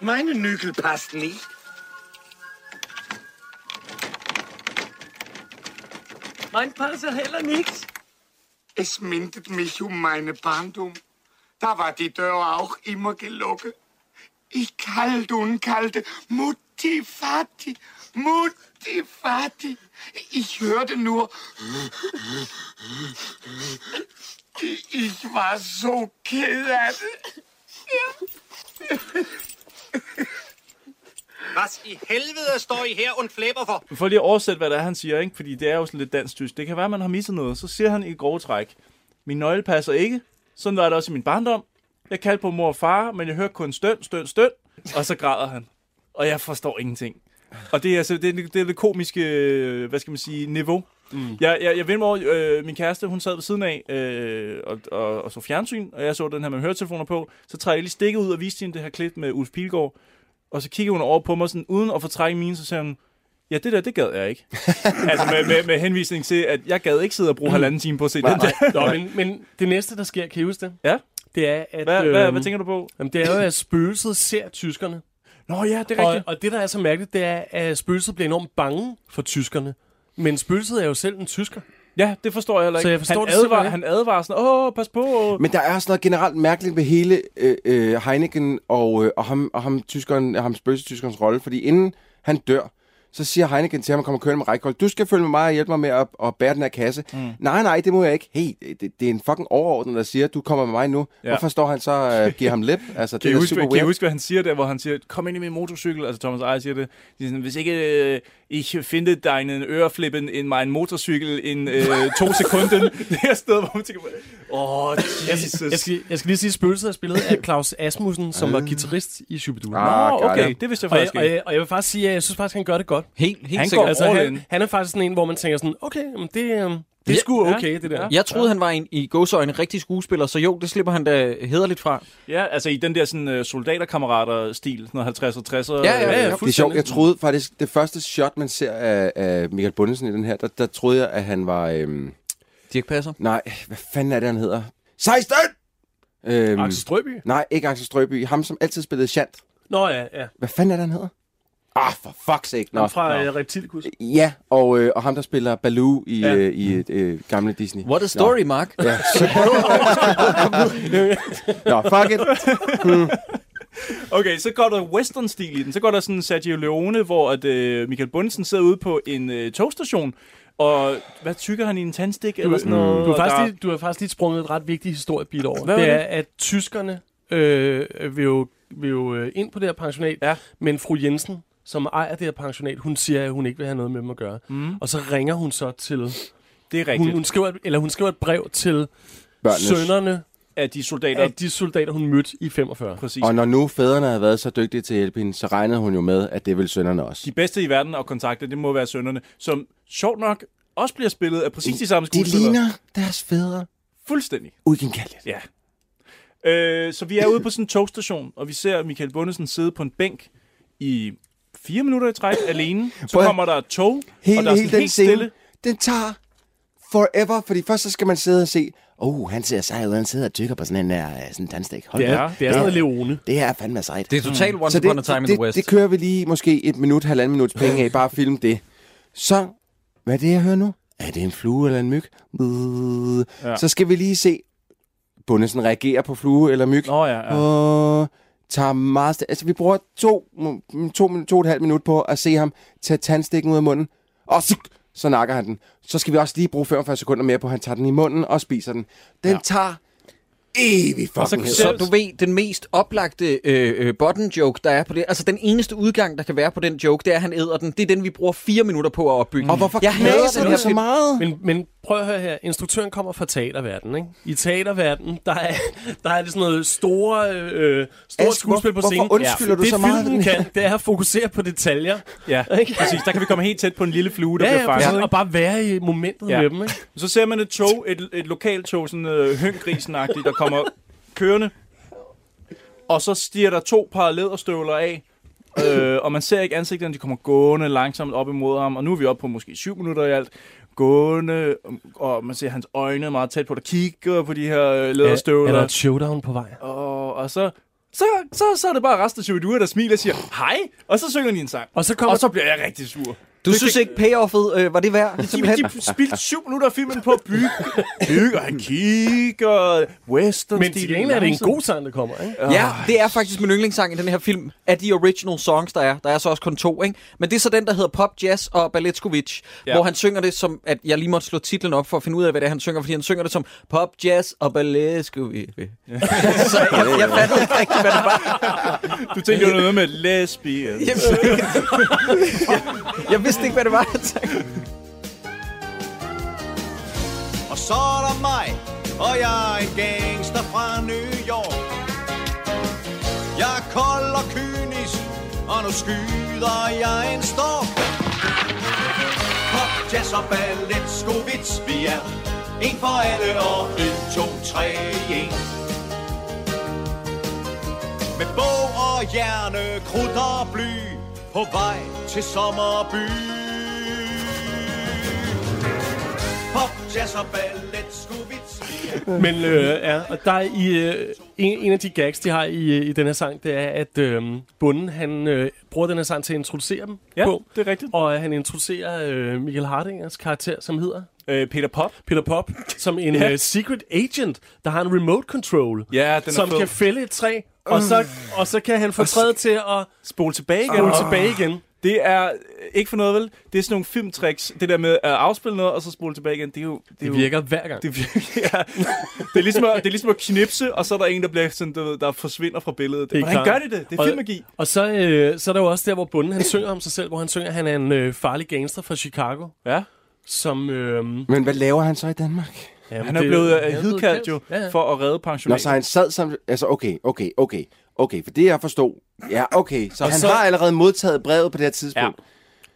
[SPEAKER 9] Meine Nügel passt nicht.
[SPEAKER 11] Mein passer heller nichts.
[SPEAKER 9] Es mindet mich um meine Bandung. Da war die Tür auch immer gelockt. Ich kalte und kalte. Mutti Fati, Mutti Fati. Ich hörte nur. Ich war so killert.
[SPEAKER 13] was i helvede står I her og flæber for?
[SPEAKER 2] For lige at oversætte, hvad det er, han siger, ikke? fordi det er jo sådan lidt dansk-tysk. Det kan være, man har misset noget. Så siger han i grove træk, min nøgle passer ikke. Sådan var det også i min barndom. Jeg kaldte på mor og far, men jeg hørte kun støn, støn, støn. Og så græder han. Og jeg forstår ingenting. Og det er, altså, det, er, det er det komiske, øh, hvad skal man sige, niveau. Mm. Jeg, jeg, jeg vendte mig over, øh, min kæreste, hun sad ved siden af øh, og, og, og så fjernsyn, og jeg så den her med høretelefoner på. Så trækker jeg lige stikket ud og viste hende det her klip med Ulf Pilgaard. Og så kigger hun over på mig, sådan, uden at fortrække mine, så siger hun, ja, det der, det gad jeg ikke. altså med, med, med henvisning til, at jeg gad ikke sidde og bruge halvanden time på at se den der.
[SPEAKER 3] [LAUGHS]
[SPEAKER 4] Nå, men, men det næste, der sker, kan I huske det?
[SPEAKER 2] Ja.
[SPEAKER 4] Det er, at... øhm,
[SPEAKER 2] Hvad- hvad- hvad tænker du på?
[SPEAKER 4] Jamen, det er jo, at spøgelset ser tyskerne.
[SPEAKER 2] Nå ja, det er
[SPEAKER 4] og,
[SPEAKER 2] rigtigt.
[SPEAKER 4] og det, der er så mærkeligt, det er, at spøgelset bliver enormt bange for tyskerne. Men spøgelset er jo selv en tysker.
[SPEAKER 2] Ja, det forstår jeg heller
[SPEAKER 4] Så
[SPEAKER 2] ikke.
[SPEAKER 4] jeg forstår
[SPEAKER 2] han,
[SPEAKER 4] det
[SPEAKER 2] advarer,
[SPEAKER 4] simpelthen
[SPEAKER 2] han advarer sådan, åh, pas på.
[SPEAKER 3] [LAUGHS] Men der er også noget generelt mærkeligt ved hele øh, øh, Heineken og, øh, og ham, og ham, tyskeren, ham spøgelsestyskerens rolle, fordi inden han dør, så siger Heineken til ham, at kommer kørende med Reikold, du skal følge med mig og hjælpe mig med at, at bære den her kasse. Mm. Nej, nej, det må jeg ikke. Hey, det, det er en fucking overordnet, der siger, du kommer med mig nu.
[SPEAKER 2] Ja.
[SPEAKER 3] Ja. Hvorfor står han så øh, giver ham
[SPEAKER 2] [LAUGHS]
[SPEAKER 3] lip? Altså,
[SPEAKER 2] Kan
[SPEAKER 3] det
[SPEAKER 2] I,
[SPEAKER 3] er
[SPEAKER 2] huske,
[SPEAKER 3] super
[SPEAKER 2] kan I
[SPEAKER 3] weird.
[SPEAKER 2] huske, hvad han siger der, hvor han siger, kom ind i min motorcykel, altså Thomas Ejer siger det, de er sådan, hvis ikke øh, ich finde deinen øreflippen in mein motorcykel in øh, to sekunder, det her sted, hvor man tænker, åh, oh, Jesus.
[SPEAKER 4] Jeg skal, jeg skal lige sige, at spøgelset er spillet af Claus Asmussen, som var guitarist i Shubidua.
[SPEAKER 2] Ah, Nå, okay, got it. det vidste jeg
[SPEAKER 4] Og
[SPEAKER 2] faktisk
[SPEAKER 4] og
[SPEAKER 2] ikke.
[SPEAKER 4] jeg, og jeg vil faktisk sige, at jeg synes faktisk, han gør det godt.
[SPEAKER 6] Helt, helt
[SPEAKER 4] han
[SPEAKER 6] sikkert.
[SPEAKER 4] Altså,
[SPEAKER 6] all
[SPEAKER 4] han,
[SPEAKER 6] in.
[SPEAKER 4] han er faktisk sådan en, hvor man tænker sådan, okay, men det, øhm,
[SPEAKER 6] Ja,
[SPEAKER 4] det er sgu
[SPEAKER 6] ja,
[SPEAKER 4] okay, det der.
[SPEAKER 6] Jeg troede, han var en i gåsøjne rigtig skuespiller, så jo, det slipper han da hederligt fra.
[SPEAKER 2] Ja, altså i den der sådan, øh, soldaterkammerater-stil, sådan noget 50'er, 60'er.
[SPEAKER 3] det er sjovt. Jeg troede faktisk, det første shot, man ser af, af Michael Bundesen i den her, der, der troede jeg, at han var... Øhm,
[SPEAKER 6] Dirk Passer?
[SPEAKER 3] Nej, hvad fanden er det, han hedder? 16! Øhm,
[SPEAKER 4] Axel Strøby?
[SPEAKER 3] Nej, ikke Axel Strøby. Ham, som altid spillede Shant.
[SPEAKER 4] Nå ja, ja.
[SPEAKER 3] Hvad fanden er det, han hedder? Ah, for fuck's sake. Nå.
[SPEAKER 4] Ham fra
[SPEAKER 3] Nå.
[SPEAKER 4] øh, Reptilicus.
[SPEAKER 3] Ja, og, øh, og ham, der spiller Baloo i,
[SPEAKER 4] Ja.
[SPEAKER 3] ja. øh, i øh, gamle Disney.
[SPEAKER 6] What a story,
[SPEAKER 3] Nå.
[SPEAKER 6] Mark.
[SPEAKER 3] Ja.
[SPEAKER 4] [LAUGHS]
[SPEAKER 3] Nå, fuck it. Hmm.
[SPEAKER 2] Okay, så går der western-stil i den. Så går der sådan Sergio Leone, hvor at, øh, Michael Bunsen sidder ude på en øh, togstation, og hvad tykker han i en tandstik
[SPEAKER 4] Du,
[SPEAKER 2] eller sådan noget?
[SPEAKER 4] du, har
[SPEAKER 2] og der-
[SPEAKER 4] faktisk lige, du har faktisk lige sprunget et ret vigtigt historiebit over.
[SPEAKER 2] Hvad
[SPEAKER 4] det
[SPEAKER 2] var
[SPEAKER 4] er,
[SPEAKER 2] det?
[SPEAKER 4] at tyskerne øh, vil jo, vil jo øh, ind på det her pensionat,
[SPEAKER 2] ja.
[SPEAKER 4] men fru Jensen, som ejer det her pensionat, hun siger, at hun ikke vil have noget med dem at gøre.
[SPEAKER 2] Mm.
[SPEAKER 4] Og så ringer hun så til...
[SPEAKER 2] Det er rigtigt.
[SPEAKER 4] Hun, hun, skriver, et- eller hun skriver et brev til
[SPEAKER 3] Børnenes.
[SPEAKER 4] sønnerne
[SPEAKER 2] af de soldater,
[SPEAKER 4] af de soldater hun mødte i 45.
[SPEAKER 2] Præcis.
[SPEAKER 3] Og når nu fædrene havde været så dygtige til at hjælpe hende, så regnede hun jo med, at det ville sønderne også.
[SPEAKER 2] de bedste i verden at kontakte, det må være sønnerne, som sjovt nok også bliver spillet af præcis de samme
[SPEAKER 3] De
[SPEAKER 2] skuespillere.
[SPEAKER 3] ligner deres fædre.
[SPEAKER 2] Fuldstændig.
[SPEAKER 3] Uigenkaldeligt.
[SPEAKER 2] Ja. Øh, så vi er ude på sådan en togstation, og vi ser Michael Bundesen sidde på en bænk i fire minutter i træk alene. Så
[SPEAKER 3] Prøv at-
[SPEAKER 2] kommer der et tog, og
[SPEAKER 3] Hele,
[SPEAKER 2] der er
[SPEAKER 3] hele
[SPEAKER 2] sådan
[SPEAKER 3] den
[SPEAKER 2] helt
[SPEAKER 3] scene,
[SPEAKER 2] stille.
[SPEAKER 3] den tager forever, fordi først så skal man sidde og se, oh, han ser sej ud, han sidder og tykker på sådan en der øh, sådan en tandstik. Hold
[SPEAKER 4] Det er-
[SPEAKER 3] op.
[SPEAKER 4] det er sådan noget Leone.
[SPEAKER 3] Det her er fandme sejt.
[SPEAKER 6] Det er totalt Once
[SPEAKER 3] Så
[SPEAKER 6] Upon a Time in
[SPEAKER 3] det,
[SPEAKER 6] the West.
[SPEAKER 3] Det kører vi lige måske et minut, halvanden minuts penge af, bare at filme det. Så, hvad er det, jeg hører nu? Er det en flue eller en myg? Bzzz.
[SPEAKER 2] Ja.
[SPEAKER 3] Så skal vi lige se, Bundesen reagerer på flue eller myg.
[SPEAKER 2] Nå ja, ja.
[SPEAKER 3] Og tager meget... sta- Altså, vi bruger to, mm, to, min- to og et halvt minut på at se ham tage tandstikken ud af munden. Og så, så nakker han den. Så skal vi også lige bruge 45 sekunder mere på, at han tager den i munden og spiser den. Den ja. tager evig
[SPEAKER 6] Og så,
[SPEAKER 3] fucking
[SPEAKER 6] så du ved, den mest oplagte øh, øh, button joke, der er på det, altså den eneste udgang, der kan være på den joke, det er, at han æder den. Det er den, vi bruger fire minutter på at opbygge.
[SPEAKER 3] Og hvorfor
[SPEAKER 6] jeg hader
[SPEAKER 3] knaser
[SPEAKER 6] den
[SPEAKER 3] du
[SPEAKER 6] her
[SPEAKER 3] så
[SPEAKER 6] film.
[SPEAKER 3] meget?
[SPEAKER 4] Men, men prøv at høre her. Instruktøren kommer fra teaterverdenen, ikke? I teaterverdenen, der er, der er det sådan noget store, øh, store
[SPEAKER 3] Ask,
[SPEAKER 4] skuespil på
[SPEAKER 3] hvor- hvorfor
[SPEAKER 4] scenen.
[SPEAKER 3] undskylder du
[SPEAKER 4] det
[SPEAKER 3] så meget?
[SPEAKER 4] filmen kan, det er at fokusere på detaljer.
[SPEAKER 2] Ja,
[SPEAKER 4] [LAUGHS] Ikke?
[SPEAKER 2] præcis. Der kan vi komme helt tæt på en lille flue, der
[SPEAKER 4] Ja,
[SPEAKER 2] bliver
[SPEAKER 4] ja,
[SPEAKER 2] fanget.
[SPEAKER 4] præcis,
[SPEAKER 2] ikke?
[SPEAKER 4] og bare være i momentet
[SPEAKER 2] Ja.
[SPEAKER 4] ja. med dem, ikke?
[SPEAKER 2] Så ser man et tog, et, et lokalt tog, sådan øh, hønggrisen der kommer kørende. Og så stiger der to par læderstøvler af, øh, og man ser ikke ansigterne, de kommer gående langsomt op imod ham. Og nu er vi oppe på måske syv minutter i alt. Gående, og man ser hans øjne meget tæt på, der kigger på de her øh,
[SPEAKER 4] er
[SPEAKER 2] læderstøvler.
[SPEAKER 4] der et showdown på vej?
[SPEAKER 2] og, og så... Så, så, så er det bare resten af Shubidua, der smiler og siger hej, og så synger de en sang.
[SPEAKER 4] Og så kommer-
[SPEAKER 2] og så bliver jeg rigtig sur.
[SPEAKER 1] Du det synes ikke, payoffet øh, var det værd?
[SPEAKER 2] De, de spildte syv minutter af filmen på at bygge. Bygger, han kigger, western
[SPEAKER 4] Men til gengæld er det en god sang, der kommer, ikke?
[SPEAKER 1] Ja, det er faktisk min yndlingssang i den her film, af de original songs, der er. Der er så også kun to, ikke? Men det er så den, der hedder Pop, Jazz og Balletskovic,
[SPEAKER 4] Ja.
[SPEAKER 1] ja. hvor han synger det som, at jeg lige måtte slå titlen op for at finde ud af, hvad det er, han synger, fordi han synger det som Pop, Jazz og Balletskovic. Ja. [LAUGHS] så jeg, jeg fattede ikke rigtig, hvad det var.
[SPEAKER 2] Du tænkte jo noget med
[SPEAKER 1] [LAUGHS]
[SPEAKER 2] lesbian.
[SPEAKER 1] Jamen, jeg, jeg vidste ikke, hvad det var.
[SPEAKER 8] Og så er der mig, og jeg er en gangster fra New York. Jeg er kold og kynisk, og nu skyder jeg en stork. Pop, jazz og ballet, skovits, vi er en for alle og en, to, tre, en. Med bog og hjerne, krudt og bly, på vej til sommerby. Pop, jazz og ballet, skovits, vi er
[SPEAKER 4] Men øh, ja, og der er i, øh, en, en af de gags, de har i, øh, i den her sang, det er, at øh, Bunden, han øh, bruger den her sang til at introducere dem
[SPEAKER 2] Ja,
[SPEAKER 4] på.
[SPEAKER 2] det er rigtigt.
[SPEAKER 4] Og øh, han introducerer øh, Michael Hardingers karakter, som hedder...
[SPEAKER 2] Øh, Peter Pop.
[SPEAKER 4] Peter Pop, som
[SPEAKER 2] [LAUGHS]
[SPEAKER 4] en
[SPEAKER 2] Ja.
[SPEAKER 4] ja. uh, secret agent, der har en remote control,
[SPEAKER 2] Ja, den er
[SPEAKER 4] som
[SPEAKER 2] fed. Mm.
[SPEAKER 4] kan fælde et træ, og så, og så kan han få træet til at...
[SPEAKER 2] Spole tilbage igen.
[SPEAKER 4] Spole tilbage igen.
[SPEAKER 2] Det er øh, ikke for noget, vel? Det er sådan nogle filmtricks. Det der med at afspille noget, og så spole tilbage igen. Det, er jo, det, er
[SPEAKER 4] Det
[SPEAKER 2] jo-
[SPEAKER 4] virker hver gang.
[SPEAKER 2] Det virker, ja. Det er, ligesom at, det er ligesom at knipse, og så er der en, der, bliver sådan, du ved, der forsvinder fra billedet.
[SPEAKER 4] Det er
[SPEAKER 2] Hvordan
[SPEAKER 4] klart.
[SPEAKER 2] gør de det? Det er filmmagi.
[SPEAKER 4] Og, og så, øh, så er der jo også der, hvor Bunden han synger om sig selv, hvor han synger, at han er en øh, farlig gangster fra Chicago.
[SPEAKER 2] Ja.
[SPEAKER 4] Som... Øh,
[SPEAKER 3] Men hvad laver han så i Danmark?
[SPEAKER 4] jamen,
[SPEAKER 2] Han er blevet øh, hidkaldt jo for at redde
[SPEAKER 3] Nå,
[SPEAKER 2] pensionatet.
[SPEAKER 3] så han sad som... Altså, okay, okay, okay, okay. For det, jeg forstod... Ja, okay. Så
[SPEAKER 4] Og
[SPEAKER 3] han
[SPEAKER 4] så-
[SPEAKER 3] har allerede modtaget brevet på det her tidspunkt.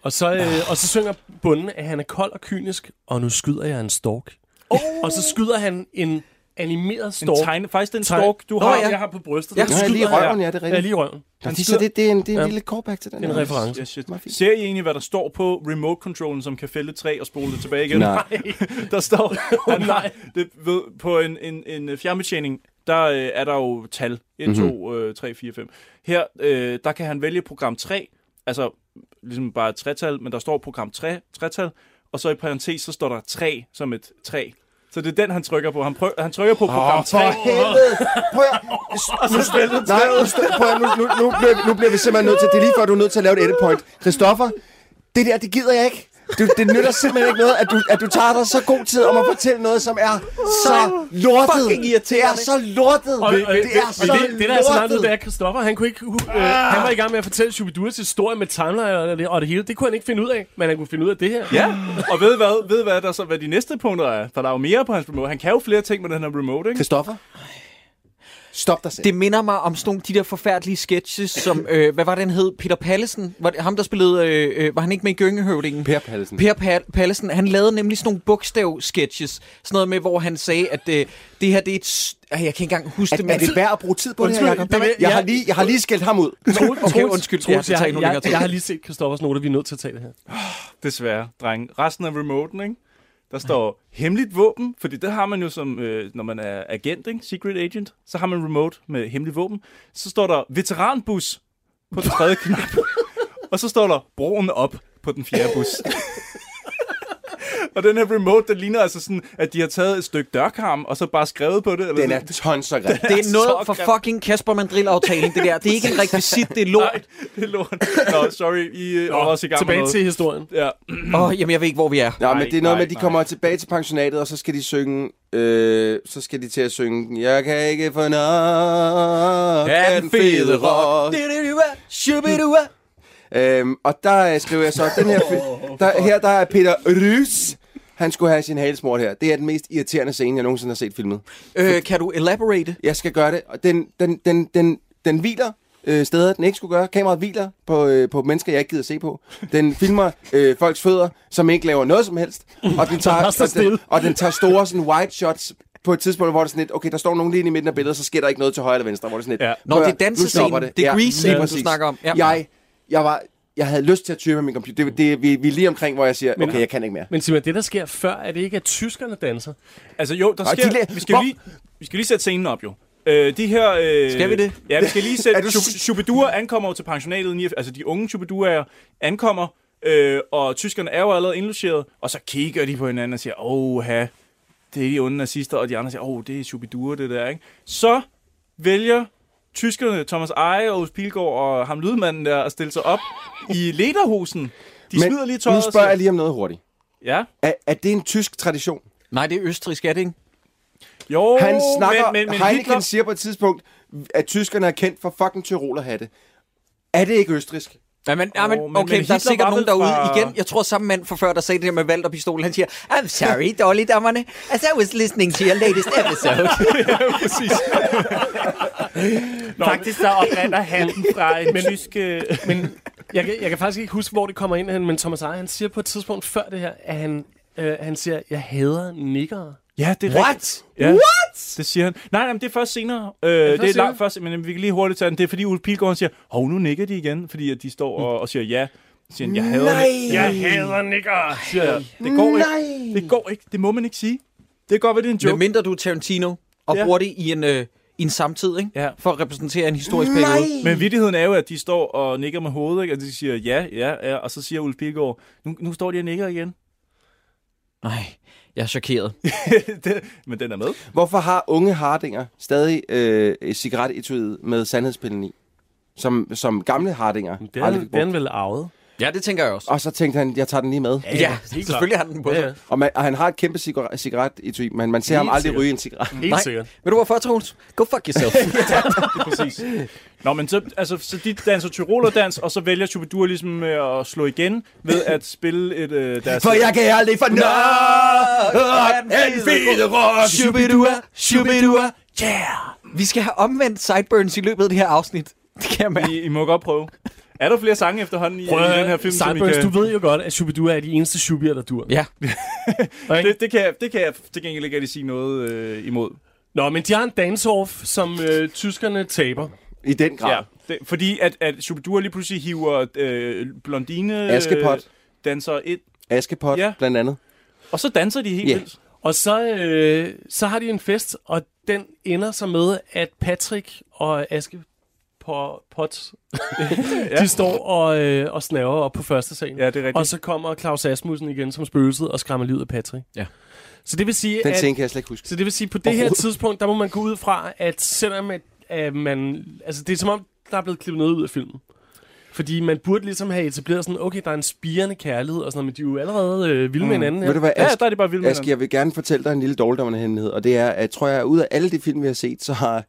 [SPEAKER 4] Og så, øh, og så synger Bunden, at han er kold og kynisk, og nu skyder jeg en stork. Oh. Og så skyder han en animeret stork.
[SPEAKER 2] tegne- faktisk den stork, du
[SPEAKER 4] Nå,
[SPEAKER 2] har-
[SPEAKER 4] ja.
[SPEAKER 2] jeg
[SPEAKER 4] har på brystet.
[SPEAKER 3] Ja,
[SPEAKER 4] Den
[SPEAKER 3] Nå, ja, lige i
[SPEAKER 4] skyder han-
[SPEAKER 3] røven, ja, det er rigtigt.
[SPEAKER 4] Ja, øh, lige i røven.
[SPEAKER 3] Nå, det, så det, det er en, det er en lille callback til den.
[SPEAKER 4] En
[SPEAKER 3] her.
[SPEAKER 4] reference.
[SPEAKER 2] Yes, yes. Ser I egentlig, hvad der står på remote-controllen, som kan fælde et træ og spole det tilbage igen?
[SPEAKER 3] Nej.
[SPEAKER 2] [LAUGHS] der står... Han har, det, ved, på en, en, en øh, fjernbetjening, der øh, er der jo tal. 1,
[SPEAKER 3] Mhm.
[SPEAKER 2] 2, øh, 3, 4, 5. Her, øh, der kan han vælge program 3. Altså, ligesom bare et tretal, men der står program 3, tretal. Og så i parentes, så står der 3 som et 3. Så det er den, han trykker på. Han, prøv, han trykker på program 3.
[SPEAKER 3] for helvede! Prøv at...
[SPEAKER 2] Og så spiller
[SPEAKER 3] Nej, nu, st- prøv at, nu, nu, nu, bliver, vi- nu bliver vi simpelthen nødt til... Det er lige før, du er nødt til at lave et edit point. Christoffer, det der, det gider jeg ikke. Du, det nytter simpelthen ikke noget, at du, at du tager dig så god tid om at fortælle noget, som er så lortet.
[SPEAKER 1] Fucking
[SPEAKER 3] Det er
[SPEAKER 1] irriterende.
[SPEAKER 3] så lortet.
[SPEAKER 4] Og, og,
[SPEAKER 3] det er så
[SPEAKER 4] og det, det, der er så meget ved,
[SPEAKER 3] lortet.
[SPEAKER 4] det er, at Christoffer, han, kunne ikke, hu- øh, han var i gang med at fortælle Shubiduras historie med timeline og det, og det hele. Det kunne han ikke finde ud af, men han kunne finde ud af det her.
[SPEAKER 2] Ja, og ved hvad, ved hvad, der så, hvad de næste punkter er? For der er jo mere på hans remote. Han kan jo flere ting med den her remote, ikke?
[SPEAKER 3] Christoffer? Stop dig selv.
[SPEAKER 1] Det minder mig om sådan nogle de der forfærdelige sketches,
[SPEAKER 3] [CLEARS THROAT]
[SPEAKER 1] som, øh, hvad var den hed? Peter Pallesen? Var det, ham, der spillede, øh, øh, var han ikke med i Gyngehøvdingen?
[SPEAKER 3] Per Pallesen.
[SPEAKER 1] Per Pal- Pallesen, han lavede nemlig sådan nogle bogstav-sketches. Sådan noget med, hvor han sagde, at øh, det her, det er et... s- Ej, jeg kan ikke engang huske
[SPEAKER 3] Er,
[SPEAKER 1] det, men...
[SPEAKER 3] er det værd at bruge tid på det her,
[SPEAKER 4] Undskyld,
[SPEAKER 3] Jacob?
[SPEAKER 4] der vil-
[SPEAKER 3] Jeg
[SPEAKER 4] ja.
[SPEAKER 3] har lige, jeg har lige skældt ham ud.
[SPEAKER 4] Troels-
[SPEAKER 1] Okay,
[SPEAKER 4] Troels-
[SPEAKER 1] undskyld,
[SPEAKER 4] Troels,
[SPEAKER 1] Troels, jeg
[SPEAKER 4] jeg,
[SPEAKER 1] tager
[SPEAKER 4] jeg,
[SPEAKER 1] endnu
[SPEAKER 4] jeg,
[SPEAKER 1] længere
[SPEAKER 4] jeg, har lige set Christoffers noter, vi er nødt til at tage det her.
[SPEAKER 2] Desværre, dreng. Resten af remoten, ikke? Der står hemmeligt våben, fordi det har man jo som, øh, når man er agent, ikke? Secret agent. Så har man remote med hemmeligt våben. Så står der veteranbus på den tredje knap. og så står der broen op på den fjerde bus. og den her remote, der ligner altså sådan, at de har taget et stykke dørkarm, og så bare skrevet på det. Eller
[SPEAKER 3] Den er
[SPEAKER 2] sådan.
[SPEAKER 3] tons og grim.
[SPEAKER 1] Det er
[SPEAKER 2] så
[SPEAKER 1] noget for
[SPEAKER 2] grimt.
[SPEAKER 1] fucking Kasper Mandrill-aftalen, det der. Det er ikke en rekvisit, det er lort.
[SPEAKER 2] Det er lort. Nå, sorry, I øh, var også i gang
[SPEAKER 4] Tilbage
[SPEAKER 2] med noget.
[SPEAKER 4] til historien.
[SPEAKER 2] Ja.
[SPEAKER 1] Åh, oh, jamen, jeg ved ikke, hvor vi er.
[SPEAKER 3] Ja,
[SPEAKER 2] Nej,
[SPEAKER 3] men det er noget
[SPEAKER 2] nej,
[SPEAKER 3] med, at de
[SPEAKER 2] nej.
[SPEAKER 3] kommer tilbage til pensionatet, og så skal de synge... Øh, så skal de til at synge... Jeg kan ikke få nok af den fede rock.
[SPEAKER 1] Shubidua.
[SPEAKER 3] Øhm, og der øh, skriver jeg så, den her, fi- der, her der er Peter Rys. Han skulle have sin halesmort her. Det er den mest irriterende scene, jeg nogensinde har set filmet.
[SPEAKER 1] Øh, kan du elaborate?
[SPEAKER 3] Jeg skal gøre det. Og den, den, den, den, den hviler øh, steder, den ikke skulle gøre. Kameraet hviler på, øh, på mennesker, jeg ikke gider se på. Den filmer øh, folks fødder, som ikke laver noget som helst. Og den
[SPEAKER 2] [LAUGHS]
[SPEAKER 3] tager,
[SPEAKER 4] Der står
[SPEAKER 3] og den,
[SPEAKER 4] stille.
[SPEAKER 3] og den tager store sådan, wide shots på et tidspunkt, hvor det er sådan lidt, okay, der står nogen lige inde i midten af billedet, så sker der ikke noget til højre eller venstre, hvor det er sådan lidt,
[SPEAKER 2] Ja.
[SPEAKER 1] Nå,
[SPEAKER 3] prøv
[SPEAKER 1] det er
[SPEAKER 3] at- nu
[SPEAKER 1] dansescenen.
[SPEAKER 3] stopper
[SPEAKER 1] Det er Grease-scenen, du
[SPEAKER 3] præcis.
[SPEAKER 1] snakker om. Ja.
[SPEAKER 3] Jeg, jeg, var, jeg havde lyst til at tyre med min computer. Det, det, vi, vi er lige omkring, hvor jeg siger, okay, jeg kan ikke mere.
[SPEAKER 4] Men Simon, det der sker før, er det ikke, at tyskerne danser?
[SPEAKER 2] Altså jo, der
[SPEAKER 3] Ej,
[SPEAKER 2] sker...
[SPEAKER 3] de la-
[SPEAKER 2] vi, skal
[SPEAKER 3] Hvor-
[SPEAKER 2] lige, vi skal lige sætte scenen op jo. Øh, de her... Øh,
[SPEAKER 1] Skal vi det?
[SPEAKER 3] [LAUGHS]
[SPEAKER 2] Ja, vi skal lige
[SPEAKER 3] Er
[SPEAKER 2] sætte...
[SPEAKER 3] du
[SPEAKER 2] Chub- Chubadur ankommer jo til pensionatet. 89 Altså de unge Chubadurer ankommer Øh, og tyskerne er jo allerede indlogeret, og så kigger de på hinanden og siger, åh, det er de onde nazister, og de andre siger, åh, det er Shubidua, det der, ikke? Så vælger tyskerne, Thomas Eje, Aarhus Pilgaard og ham lydmanden der, at stille sig op i lederhusen. De smider lige tøjet
[SPEAKER 3] nu
[SPEAKER 2] og
[SPEAKER 3] spørger
[SPEAKER 2] siger-
[SPEAKER 3] jeg lige om noget hurtigt.
[SPEAKER 2] Ja.
[SPEAKER 3] Er, er det en tysk tradition?
[SPEAKER 1] Nej, det er østrisk, er det ikke?
[SPEAKER 2] Jo,
[SPEAKER 3] Han snakker,
[SPEAKER 2] men, men, men
[SPEAKER 3] Heineken
[SPEAKER 2] Hitler,
[SPEAKER 3] siger på et tidspunkt, at tyskerne er kendt for fucking tyrolerhatte. Er det ikke østrisk?
[SPEAKER 1] Ja, men, ja, men,
[SPEAKER 3] Åh,
[SPEAKER 1] okay,
[SPEAKER 3] men-
[SPEAKER 1] men,
[SPEAKER 3] men
[SPEAKER 1] der er
[SPEAKER 3] Hitler var
[SPEAKER 1] sikkert nogen
[SPEAKER 3] vel
[SPEAKER 1] derude
[SPEAKER 3] fra-
[SPEAKER 1] igen. Jeg tror samme mand fra før, der sagde det der med valg og pistol, han siger, I'm sorry, dårligdommerne, as I was listening to your latest episode.
[SPEAKER 2] ja, præcis.
[SPEAKER 4] Nå,
[SPEAKER 14] Faktisk så oprinder han den fra en
[SPEAKER 4] Men-
[SPEAKER 14] tysk... øh,
[SPEAKER 4] men jeg, kan- jeg kan faktisk ikke huske, hvor det kommer ind, hen, men Thomas Eje, han siger på et tidspunkt før det her, at han, øh, han siger, jeg hader nikkere.
[SPEAKER 2] Ja, det er
[SPEAKER 4] What?
[SPEAKER 2] rigtigt. Ja,
[SPEAKER 4] What?
[SPEAKER 2] Det siger han. Nej, nej, men det er først senere. Øh,
[SPEAKER 4] først
[SPEAKER 2] det er
[SPEAKER 4] senere?
[SPEAKER 2] langt først, men vi kan lige hurtigt tage den. Det er fordi Ulf Pilgaard han siger, hov, nu nikker de igen, fordi at de står og, og siger ja. Så Siger han, jeg hader
[SPEAKER 4] Nej!
[SPEAKER 2] nik-
[SPEAKER 4] Jeg hader nikkere,
[SPEAKER 2] Siger jeg. Det går ikke. Det går ikke. Det må man ikke sige. Det går godt være, det er en joke.
[SPEAKER 1] Men mindre du er Tarantino, og
[SPEAKER 2] Ja.
[SPEAKER 1] ja. bruger det i en, øh, i en samtid, ikke?
[SPEAKER 2] Ja.
[SPEAKER 1] For at repræsentere en historisk periode.
[SPEAKER 2] Men vittigheden er jo, at de står og nikker med hovedet, ikke? og de siger ja, ja, ja, og så siger Ulf Pilgaard, nu, nu står de og nikker igen. [LAUGHS]
[SPEAKER 1] Nej, jeg er chokeret.
[SPEAKER 2] det, men den er
[SPEAKER 4] [LAUGHS]
[SPEAKER 2] med.
[SPEAKER 3] Hvorfor har unge hardinger stadig øh, cigaretetuiet med sandhedspillen i? Som, som gamle hardinger
[SPEAKER 4] Det er, den, den vel arvet.
[SPEAKER 1] Ja, det tænker jeg også.
[SPEAKER 3] Og så tænkte han, jeg tager den lige med.
[SPEAKER 4] Ja, ja, helt klart. selvfølgelig har den den på Ja, sig. ja.
[SPEAKER 3] Og, man, og han har et kæmpe cigaret, cigaretetui, men man ser
[SPEAKER 4] Helt
[SPEAKER 3] ham aldrig
[SPEAKER 4] sikkert.
[SPEAKER 3] ryge en cigaret.
[SPEAKER 4] Helt
[SPEAKER 3] Nej.
[SPEAKER 4] sikkert.
[SPEAKER 1] Ved du hvorfor, Troels? Go fuck yourself.
[SPEAKER 2] Det er præcis. Nå, men så, altså, så de danser Tyrolerdans, og så vælger Chubadur ligesom øh, at slå igen ved at spille et, øh, deres...
[SPEAKER 3] For jeg kan aldrig fornå
[SPEAKER 1] en fede rock. Shubidua, shubidua, yeah! Vi skal have omvendt sideburns i løbet af det her afsnit. Det kan jeg mærke.
[SPEAKER 2] I, I må godt prøve. Er der flere sange efterhånden i,
[SPEAKER 4] Prøv
[SPEAKER 2] i
[SPEAKER 4] at,
[SPEAKER 2] den her film,
[SPEAKER 4] Sideburns,
[SPEAKER 2] som I kan...
[SPEAKER 4] du ved jo godt, at Shubidua er de eneste Shubier, der dur.
[SPEAKER 1] Ja.
[SPEAKER 2] det, det, kan jeg, det kan jeg til gengæld ikke rigtig sige noget øh, imod.
[SPEAKER 4] Nå, men de har en dance-off, som øh, tyskerne taber.
[SPEAKER 3] I den
[SPEAKER 2] Ja, det, fordi at, at Chubadur lige pludselig hiver øh, blondine... øh,
[SPEAKER 3] Askepot.
[SPEAKER 2] Danser ind.
[SPEAKER 3] Askepot,
[SPEAKER 2] Ja.
[SPEAKER 3] blandt andet.
[SPEAKER 2] Og så danser de helt
[SPEAKER 3] Ja.
[SPEAKER 2] vildt.
[SPEAKER 4] Og så, øh, så har de en fest, og den ender så med, at Patrick og Aske på pot,
[SPEAKER 2] [LAUGHS] Ja.
[SPEAKER 4] de står og, øh, og snaver op på første sal.
[SPEAKER 2] Ja, det er rigtigt.
[SPEAKER 4] Og så kommer Claus Asmussen igen som spøgelset og skræmmer livet af Patrick.
[SPEAKER 1] Ja.
[SPEAKER 4] Så det vil sige,
[SPEAKER 3] Den
[SPEAKER 4] at,
[SPEAKER 3] scene kan jeg slet ikke huske.
[SPEAKER 4] Så det vil sige, på det her
[SPEAKER 3] Overhovedet.
[SPEAKER 4] tidspunkt, der må man gå ud fra, at selvom at, at man... Altså, det er som om, der er blevet klippet noget ud af filmen. Fordi man burde ligesom have etableret sådan, okay, der er en spirende kærlighed og sådan noget, men de er jo allerede øh, vilde mm. med hinanden. her.
[SPEAKER 3] Ved du hvad,
[SPEAKER 4] ja,
[SPEAKER 3] Ask,
[SPEAKER 4] der er de bare vilde med
[SPEAKER 3] Aske,
[SPEAKER 4] hinanden.
[SPEAKER 3] jeg vil gerne fortælle dig en lille dårligdommerhændighed, og det er, at jeg tror jeg, at ud af alle de film, vi har set, så har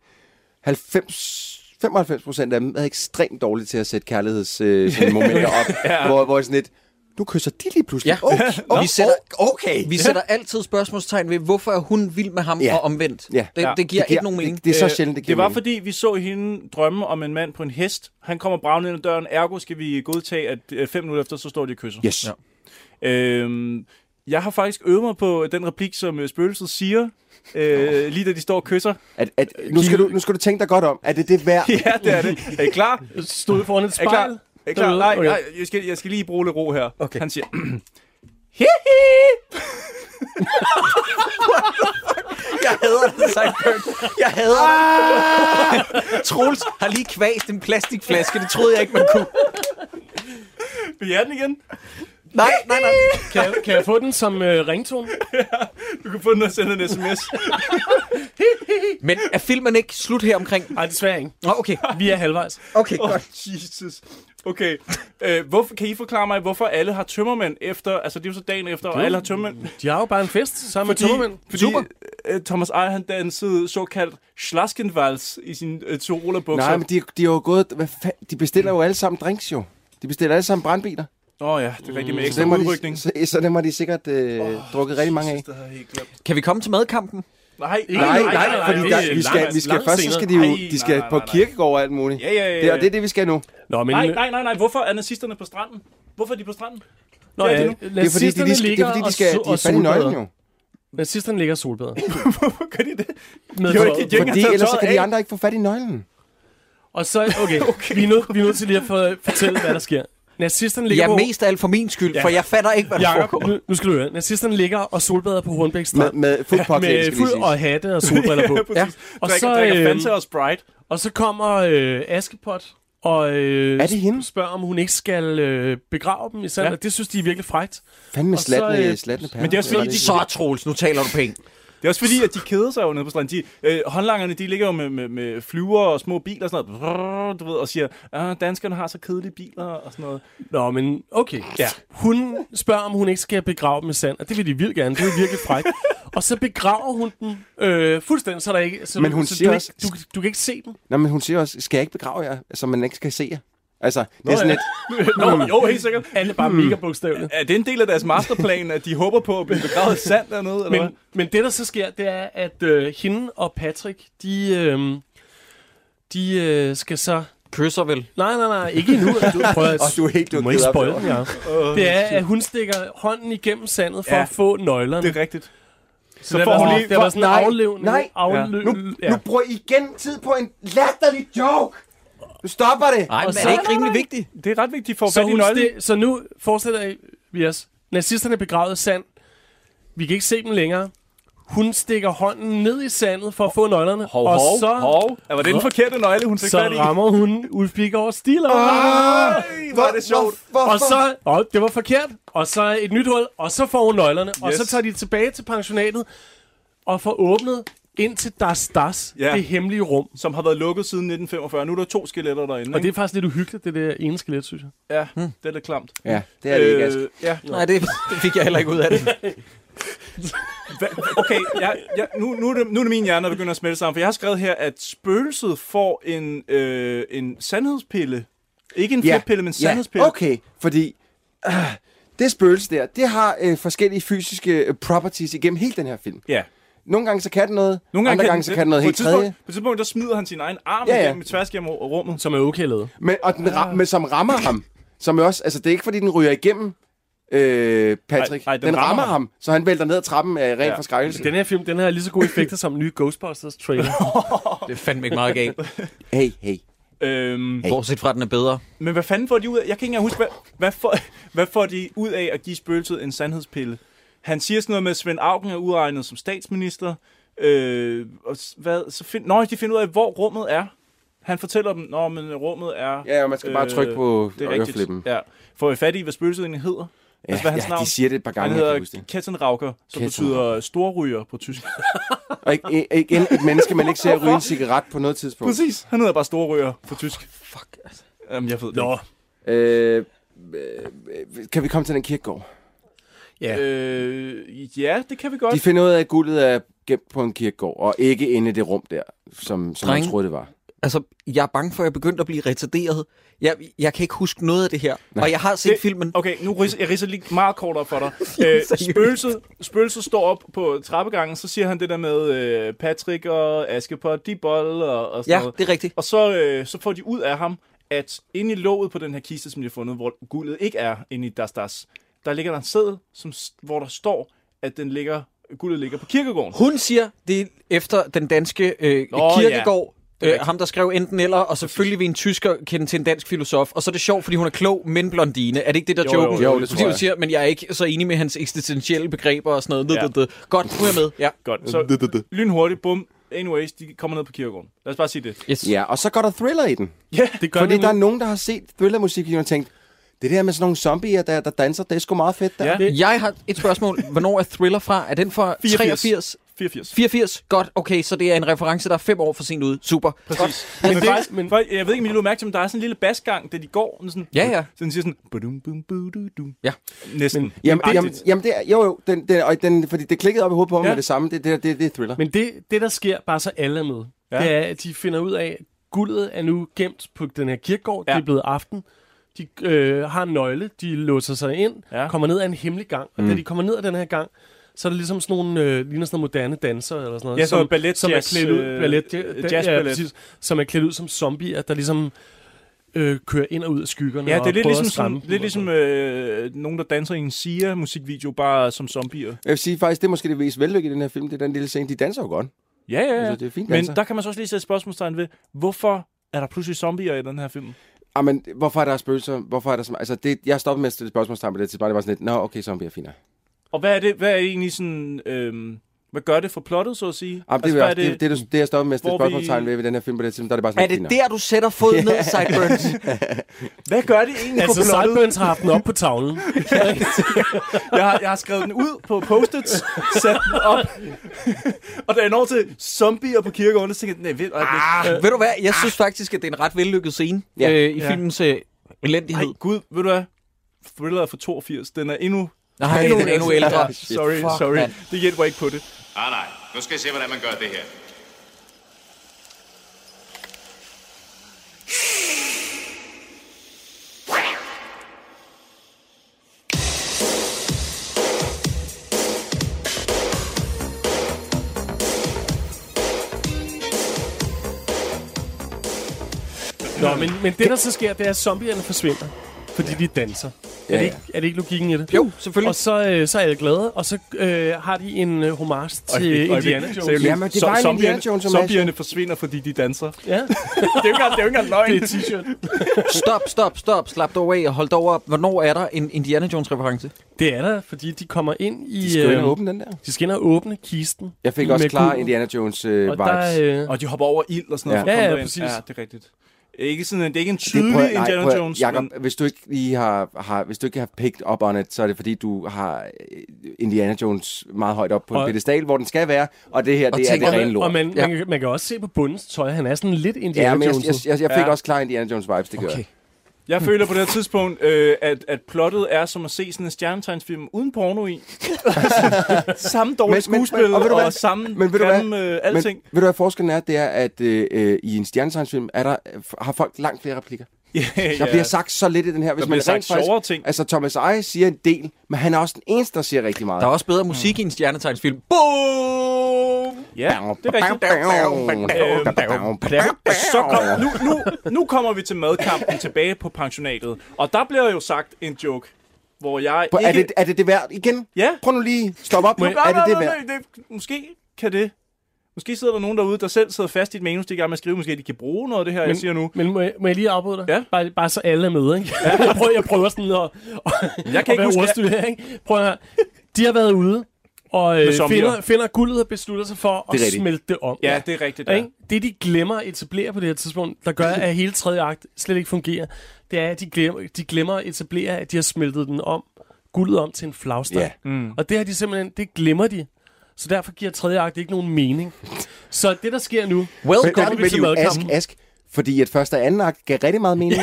[SPEAKER 3] 90, 95 procent af dem været ekstremt dårlige til at sætte
[SPEAKER 1] [LAUGHS]
[SPEAKER 3] kærlighedsmomenter øh, op, ja. hvor, hvor jeg sådan lidt, nu kysser de lige pludselig.
[SPEAKER 1] Ja.
[SPEAKER 3] Okay,
[SPEAKER 1] Vi sætter,
[SPEAKER 3] okay.
[SPEAKER 1] Vi sætter altid spørgsmålstegn ved, hvorfor er hun vild med ham
[SPEAKER 3] Ja.
[SPEAKER 1] og omvendt.
[SPEAKER 3] Ja.
[SPEAKER 1] Det,
[SPEAKER 3] Ja.
[SPEAKER 1] det, giver
[SPEAKER 3] Det giver-
[SPEAKER 1] ikke nogen mening.
[SPEAKER 3] det- det er så
[SPEAKER 2] Øh,
[SPEAKER 3] sjældent, det giver
[SPEAKER 2] Det var
[SPEAKER 3] mening.
[SPEAKER 2] fordi, vi så hende drømme om en mand på en hest. Han kommer bravende ind ad døren, ergo skal vi godtage, at øh, fem minutter efter, så står de og kysser.
[SPEAKER 3] Yes.
[SPEAKER 2] Ja. Øhm, jeg har faktisk øvet mig på den replik, som øh, spøgelset siger, øh, lige da de står og kysser.
[SPEAKER 3] At, at, nu, skal du, nu skal du tænke dig godt om, er det
[SPEAKER 1] [LAUGHS]
[SPEAKER 3] det værd?
[SPEAKER 2] [LAUGHS] Ja, det er det. Er I klar?
[SPEAKER 4] Stod foran et
[SPEAKER 2] Er I
[SPEAKER 4] spejl.
[SPEAKER 2] klar? Er I klar?
[SPEAKER 4] derude.
[SPEAKER 2] Nej,
[SPEAKER 4] Okay.
[SPEAKER 2] nej jeg, skal, jeg skal lige bruge lidt ro her. Okay. Han siger... Hihi!
[SPEAKER 1] Jeg hader den sideburn. Jeg hader den. Ah! [LAUGHS] Troels har lige kvast en plastikflaske. Det troede jeg ikke, man kunne.
[SPEAKER 2] Vil I have den igen?
[SPEAKER 1] Nej, nej, nej.
[SPEAKER 4] Kan, jeg, kan jeg få den som øh, ringtone?
[SPEAKER 2] Du kan få den og sende en
[SPEAKER 3] [LAUGHS]
[SPEAKER 2] sms.
[SPEAKER 1] Men er filmen ikke slut her omkring?
[SPEAKER 4] Nej, desværre ikke.
[SPEAKER 1] Nå, okay.
[SPEAKER 4] Vi er halvvejs.
[SPEAKER 1] Okay,
[SPEAKER 2] Åh, oh,
[SPEAKER 1] godt.
[SPEAKER 2] Jesus. Okay. Øh, hvorfor, kan I forklare mig, hvorfor alle har tømmermænd efter... Altså, det er jo så dagen efter, og alle har tømmermænd.
[SPEAKER 4] De har jo bare en fest sammen med tømmermænd.
[SPEAKER 2] fordi øh, Thomas Ejer, han dansede såkaldt Schlaskenwals i sin øh, Tirolerbukser.
[SPEAKER 3] Nej, men de, de, er jo gået, hvad fa- de bestiller jo alle sammen drinks jo. De bestiller alle sammen brandbiler.
[SPEAKER 2] Åh oh, ja, det er rigtigt med
[SPEAKER 3] Mm. Så
[SPEAKER 2] ekstra
[SPEAKER 3] dem har de,
[SPEAKER 2] udrykning.
[SPEAKER 3] så, så dem har de sikkert øh, oh, drukket rigtig mange af.
[SPEAKER 2] Det havde jeg helt glemt.
[SPEAKER 1] Kan vi komme til madkampen?
[SPEAKER 2] Nej,
[SPEAKER 3] Nej, nej, nej, fordi der, vi skal, vi skal først, så skal de jo de skal på kirkegård og alt muligt.
[SPEAKER 2] Ja, ja, ja,
[SPEAKER 3] Det, og
[SPEAKER 2] ja.
[SPEAKER 3] det er det, vi skal nu.
[SPEAKER 4] Nå, men...
[SPEAKER 2] Nej, nej, nej, nej. Hvorfor er nazisterne på stranden? Hvorfor er de på stranden?
[SPEAKER 4] Nå,
[SPEAKER 2] Det er
[SPEAKER 4] ja,
[SPEAKER 2] de nu.
[SPEAKER 3] Det er fordi, de, lige skal, det er, fordi, de, skal, de er fat i nøglen jo.
[SPEAKER 4] Nazisterne ligger og solbader.
[SPEAKER 2] Hvorfor gør de det?
[SPEAKER 4] Med
[SPEAKER 2] Jo,
[SPEAKER 4] tøjet.
[SPEAKER 2] de- de- ikke
[SPEAKER 3] Fordi
[SPEAKER 2] engang
[SPEAKER 3] ellers så
[SPEAKER 2] taget
[SPEAKER 3] kan de
[SPEAKER 2] af.
[SPEAKER 3] andre ikke få fat i nøglen.
[SPEAKER 4] Og så, okay, okay. Vi, er nødt, vi er nødt til lige at for, fortælle, hvad der sker. Nazisterne ligger
[SPEAKER 1] Ja,
[SPEAKER 4] på...
[SPEAKER 1] mest af alt for min skyld, for jeg fatter ikke, hvad der
[SPEAKER 4] Jakob,
[SPEAKER 1] foregår.
[SPEAKER 4] nu, nu skal du høre. Nazisterne ligger og solbader på Hornbæk
[SPEAKER 3] Med,
[SPEAKER 4] Strand.
[SPEAKER 3] med fuld cocktail,
[SPEAKER 4] med
[SPEAKER 3] skal vi
[SPEAKER 4] fuld og
[SPEAKER 3] sige.
[SPEAKER 4] hatte
[SPEAKER 3] [LAUGHS]
[SPEAKER 4] og solbriller på.
[SPEAKER 2] Ja, præcis.
[SPEAKER 4] Og
[SPEAKER 3] øh,
[SPEAKER 2] Drikker,
[SPEAKER 4] så,
[SPEAKER 2] drikker
[SPEAKER 4] øhm,
[SPEAKER 2] Fanta og Sprite.
[SPEAKER 4] Og så kommer øh, Askepot Og øh,
[SPEAKER 3] Er det hende?
[SPEAKER 4] spørger, om hun ikke skal øh, begrave dem i sand.
[SPEAKER 3] Ja.
[SPEAKER 4] Ja. Det synes de er virkelig frægt.
[SPEAKER 3] Fandme
[SPEAKER 4] Og så,
[SPEAKER 3] slatne-
[SPEAKER 4] øh,
[SPEAKER 3] slatne
[SPEAKER 2] Men det er også fordi, de...
[SPEAKER 4] Så
[SPEAKER 2] Troels, nu taler du penge. Det er også fordi, at de keder sig jo nede på stranden. De, øh, håndlangerne, de ligger jo med, med, med flyver og små biler og sådan noget. Brrr, du ved, og siger, at danskerne har så kedelige biler og sådan noget.
[SPEAKER 4] Nå, men okay.
[SPEAKER 2] Ja.
[SPEAKER 4] Hun spørger, om hun ikke skal begrave dem i sand, og det vil de virkelig gerne. Det er virkelig frækt.
[SPEAKER 3] [LAUGHS]
[SPEAKER 4] og så begraver hun dem øh, fuldstændig, så der ikke... Så,
[SPEAKER 3] Men hun
[SPEAKER 4] så
[SPEAKER 3] siger
[SPEAKER 4] du,
[SPEAKER 3] også-
[SPEAKER 4] ikke, du, du kan ikke se dem.
[SPEAKER 3] Nå, men hun siger også, skal jeg ikke begrave jer, så man ikke skal se jer? Altså, det er sådan lidt...
[SPEAKER 2] Nå, jo, helt sikkert.
[SPEAKER 4] [LAUGHS] Alle bare
[SPEAKER 3] Hmm.
[SPEAKER 4] mega bogstaveligt.
[SPEAKER 2] Er det en del af deres masterplan, at de håber på at blive begravet i sand dernede? Eller hvad?
[SPEAKER 4] Men, men det, der så sker, det er, at øh, hende og Patrick, de, øh, de øh, skal så...
[SPEAKER 6] Kysser vel?
[SPEAKER 4] Nej, nej, nej, ikke endnu. [LAUGHS] Du, prøv at,
[SPEAKER 3] Åh, du er helt- du
[SPEAKER 4] du
[SPEAKER 3] er
[SPEAKER 4] må ikke
[SPEAKER 3] ked af
[SPEAKER 4] spoil
[SPEAKER 3] det.
[SPEAKER 4] den, ja.
[SPEAKER 3] Åh,
[SPEAKER 4] Det er,
[SPEAKER 3] shit.
[SPEAKER 4] at hun stikker hånden igennem sandet for
[SPEAKER 3] Ja,
[SPEAKER 4] ja, at få nøglerne.
[SPEAKER 2] Det er rigtigt.
[SPEAKER 4] Så, så får hun lige... Det var sådan en
[SPEAKER 3] nej,
[SPEAKER 4] aflevning.
[SPEAKER 3] Nej,
[SPEAKER 4] afløb,
[SPEAKER 3] nu,
[SPEAKER 4] ja.
[SPEAKER 3] nu bruger I igen tid på en latterlig joke. Nu stopper det.
[SPEAKER 4] men er det ikke rimelig
[SPEAKER 2] vigtigt? Det er ret vigtigt, de får
[SPEAKER 4] så,
[SPEAKER 2] fat i
[SPEAKER 4] hun
[SPEAKER 2] nøglen.
[SPEAKER 4] sti- så nu fortsætter vi os. Nazisterne er begravet i sand. Vi kan ikke se dem længere. Hun stikker hånden ned i sandet for at få nøglerne.
[SPEAKER 2] Hov,
[SPEAKER 4] og
[SPEAKER 2] hov,
[SPEAKER 4] så...
[SPEAKER 2] hov. Ja, var det den forkerte nøgle, hun fik
[SPEAKER 4] Så
[SPEAKER 2] fat i?
[SPEAKER 4] rammer hun Ulf Bigård Stiller.
[SPEAKER 3] Ah!
[SPEAKER 2] Ej, hvor er det sjovt.
[SPEAKER 3] hvorfor?
[SPEAKER 4] Og så... Og det var forkert. Og så et nyt hul. Og så får hun nøglerne. Yes. Og
[SPEAKER 2] Yes.
[SPEAKER 4] så tager de tilbage til pensionatet og får åbnet ind til Das Das,
[SPEAKER 2] Ja.
[SPEAKER 4] det hemmelige rum.
[SPEAKER 2] Som har været lukket siden 1945. Nu er der to skeletter derinde.
[SPEAKER 4] Og det er
[SPEAKER 2] ikke?
[SPEAKER 4] faktisk lidt uhyggeligt, det der ene skelet, synes jeg.
[SPEAKER 2] Ja, hmm. det er lidt klamt.
[SPEAKER 3] Ja, det er det
[SPEAKER 2] Øh,
[SPEAKER 3] ikke, Aske.
[SPEAKER 2] ja.
[SPEAKER 1] Nej, det, det fik jeg heller ikke ud af det.
[SPEAKER 2] Hva- Okay, jeg, jeg, nu, nu, er det, nu er det min hjerne, der begynder at smelte sammen, for jeg har skrevet her, at spøgelset får en, øh, en sandhedspille. Ikke en ja. pille, men sandhedspille.
[SPEAKER 3] Ja, okay, fordi øh, det spøgelse der, det har øh, forskellige fysiske øh, properties igennem hele den her film.
[SPEAKER 2] Ja.
[SPEAKER 3] Nogle gange så kan den noget, Nogle andre
[SPEAKER 2] kan
[SPEAKER 3] gange
[SPEAKER 2] den
[SPEAKER 3] så
[SPEAKER 2] det.
[SPEAKER 3] kan den noget
[SPEAKER 2] på et
[SPEAKER 3] helt
[SPEAKER 2] tidspunkt-
[SPEAKER 3] tredje.
[SPEAKER 2] På et tidspunkt, der smider han sin egen arm
[SPEAKER 3] Ja, ja.
[SPEAKER 2] ja, ja. tværs gennem ru- rummet.
[SPEAKER 4] Som er okay lavet.
[SPEAKER 3] Men, og den ra- men som rammer ham. Som jo også, altså det er ikke fordi, den ryger igennem øh, Patrick.
[SPEAKER 2] Nej, nej,
[SPEAKER 3] den, den rammer ham. så han vælter ned ad trappen af ren ja. forskrækkelse.
[SPEAKER 4] Den her film, den har lige så gode effekter som den nye Ghostbusters-trailer.
[SPEAKER 6] Det er fandme ikke meget galt.
[SPEAKER 3] Hey, hey.
[SPEAKER 2] Øhm,
[SPEAKER 6] hey. Bortset fra, at den er bedre.
[SPEAKER 2] Men hvad fanden får de ud af? Jeg kan ikke engang huske, hvad, hvad, får, hvad får de ud af at give spøgelset en sandhedspille? Han siger sådan noget med, at Svend Auken er udregnet som statsminister. Øh, og s- hvad, så find, nå, de finder ud af, hvor rummet er. Han fortæller dem, nå, men rummet er...
[SPEAKER 3] Ja, og man skal bare trykke på
[SPEAKER 2] Øh, det er rigtigt. Altså,
[SPEAKER 3] øreflippen.
[SPEAKER 2] Ja. Får vi fat i, hvad spøgelset egentlig hedder?
[SPEAKER 3] Ja, ja, de siger det et par gange, jeg
[SPEAKER 2] Han
[SPEAKER 3] kan
[SPEAKER 2] hedder
[SPEAKER 3] huske det.
[SPEAKER 2] Kettenrauker, som betyder
[SPEAKER 3] Kettenrauker.
[SPEAKER 2] storryger på tysk.
[SPEAKER 3] Og ikke, ikke- igen et menneske, man ikke ser ryge en cigaret på noget tidspunkt.
[SPEAKER 2] Præcis, han hedder bare storryger på tysk. Fuck, altså. Jamen, jeg ved det
[SPEAKER 4] Nå.
[SPEAKER 2] ikke.
[SPEAKER 3] Øh, øh, øh, kan vi komme til den kirkegård?
[SPEAKER 4] Ja.
[SPEAKER 2] Øh, ja, det kan vi godt.
[SPEAKER 3] De finder ud af, at guldet er gemt på en kirkegård, og ikke inde i det rum der, som, som man
[SPEAKER 6] Drenge.
[SPEAKER 3] troede, det var.
[SPEAKER 6] Altså, jeg er bange for, at jeg begyndte at blive retarderet. Jeg, jeg kan ikke huske noget af det her. Nej. Og jeg har set det... filmen.
[SPEAKER 2] Okay, nu ris- jeg ridser lige meget kortere for dig. Øh, spøgelset, spøgelset står op på trappegangen, så siger han det der med øh, Patrick og Askepot, de bold og, og sådan
[SPEAKER 6] Ja,
[SPEAKER 2] noget.
[SPEAKER 6] det er rigtigt.
[SPEAKER 2] Og så, øh, så får de ud af ham, at inde i låget på den her kiste, som de har fundet, hvor guldet ikke er inde i Das Das, der ligger der en seddel, som, s- hvor der står, at den ligger, guldet ligger på kirkegården.
[SPEAKER 1] Hun siger, det er efter den danske øh,
[SPEAKER 2] Nå,
[SPEAKER 1] kirkegård,
[SPEAKER 2] ja.
[SPEAKER 1] øh, ham der skrev enten eller, og selvfølgelig vil en tysker kende til en dansk filosof. Og så er det sjovt, fordi hun er klog, men blondine. Er det ikke det, der er
[SPEAKER 2] Jo, jo,
[SPEAKER 1] joken?
[SPEAKER 3] jo, det tror
[SPEAKER 1] fordi hun
[SPEAKER 3] jeg.
[SPEAKER 1] siger, men jeg er ikke så enig med hans eksistentielle begreber og sådan noget.
[SPEAKER 2] Ja.
[SPEAKER 1] Ja. Godt, nu er jeg med. Ja.
[SPEAKER 2] Godt, så lynhurtigt, bum. Anyways, de kommer ned på kirkegården. Lad os bare sige det.
[SPEAKER 1] Yes.
[SPEAKER 3] Ja, og så går der thriller i den.
[SPEAKER 2] Ja,
[SPEAKER 4] Det gør
[SPEAKER 3] Fordi
[SPEAKER 4] den
[SPEAKER 3] der er nogen, der har set thrillermusik, og tænkt, det der med sådan nogle zombier, der, der danser, det er sgu meget fedt der.
[SPEAKER 2] Ja.
[SPEAKER 1] Jeg har et spørgsmål. Hvornår er Thriller fra? Er den fra
[SPEAKER 2] 84?
[SPEAKER 1] 83?
[SPEAKER 2] 84.
[SPEAKER 1] 84? Godt, okay, så det er en reference, der er fem år for sent ude. Super.
[SPEAKER 2] Præcis.
[SPEAKER 4] Men
[SPEAKER 2] Men, men,
[SPEAKER 4] det-
[SPEAKER 2] faktisk, men faktisk, jeg ved ikke, om I lå mærke til, men der er sådan en lille basgang, da de går. Den sådan,
[SPEAKER 1] Ja, ja.
[SPEAKER 2] Så den siger sådan... Badum, bum, bum, bum.
[SPEAKER 1] Ja.
[SPEAKER 2] Næsten. Men,
[SPEAKER 3] Jamen, jamen, jamen det er, jo, jo, den, den, og den, fordi det klikkede op i hovedet på mig
[SPEAKER 2] Ja.
[SPEAKER 3] med det samme. Det, det, det, det er thriller.
[SPEAKER 4] Men det, det, der sker, bare så alle er med,
[SPEAKER 2] Ja.
[SPEAKER 4] ja. det er, at de finder ud af, at guldet er nu gemt på den her kirkegård. Ja.
[SPEAKER 2] Ja.
[SPEAKER 4] Det er blevet aften. De øh, har en nøgle, de låser sig ind,
[SPEAKER 2] Ja.
[SPEAKER 4] ja. kommer ned ad en hemmelig gang. Og mm. da de kommer ned ad den her gang, så er det ligesom sådan nogle, øh, ligner sådan nogle moderne dansere eller sådan noget.
[SPEAKER 2] Ja, sådan
[SPEAKER 4] som,
[SPEAKER 2] noget ballet-
[SPEAKER 4] som er
[SPEAKER 2] jazz,
[SPEAKER 4] klædt ud,
[SPEAKER 2] øh,
[SPEAKER 4] ballet,
[SPEAKER 2] øh,
[SPEAKER 4] da-
[SPEAKER 2] jazzballet.
[SPEAKER 4] ja, præcis, som er klædt ud som zombier, der ligesom øh, kører ind og ud af skyggerne.
[SPEAKER 2] Ja, det er
[SPEAKER 4] og
[SPEAKER 2] lidt
[SPEAKER 4] prøver at
[SPEAKER 2] ligesom,
[SPEAKER 4] skræmme
[SPEAKER 2] sådan,
[SPEAKER 4] dem
[SPEAKER 2] lidt
[SPEAKER 4] og
[SPEAKER 2] ligesom
[SPEAKER 4] sådan.
[SPEAKER 2] øh, nogen, der danser i en Sia-musikvideo, bare som zombier.
[SPEAKER 3] Jeg vil sige faktisk, det er måske det mest vellykkede i den her film, det er den lille scene. De danser jo godt.
[SPEAKER 2] Ja, ja, ja.
[SPEAKER 3] Altså, det er fint,
[SPEAKER 2] men
[SPEAKER 3] danser.
[SPEAKER 2] der kan man så også lige sætte spørgsmålstegn ved, hvorfor er der pludselig zombier i den her film?
[SPEAKER 3] Ah, men hvorfor er der spøgelser? Hvorfor er der så meget? Altså, det, jeg stoppede med Ah, at stille spørgsmålstegn på det tidspunkt. Det var sådan lidt, nå, okay, zombier er fint. nok."
[SPEAKER 2] Og hvad er det, hvad er egentlig sådan... Øh, Hvad gør det for plottet, så at sige?
[SPEAKER 3] Jamen, det,
[SPEAKER 2] Altså,
[SPEAKER 3] er,
[SPEAKER 2] hvad
[SPEAKER 3] også- det, det, det, det, jeg stopper med at stille
[SPEAKER 2] hvor vi-
[SPEAKER 3] spørgsmålstegn ved, ved den her film på det tidspunkt, der er det bare sådan,
[SPEAKER 1] Er det der, du sætter foden ned, Sideburns?
[SPEAKER 2] Hvad gør det egentlig
[SPEAKER 4] Altså,
[SPEAKER 2] for plottet?
[SPEAKER 4] Sideburns har haft den op på
[SPEAKER 2] [LAUGHS]
[SPEAKER 4] tavlen.
[SPEAKER 2] jeg, har, jeg har skrevet den ud på post-its, sat den op, og da jeg når til zombier på kirkegården, så tænkte jeg, nej, ved,
[SPEAKER 1] Ah, ved du hvad? Jeg synes faktisk, at det er en ret vellykket scene
[SPEAKER 2] Ja.
[SPEAKER 1] ja. øh, i
[SPEAKER 2] Ja.
[SPEAKER 1] filmens øh, elendighed.
[SPEAKER 2] Nej, gud, ved du hvad? Thriller er fra 82, den er endnu...
[SPEAKER 1] Nej, den er endnu ældre.
[SPEAKER 2] Ja, sorry,
[SPEAKER 1] Shit, fuck,
[SPEAKER 2] sorry.
[SPEAKER 1] mand.
[SPEAKER 2] Det hjælper ikke på det.
[SPEAKER 15] Ah, Nej, nej. Nu skal jeg se, hvordan man gør det her.
[SPEAKER 4] Nå, men, men det, der så sker, det er, at zombierne forsvinder, fordi de danser.
[SPEAKER 3] Ja,
[SPEAKER 4] er, det
[SPEAKER 3] ja.
[SPEAKER 4] ikke, er det ikke logikken i det?
[SPEAKER 1] Jo, selvfølgelig.
[SPEAKER 4] Og så, øh, så er jeg glad, og så øh, har de en øh, homage til
[SPEAKER 2] Øjeblik, øjeblik.
[SPEAKER 4] Indiana
[SPEAKER 2] Så jeg
[SPEAKER 4] Jones.
[SPEAKER 2] lige- så- zombierne- Zombierne forsvinder, fordi de danser. [LAUGHS]
[SPEAKER 4] Ja.
[SPEAKER 2] det er jo ikke engang- det er jo ikke engang løgn.
[SPEAKER 4] Det er t-shirt.
[SPEAKER 1] Stop, stop, stop. Slap dig af og hold dig over. Hvornår er der en Indiana Jones-reference?
[SPEAKER 4] Det er der, fordi de kommer ind i... øh,
[SPEAKER 3] De skal jo ind og åbne den der.
[SPEAKER 4] De skal ind og åbne kisten.
[SPEAKER 3] Jeg fik
[SPEAKER 4] med
[SPEAKER 3] også klare
[SPEAKER 4] guld.
[SPEAKER 3] Indiana Jones øh,
[SPEAKER 4] Og
[SPEAKER 3] vibes.
[SPEAKER 4] der er, øh,
[SPEAKER 2] Og de hopper over ild og sådan noget. for
[SPEAKER 3] Ja.
[SPEAKER 2] at komme
[SPEAKER 3] Ja, ja,
[SPEAKER 2] derind.
[SPEAKER 3] præcis.
[SPEAKER 2] Ja, det er rigtigt. Ikke sådan, en- det er ikke en
[SPEAKER 3] Det
[SPEAKER 2] tydelig
[SPEAKER 3] prøver- nej,
[SPEAKER 2] Indiana
[SPEAKER 3] prøver-
[SPEAKER 2] Jones.
[SPEAKER 3] Jakob,
[SPEAKER 2] men-
[SPEAKER 3] hvis du ikke lige har, har, hvis du ikke har picked up on it, så er det fordi, du har øh, Indiana Jones meget højt op på
[SPEAKER 4] Og-
[SPEAKER 3] en pedestal, hvor den skal være, og det her, det er det
[SPEAKER 4] og,
[SPEAKER 3] rene
[SPEAKER 4] man,
[SPEAKER 3] lort.
[SPEAKER 4] og man,
[SPEAKER 3] ja.
[SPEAKER 4] man, kan- man kan også se på bundens tøj, han er sådan lidt Indiana
[SPEAKER 3] ja, men jeg,
[SPEAKER 4] Jones.
[SPEAKER 3] jeg, jeg, jeg fik også klare Indiana Jones vibes, det gør okay.
[SPEAKER 2] Jeg føler på det her tidspunkt, øh, at, at plottet er som at se sådan en stjernetegnsfilm uden porno i. [LAUGHS] samme dårlige skuespil og,
[SPEAKER 3] ved du hvad?
[SPEAKER 2] og samme
[SPEAKER 3] Men ved du hvad?
[SPEAKER 2] grimme øh,
[SPEAKER 3] [LAUGHS]
[SPEAKER 2] alting.
[SPEAKER 3] Men, ved du hvad forskellen er? Det er, at øh, øh, i en stjernetegnsfilm er der, har folk langt flere replikker. Der bliver sagt så lidt i den her, hvis
[SPEAKER 2] Der
[SPEAKER 3] man
[SPEAKER 2] bliver
[SPEAKER 3] rent
[SPEAKER 2] sagt sjovere ting.
[SPEAKER 3] Altså, Thomas Eje siger en del, men han er også den eneste, der siger rigtig meget.
[SPEAKER 1] Der er også bedre musik i en stjernetegnsfilm. Boom!
[SPEAKER 2] Ja, det er rigtigt. Øhm, Så kom, nu, nu, nu kommer vi til madkampen tilbage på pensionatet. Og der bliver jo sagt en joke, hvor jeg
[SPEAKER 3] Prøv,
[SPEAKER 2] ikke...
[SPEAKER 3] er, det, er det det værd igen?
[SPEAKER 2] Ja.
[SPEAKER 3] Prøv nu lige, stop op.
[SPEAKER 2] Må jeg-
[SPEAKER 3] er det det
[SPEAKER 2] nej, nej,
[SPEAKER 3] værd?
[SPEAKER 2] nej, det- Måske kan det... Måske sidder der nogen derude, der selv sidder fast i et manus, de er i gang med at skrive. Måske de kan bruge noget af det her,
[SPEAKER 4] Men-
[SPEAKER 2] jeg siger nu.
[SPEAKER 4] Men må jeg, må jeg lige afbryde dig?
[SPEAKER 2] Ja.
[SPEAKER 4] Bare, bare så alle er med, ikke? [LAUGHS] Jeg prøver, jeg prøver sådan at,
[SPEAKER 2] Jeg kan
[SPEAKER 4] at
[SPEAKER 2] ikke
[SPEAKER 4] være
[SPEAKER 2] huske-
[SPEAKER 4] ordstyr her, ikke? Prøv at høre. De har været ude og øh,
[SPEAKER 2] Med zombier.
[SPEAKER 4] finder, finder guldet og beslutter sig for at
[SPEAKER 2] Det er rigtigt.
[SPEAKER 4] smelte det om.
[SPEAKER 2] Ja, det er rigtigt, ja.
[SPEAKER 4] Ikke? Det, de glemmer at etablere på det her tidspunkt, der gør, at hele tredje akt slet ikke fungerer, det er, at de glemmer, de glemmer at etablere, at de har smeltet den om, guldet om til en flagstang.
[SPEAKER 3] Ja.
[SPEAKER 4] Mm. Og det har de simpelthen, det glemmer de. Så derfor giver tredje akt ikke nogen mening. Så det, der sker nu...
[SPEAKER 3] Men
[SPEAKER 4] går
[SPEAKER 3] der
[SPEAKER 4] vi
[SPEAKER 3] vil
[SPEAKER 4] til
[SPEAKER 3] jo ask,
[SPEAKER 4] madkampen.
[SPEAKER 3] ask, fordi at første og anden akt gav rigtig meget mening.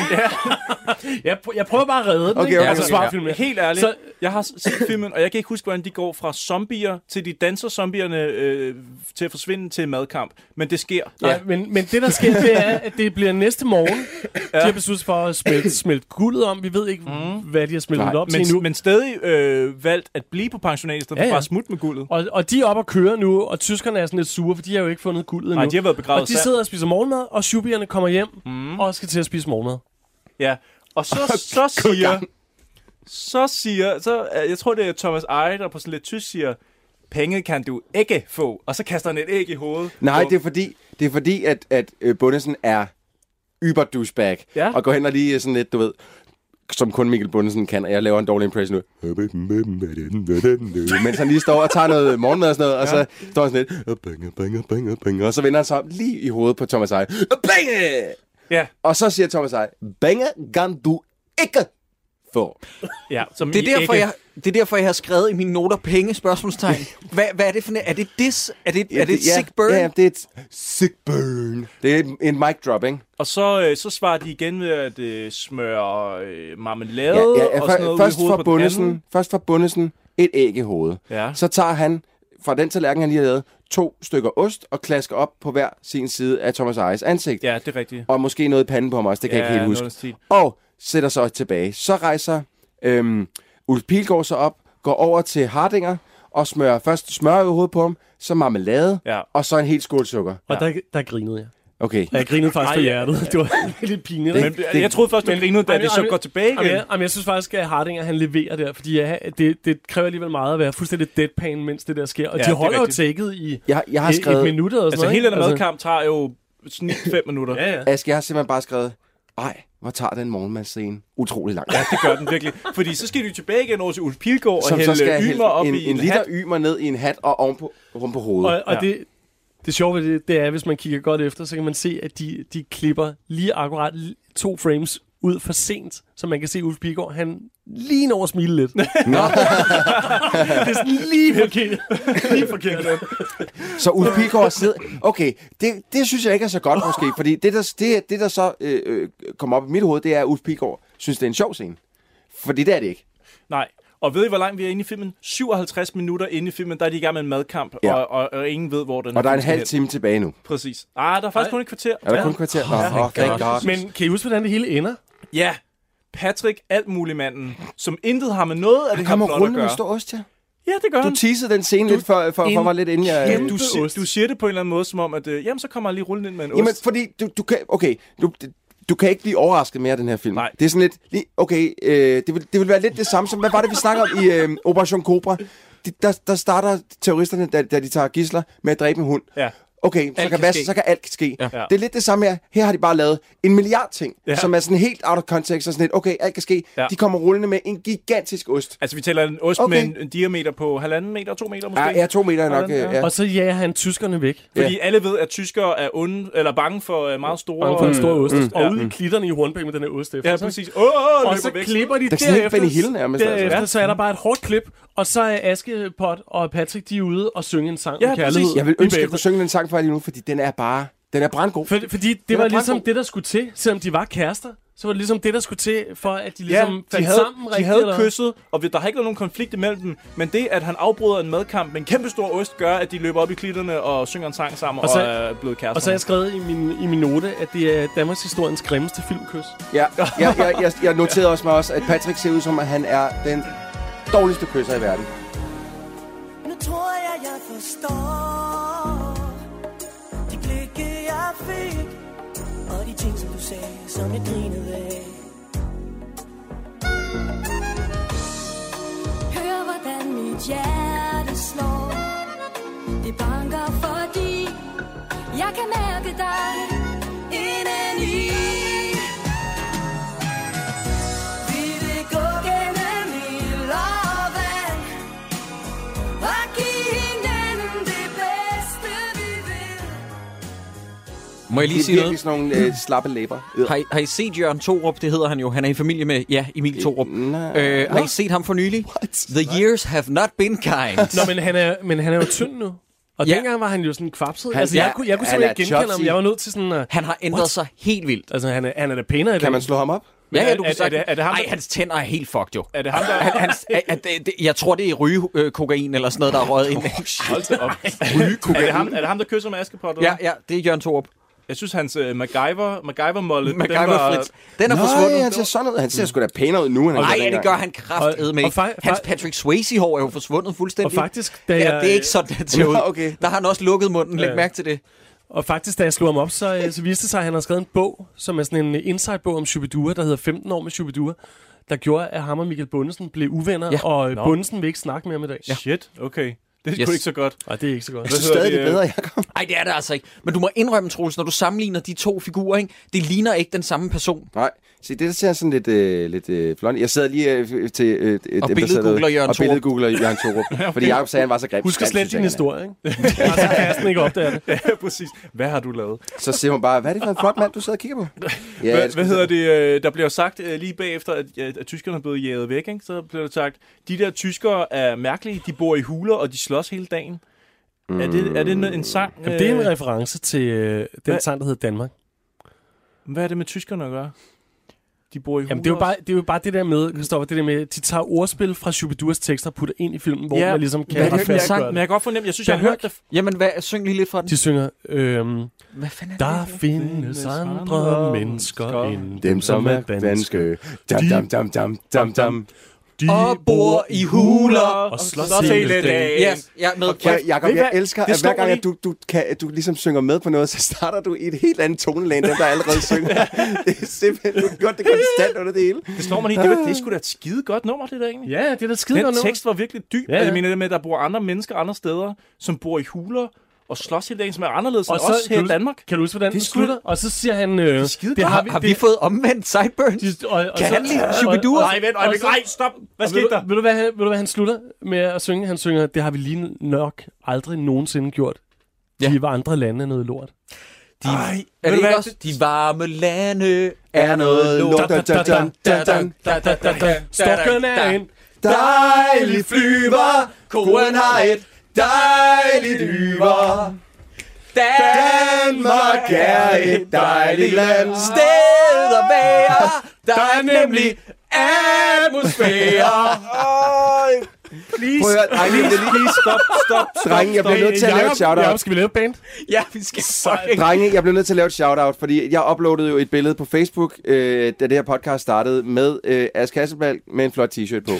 [SPEAKER 4] Jeg, pr- jeg prøver bare at redde den,
[SPEAKER 3] Okay,
[SPEAKER 4] ikke?
[SPEAKER 3] okay,
[SPEAKER 4] altså,
[SPEAKER 3] okay.
[SPEAKER 4] svare filmen.
[SPEAKER 2] Helt ærligt, så...
[SPEAKER 4] Så-
[SPEAKER 2] jeg har set filmen, og jeg kan ikke huske, hvordan de går fra zombier til de danser zombierne øh, til at forsvinde til madkamp. Men det sker.
[SPEAKER 4] Nej, men, men det, der sker, det er, at det bliver næste morgen. De har besluttet sig for at smelte, smelte guldet om. Vi ved ikke, mm. hvad de har smeltet
[SPEAKER 2] Nej,
[SPEAKER 4] det op til
[SPEAKER 2] men,
[SPEAKER 4] endnu.
[SPEAKER 2] men stadig øh, valgt at blive på pensionatet, i stedet
[SPEAKER 4] Ja,
[SPEAKER 2] ja, ja.
[SPEAKER 4] ja.
[SPEAKER 2] bare at smutte med guldet.
[SPEAKER 4] Og, og de er oppe og køre nu, og tyskerne er sådan lidt sure, for de har jo ikke fundet guldet endnu.
[SPEAKER 2] Nej, de har været begravet Mhm.
[SPEAKER 4] Og de
[SPEAKER 2] selv.
[SPEAKER 4] sidder og spiser morgenmad, og shubierne kommer hjem mm. og skal til at spise morgenmad.
[SPEAKER 2] Ja, og så, så siger... Så siger... Så, øh, jeg tror, det er Thomas Eje, der på sådan lidt tysk siger, penge kan du ikke få. Og så kaster han et æg i hovedet.
[SPEAKER 3] Nej,
[SPEAKER 2] Og-
[SPEAKER 3] det er fordi, det er fordi at, at øh, Bundesen er yber douchebag.
[SPEAKER 2] Ja.
[SPEAKER 3] Og går hen og lige øh, sådan lidt, du ved, som kun Mikkel Bundesen kan, og jeg laver en dårlig impression nu. Mens han lige står og tager noget morgenmad og sådan noget, og så står han sådan lidt, "Penge, penge, penge, penge." og så vender han sig om lige i hovedet på Thomas Eje. Penge!
[SPEAKER 2] Ja,
[SPEAKER 3] Og så siger Thomas Eje, penge kan du ikke få.
[SPEAKER 2] ja. Som
[SPEAKER 1] Det
[SPEAKER 2] I
[SPEAKER 1] er, derfor,
[SPEAKER 2] ikke-
[SPEAKER 1] jeg, det er derfor, jeg har skrevet i mine noter penge, [LAUGHS] spørgsmålstegn. Hvad, hvad er det for en... Er det dis? Er det, er det et sick burn?
[SPEAKER 3] Ja, ja, det er et sick burn. Det er en- en mic drop, ikke?
[SPEAKER 2] Og så, øh, så svarer de igen ved at øh, smøre øh, marmelade
[SPEAKER 3] Ja, ja, ja,
[SPEAKER 2] og sådan noget
[SPEAKER 3] før- først,
[SPEAKER 2] ud i hovedet på
[SPEAKER 3] fra
[SPEAKER 2] den
[SPEAKER 3] bundesen,
[SPEAKER 2] anden.
[SPEAKER 3] først fra bundesen et æg i hovedet.
[SPEAKER 2] Ja.
[SPEAKER 3] Så tager han fra den tallerken, han lige har lavet, to stykker ost og klasker op på hver sin side af Thomas Ejes ansigt.
[SPEAKER 2] Ja, det er rigtigt.
[SPEAKER 3] Og måske noget i panden på mig også, det kan
[SPEAKER 2] Ja,
[SPEAKER 3] jeg ikke
[SPEAKER 2] noget
[SPEAKER 3] helt
[SPEAKER 2] af den stil.
[SPEAKER 3] huske. Og sætter sig også tilbage. Så rejser øhm, Ulf Pilgaard sig op, går over til Hardinger og smører først smør i hovedet på ham, så marmelade,
[SPEAKER 2] Ja.
[SPEAKER 3] og så en helt skål sukker.
[SPEAKER 4] Og ja. der, der grinede jeg.
[SPEAKER 3] Okay.
[SPEAKER 4] Og Jeg grinede faktisk på
[SPEAKER 2] Ej,
[SPEAKER 4] hjertet. Det var [LAUGHS] lidt pinligt.
[SPEAKER 2] Men det, jeg troede først, du grinede, da det så går tilbage igen.
[SPEAKER 4] Jamen, jeg, jamen, jeg synes faktisk, at Hardinger han leverer der, fordi ja, det, det kræver alligevel meget at være fuldstændig deadpan, mens det der sker. Og
[SPEAKER 2] Ja,
[SPEAKER 4] ja,
[SPEAKER 2] det
[SPEAKER 4] de
[SPEAKER 2] er
[SPEAKER 4] holder jo
[SPEAKER 2] rigtigt.
[SPEAKER 4] tækket i
[SPEAKER 3] Jeg- jeg har
[SPEAKER 4] et,
[SPEAKER 3] skrevet-
[SPEAKER 4] et minut eller sådan
[SPEAKER 2] Altså,
[SPEAKER 4] noget.
[SPEAKER 2] hele den
[SPEAKER 3] [LAUGHS]
[SPEAKER 4] ikke?
[SPEAKER 2] madkamp tager jo snit fem minutter.
[SPEAKER 4] ja, ja.
[SPEAKER 3] Aske, jeg har simpelthen bare skrevet, ej, hvor hvor tager den morgenmadscene utrolig
[SPEAKER 2] [LAUGHS]
[SPEAKER 3] langt.
[SPEAKER 2] Ja, det gør den virkelig. Fordi så skal du tilbage igen over til Ulf Pilgaard og
[SPEAKER 3] Som så skal
[SPEAKER 2] hælde
[SPEAKER 3] hælde
[SPEAKER 2] ymer op
[SPEAKER 3] en,
[SPEAKER 2] i
[SPEAKER 3] en liter
[SPEAKER 2] hat.
[SPEAKER 3] ymer ned i en hat og ovenpå, rum på hovedet.
[SPEAKER 4] Og, og ja. det, det sjove ved det, det er, hvis man kigger godt efter, så kan man se, at de, de klipper lige akkurat l- to frames ud for sent, så man kan se Ulf Bigård, han lige når at smile [LAUGHS] lidt. Nå. det er sådan lige forkert. Lige [LAUGHS] forkert.
[SPEAKER 3] Så Ulf Pilgaard sidder... Okay, det, det synes jeg ikke er så godt måske, fordi det, der, det, det, der så øh, øh, kommer op i mit hoved, det er, at Ulf Pilgaard synes, det er en sjov scene. Fordi det er det ikke.
[SPEAKER 2] Nej. Og ved I, hvor langt vi er inde i filmen? 57 minutter inde i filmen, der er de i gang med en madkamp,
[SPEAKER 3] Ja.
[SPEAKER 2] ja. og, og, og, ingen ved, hvor den
[SPEAKER 3] Og der er en
[SPEAKER 2] film skal
[SPEAKER 3] halv
[SPEAKER 2] hen.
[SPEAKER 3] time tilbage nu.
[SPEAKER 2] Præcis. Ah, der er faktisk kun et kvarter.
[SPEAKER 3] Er der kun et kvarter? Nå, åh, thank God.
[SPEAKER 4] Men kan I huske, hvordan det hele ender?
[SPEAKER 2] Ja, Patrick Altmuligmanden, som intet har med noget af det her
[SPEAKER 3] Kommer
[SPEAKER 2] plot at
[SPEAKER 3] runde med
[SPEAKER 2] gøre.
[SPEAKER 3] stor ost, ja?
[SPEAKER 2] Ja, det gør
[SPEAKER 3] Du
[SPEAKER 2] han.
[SPEAKER 3] teasede den scene lidt for, for, for
[SPEAKER 2] En
[SPEAKER 3] mig lidt inden jeg...
[SPEAKER 2] kæmpe du, si- du siger det på en eller anden måde, som om, at øh, jamen, så kommer han lige rullende ind med en ost.
[SPEAKER 3] Jamen, fordi du, du kan... Okay, du, du kan ikke blive overrasket mere af den her film. Nej. Det er sådan lidt... Lige, okay, øh, det, vil, det vil være lidt det samme som... Hvad var det, vi snakkede om i øh, Operation Cobra? De, der, der starter terroristerne, da, da de tager gisler, med at dræbe en hund.
[SPEAKER 2] Ja.
[SPEAKER 3] Okay, så
[SPEAKER 2] Alt
[SPEAKER 3] kan,
[SPEAKER 2] kan
[SPEAKER 3] hvad,
[SPEAKER 2] ske.
[SPEAKER 3] så kan alt ske. Ja.
[SPEAKER 2] Ja.
[SPEAKER 3] Det er lidt det samme her. Her har de bare lavet en milliard ting, ja.
[SPEAKER 2] Ja.
[SPEAKER 3] som er sådan helt out of context og sådan lidt, okay, alt kan ske. Ja.
[SPEAKER 2] Ja.
[SPEAKER 3] De kommer rullende med en gigantisk ost.
[SPEAKER 2] Altså, vi taler en ost
[SPEAKER 3] Okay.
[SPEAKER 2] okay. med en, en diameter på halvanden meter, to meter måske?
[SPEAKER 3] Ja, ja, to meter er nok,
[SPEAKER 2] Halvanden,
[SPEAKER 3] øh, ja.
[SPEAKER 4] Og så jager han tyskerne væk.
[SPEAKER 2] Fordi alle ved, at tyskere er onde, eller bange for øh, meget store...
[SPEAKER 4] Bange for en stor
[SPEAKER 2] øh,
[SPEAKER 4] ost. Mm. Og
[SPEAKER 2] Ja.
[SPEAKER 4] ude i klitterne i Hornbæk med den her ost efter.
[SPEAKER 2] Ja,
[SPEAKER 4] Så-
[SPEAKER 2] præcis. Åh, åh,
[SPEAKER 4] og
[SPEAKER 2] løber
[SPEAKER 4] så
[SPEAKER 2] væk.
[SPEAKER 4] klipper de
[SPEAKER 3] Det er sådan helt
[SPEAKER 4] derefter,
[SPEAKER 3] Benny Hill nærmest, altså.
[SPEAKER 4] derefter
[SPEAKER 3] Ja.
[SPEAKER 4] så er der bare et hårdt klip, og så er Askepot og Patrick, de er ude og synge en sang
[SPEAKER 2] Ja,
[SPEAKER 4] om
[SPEAKER 2] præcis.
[SPEAKER 4] kærlighed.
[SPEAKER 3] Jeg vil
[SPEAKER 4] i
[SPEAKER 3] ønske, at jeg
[SPEAKER 4] baggrund.
[SPEAKER 3] kunne synge den sang for jer lige nu, fordi den er bare... Den er brandgod.
[SPEAKER 4] For, fordi det
[SPEAKER 3] Den
[SPEAKER 4] var
[SPEAKER 3] er
[SPEAKER 4] ligesom
[SPEAKER 3] brandgod.
[SPEAKER 4] det, der skulle til, selvom de var kærester. Så var det ligesom det, der skulle til, for at de
[SPEAKER 2] Ja,
[SPEAKER 4] ligesom
[SPEAKER 2] de
[SPEAKER 4] fandt
[SPEAKER 2] havde,
[SPEAKER 4] sammen
[SPEAKER 2] de
[SPEAKER 4] rigtigt,
[SPEAKER 2] havde
[SPEAKER 4] eller-
[SPEAKER 2] kysset, og vi- der har ikke været nogen konflikt imellem dem, men det, at han afbryder en madkamp med en kæmpe stor ost, gør, at de løber op i klitterne og synger en sang sammen og,
[SPEAKER 4] Og så-
[SPEAKER 2] så, og er blevet kærester.
[SPEAKER 4] Og så har jeg skrevet i min, i min note, at det er Danmarks historiens grimmeste filmkys.
[SPEAKER 3] Ja, jeg, jeg, jeg, jeg noterede også mig også, at Patrick ser ud som, at han er den dårligste kysser i verden.
[SPEAKER 16] Nu tror jeg, jeg forstår De blikke, jeg fik Og de ting, som du sagde, som jeg grinede af
[SPEAKER 17] Hør hvordan mit hjerte slår Det banker fordi Jeg kan mærke dig indeni
[SPEAKER 16] Vi vil gå gennem ild og vand Og give hinanden det bedste, vi vil
[SPEAKER 6] Må jeg lige
[SPEAKER 3] det er
[SPEAKER 6] sige
[SPEAKER 3] virkelig
[SPEAKER 6] noget?
[SPEAKER 3] sådan nogle øh, slappe læber.
[SPEAKER 6] Har I, har I set Jørgen Torup? Det hedder han jo. Han er i familie med, ja, Emil Torup. Øh, har I set ham for nylig? What? The years have not been kind.
[SPEAKER 1] [LAUGHS]
[SPEAKER 4] Nå, men han er, men han er jo tynd nu. Og ja. dengang var han jo sådan kvapset.
[SPEAKER 6] Han-
[SPEAKER 4] altså, jeg,
[SPEAKER 6] ja,
[SPEAKER 4] kunne, jeg kunne
[SPEAKER 6] han
[SPEAKER 4] simpelthen
[SPEAKER 6] er
[SPEAKER 4] ikke genkende
[SPEAKER 6] chubsy.
[SPEAKER 4] ham. Jeg var nødt til sådan... Uh,
[SPEAKER 6] Han har ændret sig helt vildt.
[SPEAKER 4] Altså, han er, han er da pænere i dag.
[SPEAKER 3] Kan man slå ham op?
[SPEAKER 6] Ja, ja, du kan
[SPEAKER 4] er, er,
[SPEAKER 6] sagt.
[SPEAKER 4] det, er det ham,
[SPEAKER 6] Ej,
[SPEAKER 4] der-
[SPEAKER 6] hans tænder er helt fucked, jo.
[SPEAKER 2] Er det ham, der...
[SPEAKER 6] Han, han, er, er, det, det, jeg tror, det er rygekokain eller sådan noget, der er røget
[SPEAKER 4] [LAUGHS]
[SPEAKER 6] ind.
[SPEAKER 2] Hold da op. er, det ham, er det ham, der kysser med Askepot? eller?
[SPEAKER 6] ja, ja, det er Jørgen Torup.
[SPEAKER 2] Jeg synes, hans uh, MacGyver, MacGyver-molle... den var-
[SPEAKER 6] MacGyver Fritz. Den er
[SPEAKER 3] Nå,
[SPEAKER 6] forsvundet.
[SPEAKER 3] ja, han ser sådan ud. Han ser sgu da pænere ud nu, end han
[SPEAKER 6] Nej,
[SPEAKER 3] gjorde
[SPEAKER 6] ja, det
[SPEAKER 3] dengang.
[SPEAKER 6] gør han kraftedet med.
[SPEAKER 4] Og- og fa- fa-
[SPEAKER 6] Hans Patrick Swayze-hår er jo forsvundet fuldstændig.
[SPEAKER 4] Og faktisk, da
[SPEAKER 6] ja,
[SPEAKER 4] jeg-
[SPEAKER 6] det er ikke sådan, det ser ud.
[SPEAKER 3] Nå, okay.
[SPEAKER 6] Der har han også lukket munden. Læg
[SPEAKER 4] Ja.
[SPEAKER 6] mærke til det.
[SPEAKER 4] Og faktisk, da jeg slog ham op, så, øh, så viste det sig, at han har skrevet en bog, som er sådan en øh, inside-bog om Shubidua, der hedder 15 år med Shubidua, der gjorde, at ham og Michael Bundesen blev uvenner,
[SPEAKER 6] Ja.
[SPEAKER 4] ja. og Nå.
[SPEAKER 2] Nå.
[SPEAKER 4] Bundesen vil ikke snakke mere om i dag.
[SPEAKER 2] Shit, okay. Det er
[SPEAKER 6] Yes.
[SPEAKER 2] yes. ikke så godt. [LAUGHS]
[SPEAKER 4] Nej, det er ikke så godt.
[SPEAKER 3] Jeg synes stadig, det er
[SPEAKER 6] øh?
[SPEAKER 3] bedre, Jacob.
[SPEAKER 6] Nej, det er det altså ikke. Men du må indrømme, Troels, når du sammenligner de to figurer, ikke? det ligner ikke den samme person.
[SPEAKER 3] Nej, se, det der ser sådan lidt, øh, lidt øh, flot. Jeg sad lige øh, til... Øh, dem, der
[SPEAKER 6] billedgoogler
[SPEAKER 3] sad derude,
[SPEAKER 6] Jørgen
[SPEAKER 3] og
[SPEAKER 6] Thorup.
[SPEAKER 3] billedgoogler Jørgen
[SPEAKER 6] [LAUGHS]
[SPEAKER 3] Thorup. fordi Jacob sagde, han var så grim.
[SPEAKER 4] Husk at
[SPEAKER 3] Han synes,
[SPEAKER 4] slette din
[SPEAKER 3] han er.
[SPEAKER 4] historie, ikke? Altså, kassen ikke opdager det.
[SPEAKER 2] Ja, præcis. Hvad har du lavet?
[SPEAKER 3] Så siger hun bare, hvad er det for en flot mand, du sidder og kigger på? Ja,
[SPEAKER 2] Hvad,
[SPEAKER 3] det skal
[SPEAKER 2] hvad hedder det? øh, Der bliver jo sagt øh, lige bagefter, at, at, at tyskerne er blevet jaget væk, ikke? Så bliver der sagt, de der tyskere er mærkelige, de bor i huler, og de slås hele dagen. Mm. Er det, er det en, en sang?
[SPEAKER 4] Jamen, det er en
[SPEAKER 2] øh,
[SPEAKER 4] reference til øh, den
[SPEAKER 2] Hvad?
[SPEAKER 4] sang, der hedder Danmark.
[SPEAKER 2] hvad er det med tyskerne at gøre? De bor i huler.
[SPEAKER 4] Jamen, det er, jo bare, det er jo bare det der med, Christoffer, det der med, at de tager ordspil fra Shubiduas tekster og putter ind i filmen, hvor
[SPEAKER 2] Ja.
[SPEAKER 4] man ligesom
[SPEAKER 6] Hvad er
[SPEAKER 4] kan
[SPEAKER 6] det for en sang?
[SPEAKER 4] retfærdiggøre
[SPEAKER 2] Men
[SPEAKER 4] det.
[SPEAKER 2] jeg kan godt fornemme, jeg synes, jeg har
[SPEAKER 4] Danmark.
[SPEAKER 2] hørt det.
[SPEAKER 6] Jamen, hvad, syng lige lidt for den.
[SPEAKER 4] De synger, øhm,
[SPEAKER 6] Hvad fanden er
[SPEAKER 4] der
[SPEAKER 6] det?
[SPEAKER 4] findes andre mennesker end
[SPEAKER 3] Dem, som er danske. Dam, dam, dam, dam, dam, dam.
[SPEAKER 4] De
[SPEAKER 6] Og bor i huler
[SPEAKER 4] og slås
[SPEAKER 6] slås
[SPEAKER 4] hele dagen.
[SPEAKER 6] Yes, ja, med
[SPEAKER 3] Ja, Jacob,
[SPEAKER 2] Ved I
[SPEAKER 3] jeg
[SPEAKER 2] hvad?
[SPEAKER 3] elsker,
[SPEAKER 2] Det
[SPEAKER 3] at
[SPEAKER 2] slår
[SPEAKER 3] hver gang
[SPEAKER 2] mig
[SPEAKER 3] at du, du, kan, at du ligesom synger med på noget, så starter du i et helt andet tonelag, end dem, der allerede synger. det er simpelthen, du har gjort det konstant under det hele.
[SPEAKER 2] Det slår mig lige. Det, var- det er sgu da et skide godt nummer, det der egentlig.
[SPEAKER 4] Ja, det er da skide
[SPEAKER 2] Den
[SPEAKER 4] godt
[SPEAKER 2] tekst var virkelig dyb.
[SPEAKER 4] Ja,
[SPEAKER 2] Ja, ja.
[SPEAKER 4] ja.
[SPEAKER 2] Jeg mener det med, at der bor andre mennesker andre steder, som bor i huler, og slås hele dagen, som er anderledes
[SPEAKER 4] Og
[SPEAKER 2] og end
[SPEAKER 4] så-
[SPEAKER 2] os her
[SPEAKER 4] kan
[SPEAKER 2] i
[SPEAKER 4] du-
[SPEAKER 2] Danmark.
[SPEAKER 4] Kan du huske, hvordan
[SPEAKER 2] Det
[SPEAKER 4] det
[SPEAKER 2] er
[SPEAKER 4] slutter? Og så siger han... Øh, det,
[SPEAKER 2] godt. Har vi
[SPEAKER 1] fået omvendt sideburns?
[SPEAKER 4] Og, og,
[SPEAKER 2] Kan
[SPEAKER 4] så-
[SPEAKER 2] han lide
[SPEAKER 4] og-
[SPEAKER 2] Shubidua?
[SPEAKER 4] og-
[SPEAKER 2] Nej, vent,
[SPEAKER 4] og
[SPEAKER 2] øjeblik.
[SPEAKER 4] så-
[SPEAKER 2] Nej, stop. Hvad
[SPEAKER 4] og
[SPEAKER 2] skete
[SPEAKER 4] ved,
[SPEAKER 2] der?
[SPEAKER 4] Ved du, hvad, han- ved du, hvad han slutter med at synge? Han synger, det har vi lige nok aldrig nogensinde gjort. Ja. De var andre lande er noget lort.
[SPEAKER 1] De, Ej, er det ikke også? De varme lande er noget lort.
[SPEAKER 4] Stokken er en
[SPEAKER 16] Dejlig flyver, koen har et dejligt yver. Danmark er et dejligt land.
[SPEAKER 1] Sted at være, der er nemlig
[SPEAKER 16] atmosfære.
[SPEAKER 2] Please,
[SPEAKER 3] Prøv at høre, drenge, det er lige-
[SPEAKER 2] stop, stop, stop.
[SPEAKER 3] Drenge, jeg bliver
[SPEAKER 2] stop.
[SPEAKER 3] nødt til at lave et shout-out.
[SPEAKER 4] Jacob, skal vi lave et band?
[SPEAKER 1] Ja, vi skal fucking...
[SPEAKER 3] Drenge, jeg blev nødt til at lave et shout-out, fordi jeg uploadede jo et billede på Facebook, øh, da det her podcast startede, med øh, Ask Hasselbald med en flot t-shirt på.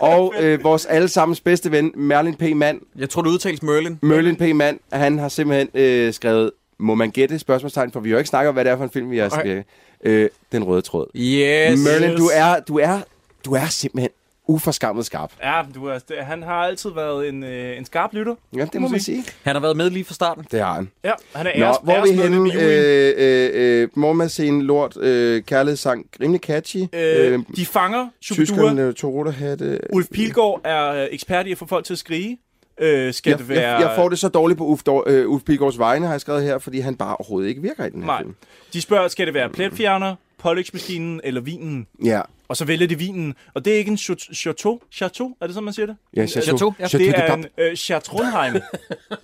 [SPEAKER 3] og øh, vores allesammens bedste ven, Merlin P. Mand,
[SPEAKER 1] Jeg tror, du udtales Merlin.
[SPEAKER 3] Merlin P. Mand, han har simpelthen øh, skrevet, må man gætte spørgsmålstegn, for vi har jo ikke snakket om, hvad det er for en film, vi har
[SPEAKER 1] Nej.
[SPEAKER 3] skrevet. Øh, den røde tråd.
[SPEAKER 1] Yes.
[SPEAKER 3] Merlin,
[SPEAKER 2] Yes.
[SPEAKER 3] du er, du er, du er simpelthen uforskammet skarp.
[SPEAKER 2] Ja, men du er, det- han har altid været en, øh, en skarp lytter.
[SPEAKER 3] Ja, det må man sige.
[SPEAKER 1] Han har været med lige fra starten.
[SPEAKER 3] Det har han.
[SPEAKER 2] Ja, han er
[SPEAKER 3] Nå,
[SPEAKER 2] æres,
[SPEAKER 3] hvor er vi
[SPEAKER 2] æresmedlem i
[SPEAKER 3] henne?
[SPEAKER 2] juryen.
[SPEAKER 3] Øh, øh, øh, Mormadscene, lort, øh, kærlighedssang, rimelig catchy.
[SPEAKER 2] Øh, de fanger Shubidua.
[SPEAKER 3] Tyskerne, Toroterhatte.
[SPEAKER 2] Ulf Pilgaard er øh, ekspert i at få folk til at skrige. Øh, skal
[SPEAKER 3] Jeg,
[SPEAKER 2] det være...
[SPEAKER 3] jeg, jeg får det så dårligt på Uf, Dor- øh, Uf Pilgaards vegne, har jeg skrevet her, fordi han bare overhovedet ikke virker i den her
[SPEAKER 2] Nej.
[SPEAKER 3] film.
[SPEAKER 2] De spørger, skal det være pletfjerner, pålægsmaskinen eller vinen?
[SPEAKER 3] Ja.
[SPEAKER 2] Og så vælger de vinen. Og det er ikke en chot- chateau. Chateau, er det sådan, man siger det?
[SPEAKER 3] Ja,
[SPEAKER 2] En, øh,
[SPEAKER 3] chateau. Chateau, ja. Chateau
[SPEAKER 2] Det
[SPEAKER 3] de
[SPEAKER 2] er
[SPEAKER 3] Gap.
[SPEAKER 2] en øh, Chartrundheim.
[SPEAKER 1] Nej,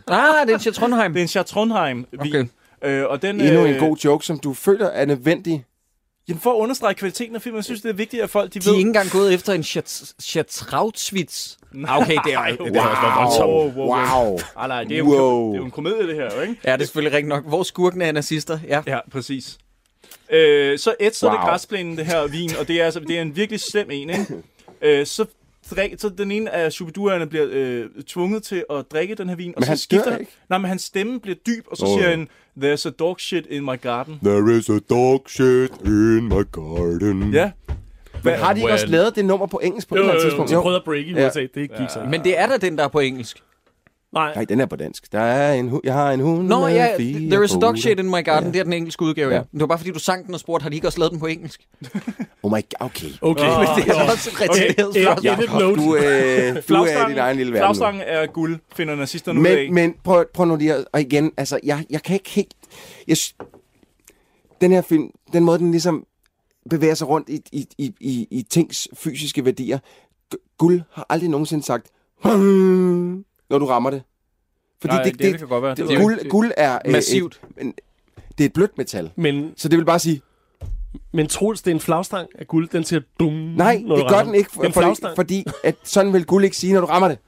[SPEAKER 1] Ah, det er en Chartrundheim.
[SPEAKER 2] Det er en Chartrundheim-vin. Okay. Øh, og den,
[SPEAKER 3] Endnu en god joke, som du føler er nødvendig.
[SPEAKER 2] Jamen, for at understrege kvaliteten af filmen, jeg synes, det er vigtigt, at folk de,
[SPEAKER 1] De er
[SPEAKER 2] ved...
[SPEAKER 1] ikke engang gået efter en Schat- Schatzrautswitz. Ah, Okay, det er jo...
[SPEAKER 2] Wow. Wow, wow, wow.
[SPEAKER 3] Wow.
[SPEAKER 2] Ej, Ah, nej, det er, jo
[SPEAKER 3] Wow.
[SPEAKER 2] en, det er jo en komedie, det her, jo, ikke?
[SPEAKER 1] Ja, det er selvfølgelig rigtigt nok. Hvor skurken er nazister. Ja.
[SPEAKER 2] Ja, præcis. Øh, så ætser wow. det
[SPEAKER 1] Wow.
[SPEAKER 2] græsplænen, det her vin, og det er, altså, det er en virkelig slem en, ikke? øh, så, drik, så den ene af subiduerne bliver øh, tvunget til at drikke den her vin, og
[SPEAKER 3] Men
[SPEAKER 2] så
[SPEAKER 3] han dør
[SPEAKER 2] skifter
[SPEAKER 3] ikke.
[SPEAKER 2] Nej, men hans stemme bliver dyb, og så
[SPEAKER 3] Åh.
[SPEAKER 2] siger han, There's a dog shit in my garden.
[SPEAKER 3] There is a dog shit in my garden.
[SPEAKER 2] Ja.
[SPEAKER 3] Men har de ikke også lavet det nummer på engelsk på
[SPEAKER 4] Jo,
[SPEAKER 3] det her
[SPEAKER 4] jo, jo,
[SPEAKER 3] tidspunkt?
[SPEAKER 4] de prøvede at breake i
[SPEAKER 3] Ja.
[SPEAKER 4] USA, det gik så.
[SPEAKER 1] Men det er da den, der er på engelsk.
[SPEAKER 4] Nej.
[SPEAKER 3] Nej, den er på dansk. Der er en hu- jeg har en hund.
[SPEAKER 1] Nå
[SPEAKER 3] med
[SPEAKER 1] ja,
[SPEAKER 3] fire
[SPEAKER 1] There is a dog
[SPEAKER 3] poter.
[SPEAKER 1] shit in my garden,
[SPEAKER 3] Ja.
[SPEAKER 1] det er den engelske udgave, ja.
[SPEAKER 3] Ja.
[SPEAKER 1] Men Det var bare fordi, du sang den og spurgte, har de ikke også lavet den på engelsk?
[SPEAKER 3] Oh my god, okay.
[SPEAKER 4] Okay.
[SPEAKER 1] Men [LAUGHS] det er
[SPEAKER 4] Åh,
[SPEAKER 1] også et retarderet
[SPEAKER 4] okay.
[SPEAKER 1] spørgsmål.
[SPEAKER 4] Edit note.
[SPEAKER 3] Du, øh, du er i din egen lille verden. nu.
[SPEAKER 2] Flagstangen er guld, finder nazisterne ud af.
[SPEAKER 3] Men, men prøv, prøv nu lige at, og igen, altså, jeg, jeg kan ikke helt... Jeg, sy- den her film, den måde, den ligesom bevæger sig rundt i, i, i, i, i tings fysiske værdier. Gu- Guld har aldrig nogensinde sagt, "Hmm", når du rammer det.
[SPEAKER 2] Nej, det- det kan godt være.
[SPEAKER 3] Det,
[SPEAKER 2] Det er jo
[SPEAKER 3] guld,
[SPEAKER 2] ikke-
[SPEAKER 3] guld er... øh,
[SPEAKER 1] Massivt.
[SPEAKER 3] Et, en, det er et blødt metal.
[SPEAKER 4] Men,
[SPEAKER 3] Så det vil bare sige,
[SPEAKER 4] men Troels, det er en flagstang af guld. Den siger dum,
[SPEAKER 3] nej,
[SPEAKER 4] når du
[SPEAKER 3] det gør
[SPEAKER 4] rammer
[SPEAKER 3] den ikke,
[SPEAKER 4] Det er en
[SPEAKER 3] fordi,
[SPEAKER 4] flagstang.
[SPEAKER 3] fordi at sådan vil guld ikke sige, når du rammer det.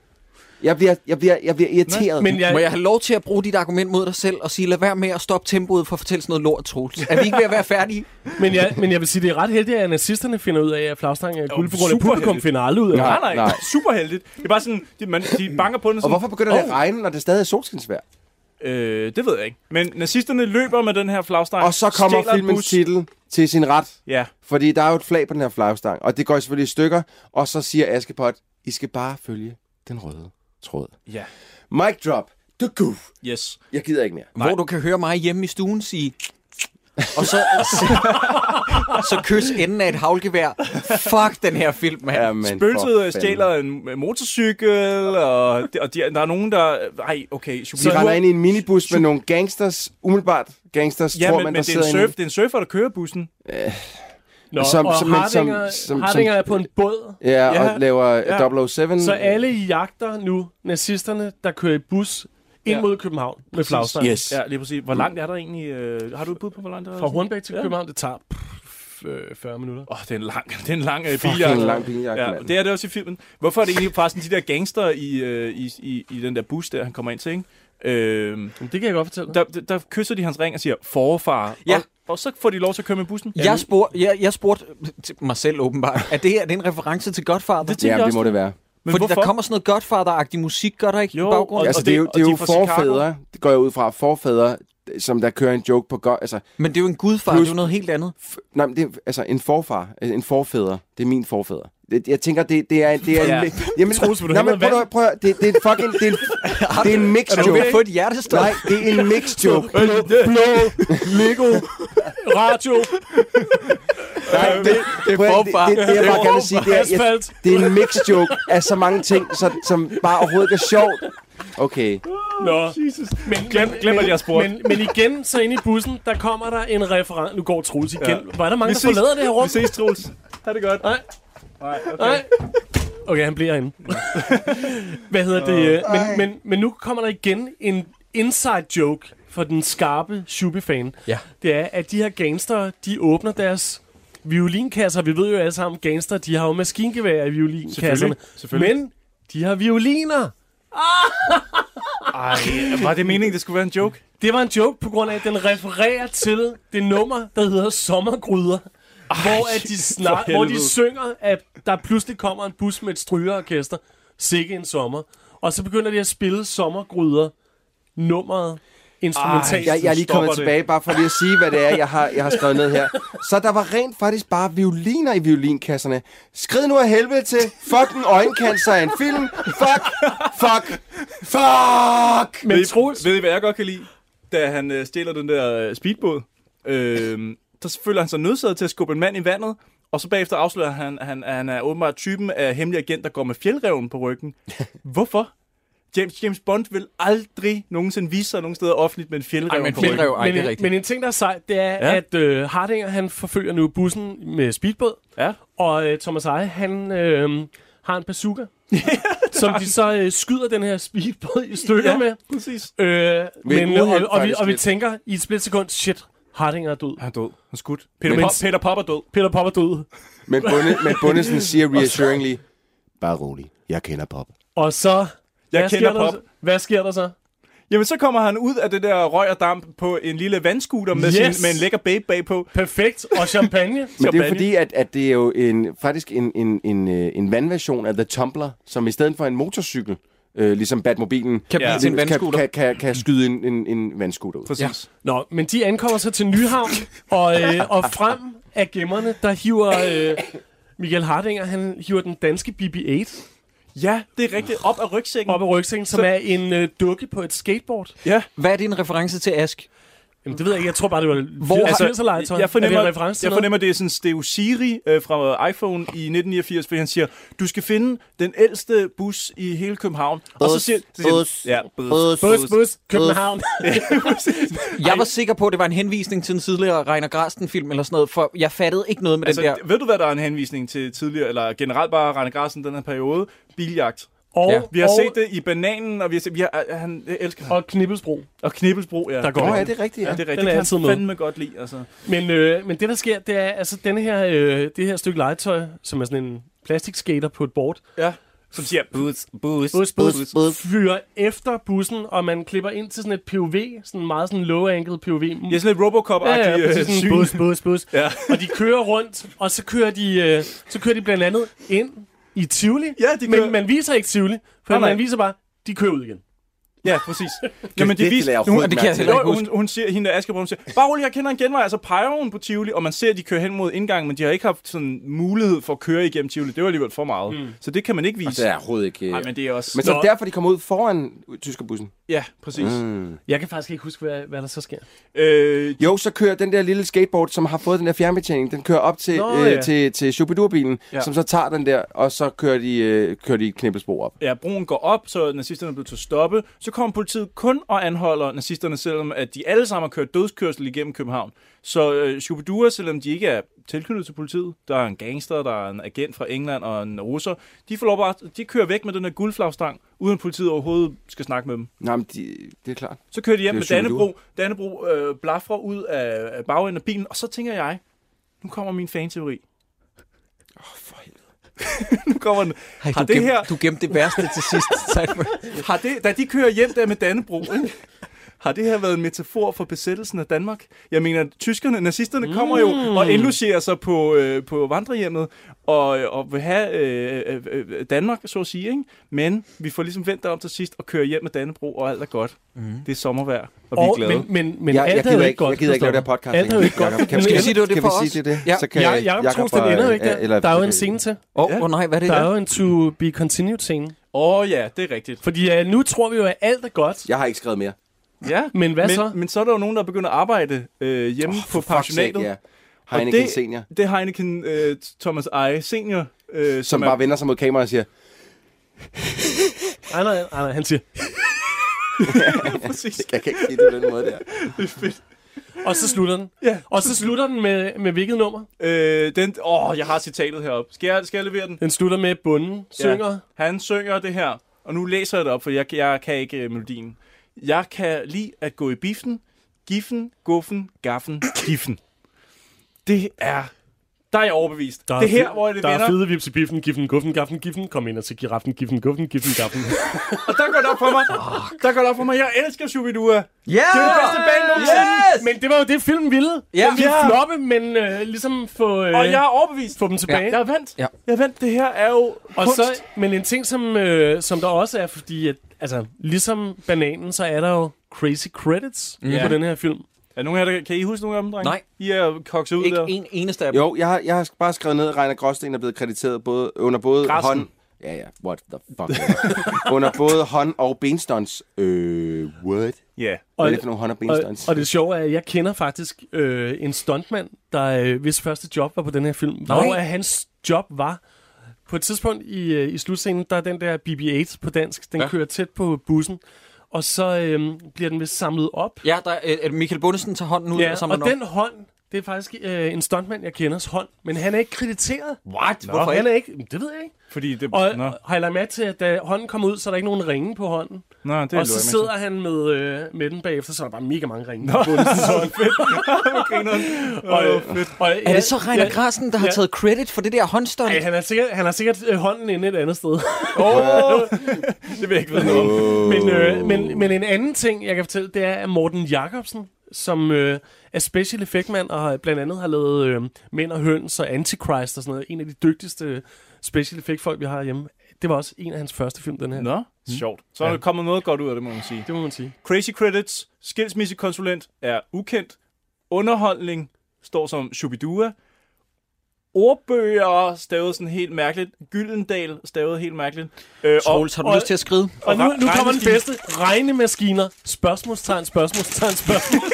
[SPEAKER 3] Jeg bliver, jeg bliver, jeg bliver irriteret.
[SPEAKER 4] men jeg-
[SPEAKER 1] Må jeg have lov til at bruge dit argument mod dig selv og sige, lad være med at stoppe tempoet for at fortælle sådan noget lort, Troels? Er vi ikke ved at være
[SPEAKER 2] [LAUGHS]
[SPEAKER 1] færdige?
[SPEAKER 4] Men jeg, men jeg vil sige, det er ret heldigt, at nazisterne finder ud af, at flagstangen er guld, på grund af at
[SPEAKER 2] super
[SPEAKER 4] publikum
[SPEAKER 2] heldigt.
[SPEAKER 4] finder aldrig ud af det.
[SPEAKER 2] Nej, nej,
[SPEAKER 3] Nej.
[SPEAKER 2] nej. super heldigt. Det er bare sådan, de, man, de banker på den
[SPEAKER 3] Og
[SPEAKER 2] sådan,
[SPEAKER 3] hvorfor begynder det at regne, når det stadig er solskinsvejr?
[SPEAKER 2] Øh, det ved jeg ikke. Men nazisterne løber med den her flagstang.
[SPEAKER 3] Og så kommer
[SPEAKER 2] stjæler en
[SPEAKER 3] filmens
[SPEAKER 2] bus.
[SPEAKER 3] titel til sin ret.
[SPEAKER 2] Ja.
[SPEAKER 3] Fordi der er jo et flag på den her flagstang, og det går selvfølgelig i stykker. Og så siger Askepot, I skal bare følge den røde tråd.
[SPEAKER 2] Ja.
[SPEAKER 3] Mic drop. Du goof.
[SPEAKER 2] Yes.
[SPEAKER 3] Jeg gider ikke mere.
[SPEAKER 1] Hvor du kan høre mig hjemme i stuen sige... Og så, [LAUGHS] så, så kys enden af et havlgevær. Fuck den her film, mand. Ja,
[SPEAKER 3] Jamen, for
[SPEAKER 2] Spøgelset øh,
[SPEAKER 3] fanden.
[SPEAKER 2] stjæler en en motorcykel, og, de, og de, der er nogen, der... Ej, okay.
[SPEAKER 3] De render ind i en minibus med nogle gangsters, umiddelbart gangsters,
[SPEAKER 2] Ja,
[SPEAKER 3] tror
[SPEAKER 2] men,
[SPEAKER 3] man,
[SPEAKER 2] men
[SPEAKER 3] der
[SPEAKER 2] det, er
[SPEAKER 3] sidder
[SPEAKER 2] en
[SPEAKER 3] inde
[SPEAKER 2] surf, det er en surfer, der kører bussen.
[SPEAKER 4] Nå,
[SPEAKER 3] Som-
[SPEAKER 4] som, og
[SPEAKER 3] som-
[SPEAKER 4] som,
[SPEAKER 3] men
[SPEAKER 4] Hardinger,
[SPEAKER 3] som- som-
[SPEAKER 4] Hardinger er på en båd.
[SPEAKER 3] i- Ja, ja,
[SPEAKER 2] Ja.
[SPEAKER 3] og laver øh, oh ja. 007.
[SPEAKER 4] Så alle jagter nu nazisterne, der kører i bus ind
[SPEAKER 2] Ja.
[SPEAKER 4] mod København med flagstang.
[SPEAKER 3] Yes.
[SPEAKER 2] Ja, lige præcis. Hvor
[SPEAKER 3] Mm.
[SPEAKER 2] langt er der egentlig... Øh, har du et bud på, hvor langt der er?
[SPEAKER 4] Fra Hornbæk til København, det tager pff, øh, 40 minutter.
[SPEAKER 2] Åh, oh, det er en lang, det er en lang øh,
[SPEAKER 3] Fucking
[SPEAKER 2] biljagt.
[SPEAKER 3] lang biljagt,
[SPEAKER 2] ja,
[SPEAKER 3] mand.
[SPEAKER 2] det er det også i filmen. Hvorfor er det egentlig forresten de der gangster i, øh, i, i, i den der bus, der han kommer ind til, ikke? Øh,
[SPEAKER 4] Men Det kan jeg godt fortælle dig.
[SPEAKER 2] der, der, der kysser de hans ring og siger, forfar.
[SPEAKER 1] Ja.
[SPEAKER 2] Og, og så får de lov til at køre med bussen.
[SPEAKER 1] Jeg, spurg, jeg, jeg spurgte til mig selv åbenbart, er det, her er det en reference til Godfather?
[SPEAKER 2] Det tænker
[SPEAKER 3] Ja,
[SPEAKER 2] jeg
[SPEAKER 3] det
[SPEAKER 2] også.
[SPEAKER 3] må det være.
[SPEAKER 2] Men
[SPEAKER 1] Fordi
[SPEAKER 2] hvorfor?
[SPEAKER 1] der kommer sådan noget Godfather-agtig musik, gør der ikke
[SPEAKER 2] Jo,
[SPEAKER 1] i baggrunden?
[SPEAKER 2] og-
[SPEAKER 3] Altså, det, er jo,
[SPEAKER 2] det-
[SPEAKER 3] det er
[SPEAKER 2] og de
[SPEAKER 3] jo
[SPEAKER 2] er fra Chicago.
[SPEAKER 3] forfædre, det går jeg ud fra, forfædre, som der kører en joke på godt. Altså,
[SPEAKER 1] Men det er jo en gudfar,
[SPEAKER 3] Plus-
[SPEAKER 1] det er jo noget helt andet.
[SPEAKER 3] f- nej, men det, er- altså, en forfar, øh, en forfædre, det er min forfædre. det- jeg tænker, det, det er... Det er
[SPEAKER 1] Ja.
[SPEAKER 3] en, jamen,
[SPEAKER 1] Troels, vil du
[SPEAKER 3] nej,
[SPEAKER 1] have noget
[SPEAKER 3] men prøv, at-
[SPEAKER 1] vand?
[SPEAKER 3] prøv, at- det, det er en fucking... Det er en,
[SPEAKER 1] [LAUGHS]
[SPEAKER 3] det er en mixed
[SPEAKER 1] Er
[SPEAKER 3] joke.
[SPEAKER 1] du ved at Altså, få et hjertestop?
[SPEAKER 3] Nej, det er en
[SPEAKER 1] [LAUGHS]
[SPEAKER 3] mixed joke.
[SPEAKER 4] Blå,
[SPEAKER 2] [LAUGHS]
[SPEAKER 4] Lego, radio.
[SPEAKER 3] Nej, det, det,
[SPEAKER 4] Prøv
[SPEAKER 3] prøv,
[SPEAKER 4] at-
[SPEAKER 3] det, det, det, det, jeg
[SPEAKER 4] Det er
[SPEAKER 3] bare gerne vil sige, det er, jeg,
[SPEAKER 4] asfalt.
[SPEAKER 3] det er en mixed joke af så mange ting, så, som bare overhovedet ikke er sjovt. Okay.
[SPEAKER 4] Nå. Jesus. Men, glem,
[SPEAKER 2] glem, at jeg spurgte.
[SPEAKER 4] Men, men igen, så inde i bussen, der kommer der en referent. Nu går Troels igen. Ja. Var der mange,
[SPEAKER 2] Vi
[SPEAKER 4] der
[SPEAKER 2] ses.
[SPEAKER 4] forlader det her rum?
[SPEAKER 2] Vi ses, Troels. Ha' det godt.
[SPEAKER 4] Nej.
[SPEAKER 2] Nej, okay.
[SPEAKER 4] Nej. Okay, han bliver
[SPEAKER 2] [LAUGHS]
[SPEAKER 4] inde. Hvad hedder det? øh,
[SPEAKER 2] Ej.
[SPEAKER 4] Men, men, men nu kommer der igen en inside joke for den skarpe Shubi-fan.
[SPEAKER 6] Ja.
[SPEAKER 4] Det er, at de her gangster, de åbner deres violinkasser. Vi ved jo alle sammen, gangster, de har jo maskingevær i violinkasserne.
[SPEAKER 2] Selvfølgelig, selvfølgelig.
[SPEAKER 4] Men de har violiner.
[SPEAKER 2] Ej, var det meningen, det skulle være en joke?
[SPEAKER 4] Det var en joke på grund af, at den refererer til det nummer, der hedder Sommergryder. Ej, hvor, at de
[SPEAKER 2] for
[SPEAKER 4] snak, hvor de
[SPEAKER 2] helvede.
[SPEAKER 4] synger, at der pludselig kommer en bus med et strygeorkester. Sikke en sommer. Og så begynder de at spille Sommergryder. Nummeret instrumentalt.
[SPEAKER 3] jeg, jeg er lige kommet
[SPEAKER 4] Stopper det.
[SPEAKER 3] tilbage, bare for lige at sige, hvad det er, jeg har, jeg har skrevet ned her. Så der var rent faktisk bare violiner i violinkasserne. Skrid nu af helvede til. Fucking øjencancer af en film. Fuck, fuck, fuck.
[SPEAKER 4] Men
[SPEAKER 2] ved,
[SPEAKER 4] Troels-
[SPEAKER 2] Ved I, hvad jeg godt kan lide? Da han øh, stjæler den der øh, speedbåd, øh, der føler han sig nødsaget til at skubbe en mand i vandet, og så bagefter afslører han, han, at han er åbenbart typen af hemmelig agent, der går med fjeldreven på [LAUGHS] ryggen. Hvorfor? James, James Bond vil aldrig nogensinde vise sig nogen steder offentligt med en fjeldrev
[SPEAKER 1] Ej, men
[SPEAKER 2] på
[SPEAKER 1] fjeldræv,
[SPEAKER 2] ryggen.
[SPEAKER 1] ej, det
[SPEAKER 4] men,
[SPEAKER 1] er
[SPEAKER 4] en, men en ting, der er sejt, det er,
[SPEAKER 2] Ja.
[SPEAKER 4] ja. at øh, Hardinger, han forfølger nu bussen med speedbåd.
[SPEAKER 2] [LAUGHS] Ja.
[SPEAKER 4] Og øh, Thomas Eje, han øh, har en bazooka. som de så øh, skyder den her speedbåd i stykker
[SPEAKER 2] Ja,
[SPEAKER 4] med.
[SPEAKER 2] præcis.
[SPEAKER 4] Øh, men,
[SPEAKER 2] et
[SPEAKER 4] og,
[SPEAKER 2] uheld,
[SPEAKER 4] og, og, vi,
[SPEAKER 2] faktisk
[SPEAKER 4] og vi
[SPEAKER 2] lidt.
[SPEAKER 4] tænker i et splitsekund, shit, Hardinger er død.
[SPEAKER 2] Han er død. Han er skudt. Peter,
[SPEAKER 4] Men-
[SPEAKER 2] Pop, Peter Pop er død.
[SPEAKER 4] Peter Pop er død.
[SPEAKER 3] Men, bunde, men Bundesen siger
[SPEAKER 4] Og så-
[SPEAKER 3] reassuringly, bare rolig, jeg kender pop.
[SPEAKER 4] Og så...
[SPEAKER 2] Jeg
[SPEAKER 4] hvad
[SPEAKER 2] kender
[SPEAKER 4] sker der,
[SPEAKER 2] Pop.
[SPEAKER 4] Hvad sker der så?
[SPEAKER 2] Jamen, så kommer han ud af det der røg og damp på en lille vandskuter med, yes.
[SPEAKER 4] Yes.
[SPEAKER 2] sin, med en lækker babe bagpå.
[SPEAKER 4] Perfekt.
[SPEAKER 2] [LAUGHS]
[SPEAKER 4] Og champagne.
[SPEAKER 3] Men det er jo
[SPEAKER 2] Champagne.
[SPEAKER 3] fordi, at, at det er jo en, faktisk en, en, en, øh, en vandversion af The Tumbler, som i stedet for en motorcykel, øh, ligesom Batmobilen,
[SPEAKER 1] Kan blive
[SPEAKER 3] den-
[SPEAKER 1] til en
[SPEAKER 3] kan,
[SPEAKER 1] vandscooter.
[SPEAKER 3] kan, kan, kan skyde en, en, en vandskuter ud.
[SPEAKER 2] Præcis.
[SPEAKER 4] Nå, men de ankommer så til Nyhavn, og, øh, og frem af gemmerne, der hiver øh, Michael Hardinger, han hiver den danske BB-8
[SPEAKER 2] Ja, det er rigtigt. Op af rygsækken.
[SPEAKER 4] op af rygsækken, som
[SPEAKER 2] Så-
[SPEAKER 4] er en øh, dukke på et skateboard.
[SPEAKER 2] Ja.
[SPEAKER 1] Hvad er din reference til Ask?
[SPEAKER 4] Jamen, det ved jeg ikke. Jeg tror bare, det var
[SPEAKER 1] Hvor
[SPEAKER 4] Hvor, altså, legetøj.
[SPEAKER 2] jeg fornemmer,
[SPEAKER 4] er det en reference til
[SPEAKER 2] jeg
[SPEAKER 4] noget?
[SPEAKER 2] fornemmer, det er sådan Steve Siri øh, fra iPhone i 1989, fordi han siger, du skal finde den ældste bus i hele København. og så
[SPEAKER 1] Bus,
[SPEAKER 2] siger, så siger han,
[SPEAKER 1] bus,
[SPEAKER 2] ja,
[SPEAKER 1] bus,
[SPEAKER 4] Bus, bus, København.
[SPEAKER 1] Jeg var sikker på, at det var en henvisning til en tidligere Reiner Grasten-film eller sådan noget, for jeg fattede ikke noget med
[SPEAKER 2] Altså,
[SPEAKER 1] den der.
[SPEAKER 2] ved du, hvad der er en henvisning til tidligere, eller generelt bare Rane Grassen den her periode? Biljagt.
[SPEAKER 4] Og,
[SPEAKER 1] Ja.
[SPEAKER 2] Vi har
[SPEAKER 4] og,
[SPEAKER 2] set det i Bananen, og vi har set, vi har, øh, han jeg elsker ham.
[SPEAKER 4] Og Knibbelsbro.
[SPEAKER 2] Og Knibbelsbro, ja.
[SPEAKER 4] Der går
[SPEAKER 3] Nå,
[SPEAKER 4] det.
[SPEAKER 3] ja, det er rigtigt, ja.
[SPEAKER 2] Ja, det er rigtigt.
[SPEAKER 4] Den er
[SPEAKER 2] Det kan
[SPEAKER 4] altid
[SPEAKER 2] han
[SPEAKER 4] med.
[SPEAKER 2] fandme godt lide, altså.
[SPEAKER 4] Men, øh, men det, der sker, det er, altså, denne her, øh, det her stykke legetøj, som er sådan en plastikskater på et board,
[SPEAKER 2] Ja. Som siger, bus, bus,
[SPEAKER 4] bus, bus, bus, fyrer efter bussen, og man klipper ind til sådan et POV, sådan meget sådan low-angle POV.
[SPEAKER 2] Det er sådan lidt Robocop-agtig
[SPEAKER 4] Ja, ja,
[SPEAKER 2] øh,
[SPEAKER 4] præcis,
[SPEAKER 2] syn.
[SPEAKER 4] sådan bus, bus, bus.
[SPEAKER 2] Ja.
[SPEAKER 4] Og de kører rundt, og så kører de, øh, så kører de blandt andet ind i Tivoli.
[SPEAKER 2] Ja, de kører-
[SPEAKER 4] Men man viser ikke Tivoli, for
[SPEAKER 2] Nej, nej.
[SPEAKER 4] man viser bare, de kører ud igen.
[SPEAKER 2] Ja,
[SPEAKER 4] [LAUGHS]
[SPEAKER 2] præcis. Jamen,
[SPEAKER 3] det
[SPEAKER 2] det,
[SPEAKER 3] lader
[SPEAKER 2] viser,
[SPEAKER 3] jeg overhovedet
[SPEAKER 1] Det kan jeg
[SPEAKER 2] Jo,
[SPEAKER 1] heller ikke
[SPEAKER 2] hun,
[SPEAKER 1] huske.
[SPEAKER 2] hun siger, hende der Asger hun siger, bare rolig, jeg kender en genvej, altså peger hun på Tivoli, og man ser, at de kører hen mod indgangen, men de har ikke haft sådan mulighed for at køre igennem Tivoli. Det var alligevel for meget. Mm. Så det kan man ikke vise.
[SPEAKER 3] Det er overhovedet ikke... øh,
[SPEAKER 2] Nej, men det er også...
[SPEAKER 3] Men så
[SPEAKER 4] Nå.
[SPEAKER 3] derfor, de kommer ud foran tyskerbussen.
[SPEAKER 2] Ja, præcis. Mm.
[SPEAKER 4] Jeg kan faktisk ikke huske, hvad, hvad der så sker.
[SPEAKER 2] Øh,
[SPEAKER 3] Jo, så kører den der lille skateboard, som har fået den der fjernbetjening, den kører op til,
[SPEAKER 4] Nå,
[SPEAKER 3] øh,
[SPEAKER 4] ja.
[SPEAKER 3] til, til Shubidurbilen,
[SPEAKER 2] Ja.
[SPEAKER 3] ja. som så tager den der, og så kører de, øh, kører de et knibbelspor op.
[SPEAKER 2] ja, broen går op, så nazisterne bliver til at stoppe. Så kommer politiet kun og anholder nazisterne, selvom at de alle sammen har kørt dødskørsel igennem København. Så øh, Shubidua, selvom de ikke er tilknyttet til politiet, der er en gangster, der er en agent fra England og en russer, de, får lov bare, de kører væk med den her guldflagstang, uden at politiet overhovedet skal snakke med dem.
[SPEAKER 3] Nej, men de, det er klart.
[SPEAKER 2] Så kører de hjem med
[SPEAKER 3] Det er jo
[SPEAKER 2] Dannebro. Dannebro øh, blaffer ud af, af bagenden af bilen, og så tænker jeg, nu kommer min fanteori. Åh, for helvede. [LAUGHS] nu kommer den.
[SPEAKER 1] Ej,
[SPEAKER 2] har
[SPEAKER 1] du,
[SPEAKER 2] det
[SPEAKER 1] gemte,
[SPEAKER 2] her-
[SPEAKER 1] du gemte det værste til sidst. Simon.
[SPEAKER 2] Har det, da de kører hjem der med Dannebro, ikke? Har det her været en metafor for besættelsen af Danmark? Jeg mener, tyskerne, nazisterne kommer jo
[SPEAKER 4] Mm.
[SPEAKER 2] og indlogerer sig på, øh, på vandrehjemmet og, og vil have øh, øh, øh, Danmark, så at sige. Ikke? Men vi får ligesom vendt om til sidst og kører hjem med Dannebro, og alt er godt. Mm. Det er sommervejr, og, og vi er
[SPEAKER 4] Og-
[SPEAKER 2] glade.
[SPEAKER 4] men- men- men Jeg- alt jeg er gider jo ikke ikke- godt, jeg gider ikke lave forstår det her du? podcast Alt er jo ikke længere, godt. Jacob. Kan vi- Skal vi sige, det var det for os? Ja. Ja, Jacob Troels, den ender jo ikke der. Der er jo en scene til.
[SPEAKER 6] Åh, oh, nej, hvad er det
[SPEAKER 4] der er jo en to be continued scene.
[SPEAKER 2] Åh oh, ja, det er rigtigt.
[SPEAKER 4] Fordi øh, nu tror vi jo, at alt er godt.
[SPEAKER 3] Jeg har ikke skrevet mere.
[SPEAKER 2] Ja,
[SPEAKER 4] Men hvad
[SPEAKER 2] men,
[SPEAKER 4] så?
[SPEAKER 2] Men så er der jo nogen, der begynder at arbejde øh, hjemme oh, på pensionatet.
[SPEAKER 3] sake, ja.
[SPEAKER 2] Og
[SPEAKER 3] Heineken
[SPEAKER 2] det,
[SPEAKER 3] Senior.
[SPEAKER 2] Det er Heineken øh, Thomas Eje Senior. Øh,
[SPEAKER 3] Som bare vender sig mod kameraet og siger,
[SPEAKER 4] Nej, nej, nej, nej, han siger...
[SPEAKER 2] Præcis.
[SPEAKER 3] Jeg kan ikke sige det på den måde der.
[SPEAKER 4] Og så slutter den.
[SPEAKER 2] Ja.
[SPEAKER 4] Og så slutter den med, med hvilket nummer?
[SPEAKER 2] Øh, den, åh, jeg har citatet heroppe. Skal jeg, skal jeg levere den?
[SPEAKER 4] Den slutter med bunden. Synger. Ja.
[SPEAKER 2] Han synger det her, og nu læser jeg det op, for jeg, jeg kan ikke øh, melodien. Jeg kan lide at gå i biffen, giffen, guffen, gaffen, giffen. Det er... Der er jeg overbevist.
[SPEAKER 4] Der
[SPEAKER 2] det er her,
[SPEAKER 4] fed-
[SPEAKER 2] hvor det
[SPEAKER 4] Der
[SPEAKER 2] vender.
[SPEAKER 4] er fede vips i biffen, giffen, guffen, gaffen, giffen. Kom ind og til giraffen, giffen, guffen, giffen,
[SPEAKER 2] [LAUGHS]
[SPEAKER 4] gaffen.
[SPEAKER 2] Og der går det op for mig. Der går det op for mig. Jeg elsker Shubidua.
[SPEAKER 4] Ja!
[SPEAKER 2] Det er den bedste band nogensinde.
[SPEAKER 4] Yes! Men det var jo det, filmen ville.
[SPEAKER 2] Ja.
[SPEAKER 4] Den ville
[SPEAKER 2] Ja.
[SPEAKER 4] floppe, men øh, ligesom få... Øh,
[SPEAKER 2] Og jeg er overbevist.
[SPEAKER 4] Få dem tilbage.
[SPEAKER 2] Ja. Jeg er vendt.
[SPEAKER 6] Ja.
[SPEAKER 2] Jeg er vendt. Det her er jo
[SPEAKER 4] Og
[SPEAKER 2] kunst.
[SPEAKER 4] så, men en ting, som, øh, som der også er, fordi at, altså, ligesom bananen, så er der jo crazy credits
[SPEAKER 2] Ja.
[SPEAKER 4] på den her film.
[SPEAKER 2] Er nogen af jer, der, kan I huske nogen af dem, drenge?
[SPEAKER 6] Nej.
[SPEAKER 2] I er kokset ud
[SPEAKER 1] Ikke
[SPEAKER 2] der.
[SPEAKER 1] en eneste af dem.
[SPEAKER 3] Jo, jeg har, jeg har bare skrevet ned, at Rainer Gråsten er blevet krediteret både, under både
[SPEAKER 2] Græsten.
[SPEAKER 3] hånd... Ja, ja, what the fuck. [LAUGHS] under både hånd- og benstunts. Øh, what?
[SPEAKER 2] Ja.
[SPEAKER 3] Hvad er det for nogle hånd- og
[SPEAKER 4] og,
[SPEAKER 3] benstunts?
[SPEAKER 4] og det sjove er, at jeg kender faktisk øh, en stuntmand, der, øh, hvis første job var på den her film. Nej. Hvor er hans job var... På et tidspunkt i, øh, i slutscenen, der er den der BB-8 på dansk. Den ja. kører tæt på bussen. Og så øh, bliver den vist samlet op.
[SPEAKER 6] Ja, der er, øh, Michael Bundesen tager hånden ud
[SPEAKER 4] Ja,
[SPEAKER 6] og samler
[SPEAKER 4] og
[SPEAKER 6] op.
[SPEAKER 4] den hånd, det er faktisk øh, en stuntmand, jeg kenders hånd. Men han er ikke krediteret.
[SPEAKER 6] What?
[SPEAKER 4] Nå,
[SPEAKER 6] Hvorfor
[SPEAKER 4] han er ikke? Det ved jeg ikke.
[SPEAKER 2] Fordi det...
[SPEAKER 4] Og
[SPEAKER 2] Nå.
[SPEAKER 4] har jeg lagt mærke til, at da hånden kommer ud, så er der ikke nogen ringe på hånden.
[SPEAKER 2] Nå, det
[SPEAKER 4] og så sidder han med, øh, med den bagefter, så er der bare mega mange ringe på bundens
[SPEAKER 2] [LAUGHS]
[SPEAKER 4] hånd. og, øh, og,
[SPEAKER 6] Er det så Reiner Grassen, der har
[SPEAKER 4] ja.
[SPEAKER 6] taget credit for det der håndstunt?
[SPEAKER 4] Ej, han har sikkert, han har sikkert øh, hånden inde et andet [LAUGHS] sted.
[SPEAKER 2] Åh, det vil jeg ikke vide noget om.
[SPEAKER 4] Men, øh, men, men en anden ting, jeg kan fortælle, det er, at Morten Jacobsen, som øh, er special effectmand og har- blandt andet har lavet øh, Mænd og Høns og Antichrist og sådan noget, en af de dygtigste special effect folk, vi har hjemme. Det var også en af hans første film, den her.
[SPEAKER 2] Nå, sjovt. Så er der kommet noget godt ud af Mm. det, må man sige.
[SPEAKER 4] Det må man sige.
[SPEAKER 2] Crazy Credits, skilsmissekonsulent er ukendt. Underholdning står som Shubidua. Ordbøger stavet sådan helt mærkeligt. Gyldendal stavet helt mærkeligt. Øh,
[SPEAKER 6] Troels, har du lyst til at skride?
[SPEAKER 4] Og nu,
[SPEAKER 2] ra-
[SPEAKER 4] nu kommer den
[SPEAKER 2] regnemaskine.
[SPEAKER 4] bedste. Regnemaskiner. Spørgsmålstegn, spørgsmålstegn, spørgsmålstegn.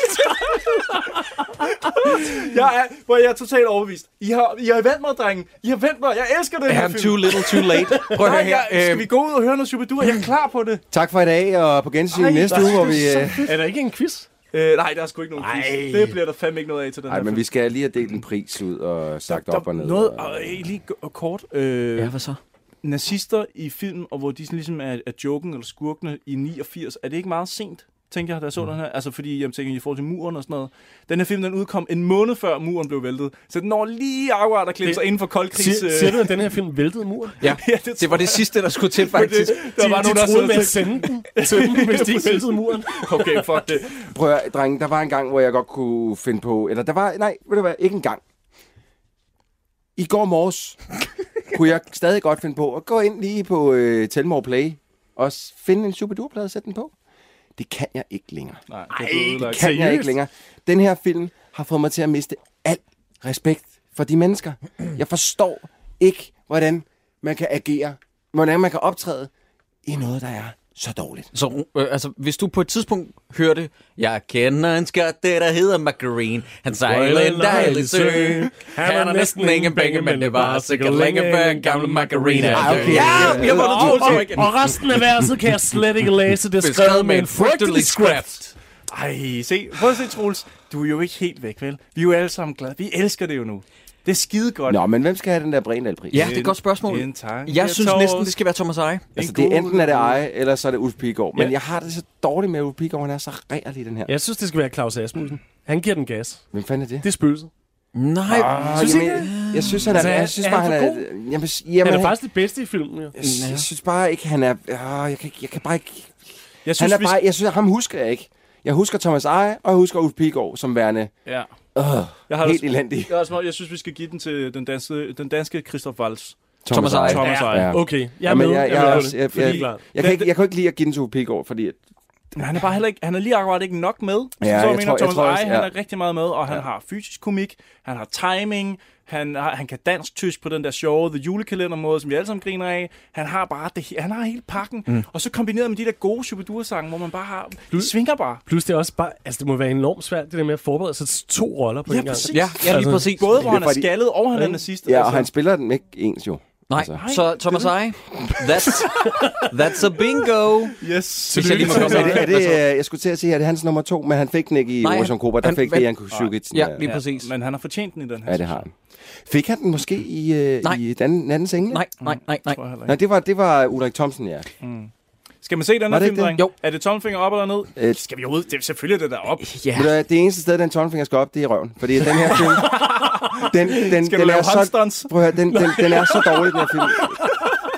[SPEAKER 2] Jeg er, hvor jeg er totalt overbevist. I har, I har vendt mig, drenge. I har vendt mig. Jeg elsker den her
[SPEAKER 1] I'm too little, too late. Prøv at høre
[SPEAKER 2] Nej,
[SPEAKER 1] her.
[SPEAKER 2] jeg, skal
[SPEAKER 1] Øhm,
[SPEAKER 2] vi gå ud og høre noget Shubidua? Jeg er klar på det.
[SPEAKER 3] Tak for i dag, og på gensyn
[SPEAKER 2] Ej,
[SPEAKER 3] næste
[SPEAKER 2] nej,
[SPEAKER 3] uge, hvor
[SPEAKER 2] det
[SPEAKER 3] vi...
[SPEAKER 2] er
[SPEAKER 3] Øh,
[SPEAKER 4] er der ikke en quiz?
[SPEAKER 2] Øh, nej, der er sgu ikke nogen
[SPEAKER 3] Ej.
[SPEAKER 2] quiz. Det bliver der fandme ikke noget af til den
[SPEAKER 3] ej,
[SPEAKER 2] her
[SPEAKER 3] men
[SPEAKER 2] film.
[SPEAKER 3] vi skal lige have delt en pris ud og sagt
[SPEAKER 2] Der-
[SPEAKER 3] op og ned.
[SPEAKER 2] Noget,
[SPEAKER 3] og-
[SPEAKER 2] og, øh, lige g- og kort. Øh,
[SPEAKER 6] Ja, hvad så?
[SPEAKER 2] nazister i film, og hvor de sådan ligesom er, er joken eller skurkene i 89, er det ikke meget sent, tænker jeg, da jeg
[SPEAKER 3] Mm.
[SPEAKER 2] så den her? Altså fordi, jeg tænker, i forhold til muren og sådan noget. Den her film, den udkom en måned før muren blev væltet, så den når lige akkurat at klemme
[SPEAKER 4] Det-
[SPEAKER 2] sig inden for koldkrigs...
[SPEAKER 4] Siger,
[SPEAKER 2] øh,
[SPEAKER 4] siger du, at den her film væltede muren?
[SPEAKER 6] Ja,
[SPEAKER 2] [LAUGHS] ja, det,
[SPEAKER 1] Det var det sidste, der skulle
[SPEAKER 6] [LAUGHS]
[SPEAKER 1] til,
[SPEAKER 2] det,
[SPEAKER 1] faktisk.
[SPEAKER 2] der var
[SPEAKER 4] de,
[SPEAKER 2] nogen,
[SPEAKER 4] de
[SPEAKER 2] der
[SPEAKER 4] troede
[SPEAKER 2] sidder
[SPEAKER 4] med
[SPEAKER 2] og
[SPEAKER 4] at sende den til
[SPEAKER 2] [LAUGHS]
[SPEAKER 4] dem, hvis de ikke væltede muren.
[SPEAKER 2] tænkte, okay, fuck det.
[SPEAKER 3] Prøv at, drenge, der var en gang, hvor jeg godt kunne finde på... Eller der var... Nej, ved du hvad? Ikke en gang. I går morges kunne jeg stadig godt finde på at gå ind lige på øh, Telmore Play og s- finde en Superdur-plade og sætte den på. Det kan jeg ikke længere.
[SPEAKER 2] Nej, det blev ødelagt.
[SPEAKER 3] kan jeg ikke længere. Den her film har fået mig til at miste al respekt for de mennesker. Jeg forstår ikke, hvordan man kan agere, hvordan man kan optræde i noget, der er så dårligt.
[SPEAKER 6] Så øh, altså, hvis du på et tidspunkt hørte, jeg kender en skat, det der hedder Macarene. Han sejler en dejlig sø. Han er næsten ingen penge, men det var sikkert længe før en gammel Macarene. Ah,
[SPEAKER 3] Ej, okay.
[SPEAKER 6] Ja, jeg var
[SPEAKER 4] Og,
[SPEAKER 6] nødt til at
[SPEAKER 4] og,
[SPEAKER 6] igen.
[SPEAKER 4] og resten af verset kan jeg slet ikke læse. Det er skrevet med en frygtelig script.
[SPEAKER 2] Ej, se. Prøv at se, Troels. Du er jo ikke helt væk, vel? Vi er jo alle sammen glade. Vi elsker det jo nu. Det er skide godt.
[SPEAKER 3] Nå, men hvem skal have den der Brindal-pris?
[SPEAKER 6] Ja, det er et godt spørgsmål.
[SPEAKER 2] En tanke,
[SPEAKER 6] Jeg synes
[SPEAKER 2] Troels.
[SPEAKER 6] næsten, det skal være Thomas Eje.
[SPEAKER 3] Altså, det er
[SPEAKER 2] god-
[SPEAKER 3] enten er det eje, eller så er det Ulf Pigård. Men
[SPEAKER 4] Ja.
[SPEAKER 3] jeg har det så dårligt med at Ulf Pigård, han er så rærlig i den her.
[SPEAKER 4] Jeg synes, det skal være Claus Asmussen. Han giver den gas.
[SPEAKER 3] Hvem fanden er det?
[SPEAKER 4] Det er spøgelset.
[SPEAKER 6] Nej,
[SPEAKER 3] Ah,
[SPEAKER 4] Synes I
[SPEAKER 3] jamen, jeg, jeg synes, han er,
[SPEAKER 4] Altså, er-
[SPEAKER 3] jeg synes
[SPEAKER 4] er
[SPEAKER 3] bare,
[SPEAKER 4] han
[SPEAKER 3] han
[SPEAKER 4] for
[SPEAKER 3] er...
[SPEAKER 4] god?
[SPEAKER 3] Jamen, jamen,
[SPEAKER 4] Han er faktisk det bedste i filmen, jo.
[SPEAKER 3] jeg, sy- jeg synes bare ikke, han er... Ah, jeg, kan, ikke- jeg kan bare ikke...
[SPEAKER 2] Jeg
[SPEAKER 3] Han
[SPEAKER 2] synes,
[SPEAKER 3] er
[SPEAKER 2] vi
[SPEAKER 3] bare, jeg synes, ham husker jeg ikke. Jeg husker Thomas Eje, og jeg husker Ulf Pilgaard som værende
[SPEAKER 2] Ja.
[SPEAKER 3] øh, helt
[SPEAKER 2] også-
[SPEAKER 3] elendig.
[SPEAKER 2] Jeg, har også, jeg synes, vi skal give den til den danske, den danske Christoph Waltz.
[SPEAKER 3] Thomas Eje.
[SPEAKER 2] Thomas Eje.
[SPEAKER 3] Ja.
[SPEAKER 4] Okay, jeg er
[SPEAKER 3] Jamen,
[SPEAKER 4] med.
[SPEAKER 3] Jeg,
[SPEAKER 4] Jeg
[SPEAKER 3] jeg, er
[SPEAKER 4] vil have
[SPEAKER 3] også-
[SPEAKER 4] det,
[SPEAKER 3] jeg,
[SPEAKER 4] fordi-
[SPEAKER 3] jeg, jeg, jeg, kan ikke, jeg kan ikke lide at give den til Ulf Pilgaard, fordi... at-
[SPEAKER 2] Men han er bare heller ikke, han er lige akkurat ikke nok med. Ja,
[SPEAKER 3] Ja,
[SPEAKER 2] så
[SPEAKER 3] jeg
[SPEAKER 2] jeg mener,
[SPEAKER 3] tror- jeg
[SPEAKER 2] tror, Thomas
[SPEAKER 3] tror også-
[SPEAKER 2] Eje, han
[SPEAKER 3] ja.
[SPEAKER 2] er rigtig meget med, og han har fysisk komik, han har timing, han, har, han kan dansk-tysk på den der sjove The Julekalender-måde, som vi alle sammen griner af. Han har bare det, he- han har hele pakken,
[SPEAKER 4] Mm.
[SPEAKER 2] mm. og så kombineret med de der gode Shubidua-sange, hvor man bare har...
[SPEAKER 4] Plus,
[SPEAKER 2] svinger bare.
[SPEAKER 4] Plus det er også bare, altså det må være enormt svært, det der med at forberede sig til to roller på en gang.
[SPEAKER 6] Altså,
[SPEAKER 2] Både hvor
[SPEAKER 3] Det
[SPEAKER 2] han er
[SPEAKER 3] fordi-
[SPEAKER 2] skaldet, og han er
[SPEAKER 3] Ikke?
[SPEAKER 2] nazist.
[SPEAKER 3] Ja, og
[SPEAKER 2] altså.
[SPEAKER 3] han spiller den ikke ens jo.
[SPEAKER 1] Nej,
[SPEAKER 3] Altså.
[SPEAKER 1] så Thomas Eje, that's, that's a bingo.
[SPEAKER 2] Yes.
[SPEAKER 1] Hvis jeg lige må komme
[SPEAKER 3] er det, er
[SPEAKER 1] med.
[SPEAKER 3] det, øh, jeg skulle til at sige, er det hans nummer to, men han fik den ikke i
[SPEAKER 1] Nej,
[SPEAKER 3] Ocean Cobra, der
[SPEAKER 1] han-
[SPEAKER 3] fik
[SPEAKER 1] han-
[SPEAKER 3] det, han kunne syge
[SPEAKER 1] præcis.
[SPEAKER 2] Men han har fortjent den i den her.
[SPEAKER 3] Ja, det har han. Fik han den måske i, øh, i den, den anden sengle?
[SPEAKER 1] Nej, nej, nej. nej.
[SPEAKER 2] Tror jeg heller
[SPEAKER 3] Nej,
[SPEAKER 2] ikke.
[SPEAKER 3] det var, det var Ulrik Thomsen, ja.
[SPEAKER 2] Mm. Skal man se den her
[SPEAKER 3] Var det
[SPEAKER 2] film,
[SPEAKER 3] ikke det?
[SPEAKER 2] dreng? Jo. Er det tommelfinger op eller ned?
[SPEAKER 3] Øh,
[SPEAKER 2] Skal vi overhovedet? Det er selvfølgelig det der op.
[SPEAKER 3] Ja. Men, øh, det eneste sted, den tommelfinger skal op, det er i røven. Fordi den
[SPEAKER 1] [LAUGHS]
[SPEAKER 3] her film... den, den,
[SPEAKER 2] Skal du
[SPEAKER 3] den
[SPEAKER 2] lave
[SPEAKER 3] er så,
[SPEAKER 2] håndstunts?
[SPEAKER 3] prøv at høre, den, den, den er så dårlig, den her film.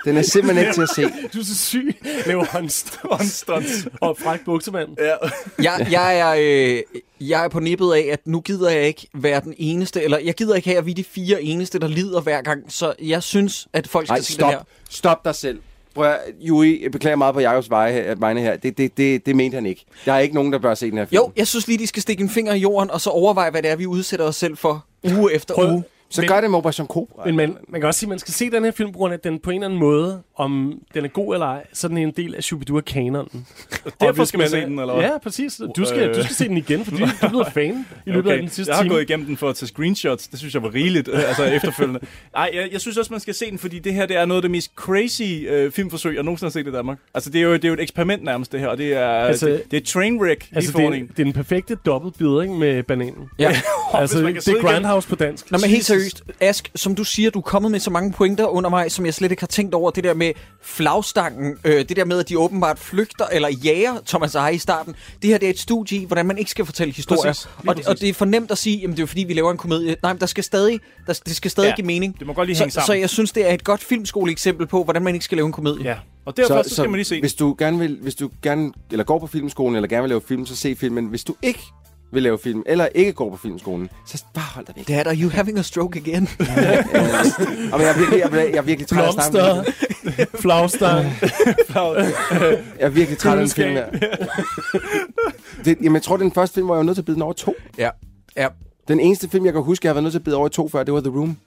[SPEAKER 3] Den er simpelthen ikke til at se.
[SPEAKER 4] Du er så syg. Laver
[SPEAKER 2] [LAUGHS]
[SPEAKER 4] håndstunts. og fræk buksemand.
[SPEAKER 2] Ja.
[SPEAKER 1] Jeg, jeg, er, øh, jeg er på nippet af, at nu gider jeg ikke være den eneste, eller jeg gider ikke have, at vi er de fire eneste, der lider hver gang. Så jeg synes, at folk skal
[SPEAKER 3] Nej,
[SPEAKER 1] se
[SPEAKER 3] stop.
[SPEAKER 1] det her.
[SPEAKER 3] Stop dig selv. Prøv at, Juri, jeg beklager meget på Jacobs veje, her- vegne her. Det, det, det, det mente han ikke. Der er ikke nogen, der bør se den her film.
[SPEAKER 1] Jo, jeg synes lige, de skal stikke en finger i jorden, og så overveje, hvad det er, vi udsætter os selv for uge efter
[SPEAKER 4] Prøv-
[SPEAKER 1] uge.
[SPEAKER 3] Så gør det med Operation Cobra.
[SPEAKER 4] Men man, man kan også sige, at man skal se den her film, på grund af, at den på en eller anden måde, om den er god eller ej, så er den en del af Shubidua-kanonen. Og
[SPEAKER 2] Derfor
[SPEAKER 4] hvis
[SPEAKER 2] skal man se den, eller hvad?
[SPEAKER 4] Ja, præcis. Du skal, du skal se den
[SPEAKER 2] [LAUGHS]
[SPEAKER 4] igen, fordi du blev fan i løbet af den sidste
[SPEAKER 2] Jeg har
[SPEAKER 4] time.
[SPEAKER 2] gået igennem den for at tage screenshots. Det synes jeg var rigeligt, øh,
[SPEAKER 4] [LAUGHS]
[SPEAKER 2] altså efterfølgende. Nej, jeg, jeg synes også, man skal se den, fordi det her det er noget af det mest crazy øh, filmforsøg, jeg nogensinde har set i Danmark. Altså, det er jo, det er jo et eksperiment nærmest, det her. Og det er,
[SPEAKER 4] Altså-
[SPEAKER 2] altså, det, det er et trainwreck lige
[SPEAKER 4] Altså,
[SPEAKER 2] foran
[SPEAKER 4] det,
[SPEAKER 2] en.
[SPEAKER 4] er- det er den perfekte dobbeltbid, ikke, med bananen.
[SPEAKER 1] Ja.
[SPEAKER 3] [LAUGHS]
[SPEAKER 4] altså,
[SPEAKER 2] man kan
[SPEAKER 4] det
[SPEAKER 2] sidde
[SPEAKER 4] er
[SPEAKER 2] igennem-
[SPEAKER 4] Grindhouse på dansk.
[SPEAKER 1] Nå, men helt
[SPEAKER 4] Jesus.
[SPEAKER 1] seriøst, Ask, som du siger, du er kommet med så mange pointer undervejs, som jeg slet ikke har tænkt over. Det der med flagstangen, øh, det der med, at de åbenbart flygter eller jager Thomas Eje i starten. Det her det er et studie i, hvordan man ikke skal fortælle historier.
[SPEAKER 2] Præcis, lige
[SPEAKER 1] og, det, og
[SPEAKER 2] præcis.
[SPEAKER 1] det er for nemt at sige, at det er jo fordi, vi laver en komedie. Nej, men der skal stadig, der, det skal stadig
[SPEAKER 2] Ja,
[SPEAKER 1] give mening.
[SPEAKER 2] det må godt lige
[SPEAKER 1] så,
[SPEAKER 2] hænge sammen.
[SPEAKER 1] Så jeg synes, det er et godt filmskoleeksempel på, hvordan man ikke skal lave en komedie.
[SPEAKER 2] Ja. Og derfor så, så skal man lige se den.
[SPEAKER 3] Hvis du gerne vil, hvis du gerne, eller går på filmskolen, eller gerne vil lave film, så se filmen. Hvis du ikke vil lave film, eller ikke går på filmskolen, så bare hold dig væk.
[SPEAKER 1] Det er der, you having a stroke again.
[SPEAKER 3] Og jeg er virkelig, jeg, er- jeg er virkelig træt af at snakke om
[SPEAKER 4] Blomster, [LAUGHS] flagstang,
[SPEAKER 3] film. Jeg er virkelig træt af den film her. [LAUGHS] Det, jamen, jeg tror, det er den første film, hvor jeg var nødt til at bide den over to.
[SPEAKER 1] ja. ja.
[SPEAKER 3] Den eneste film, jeg kan huske, jeg har været nødt til at bide over to før, det var The Room,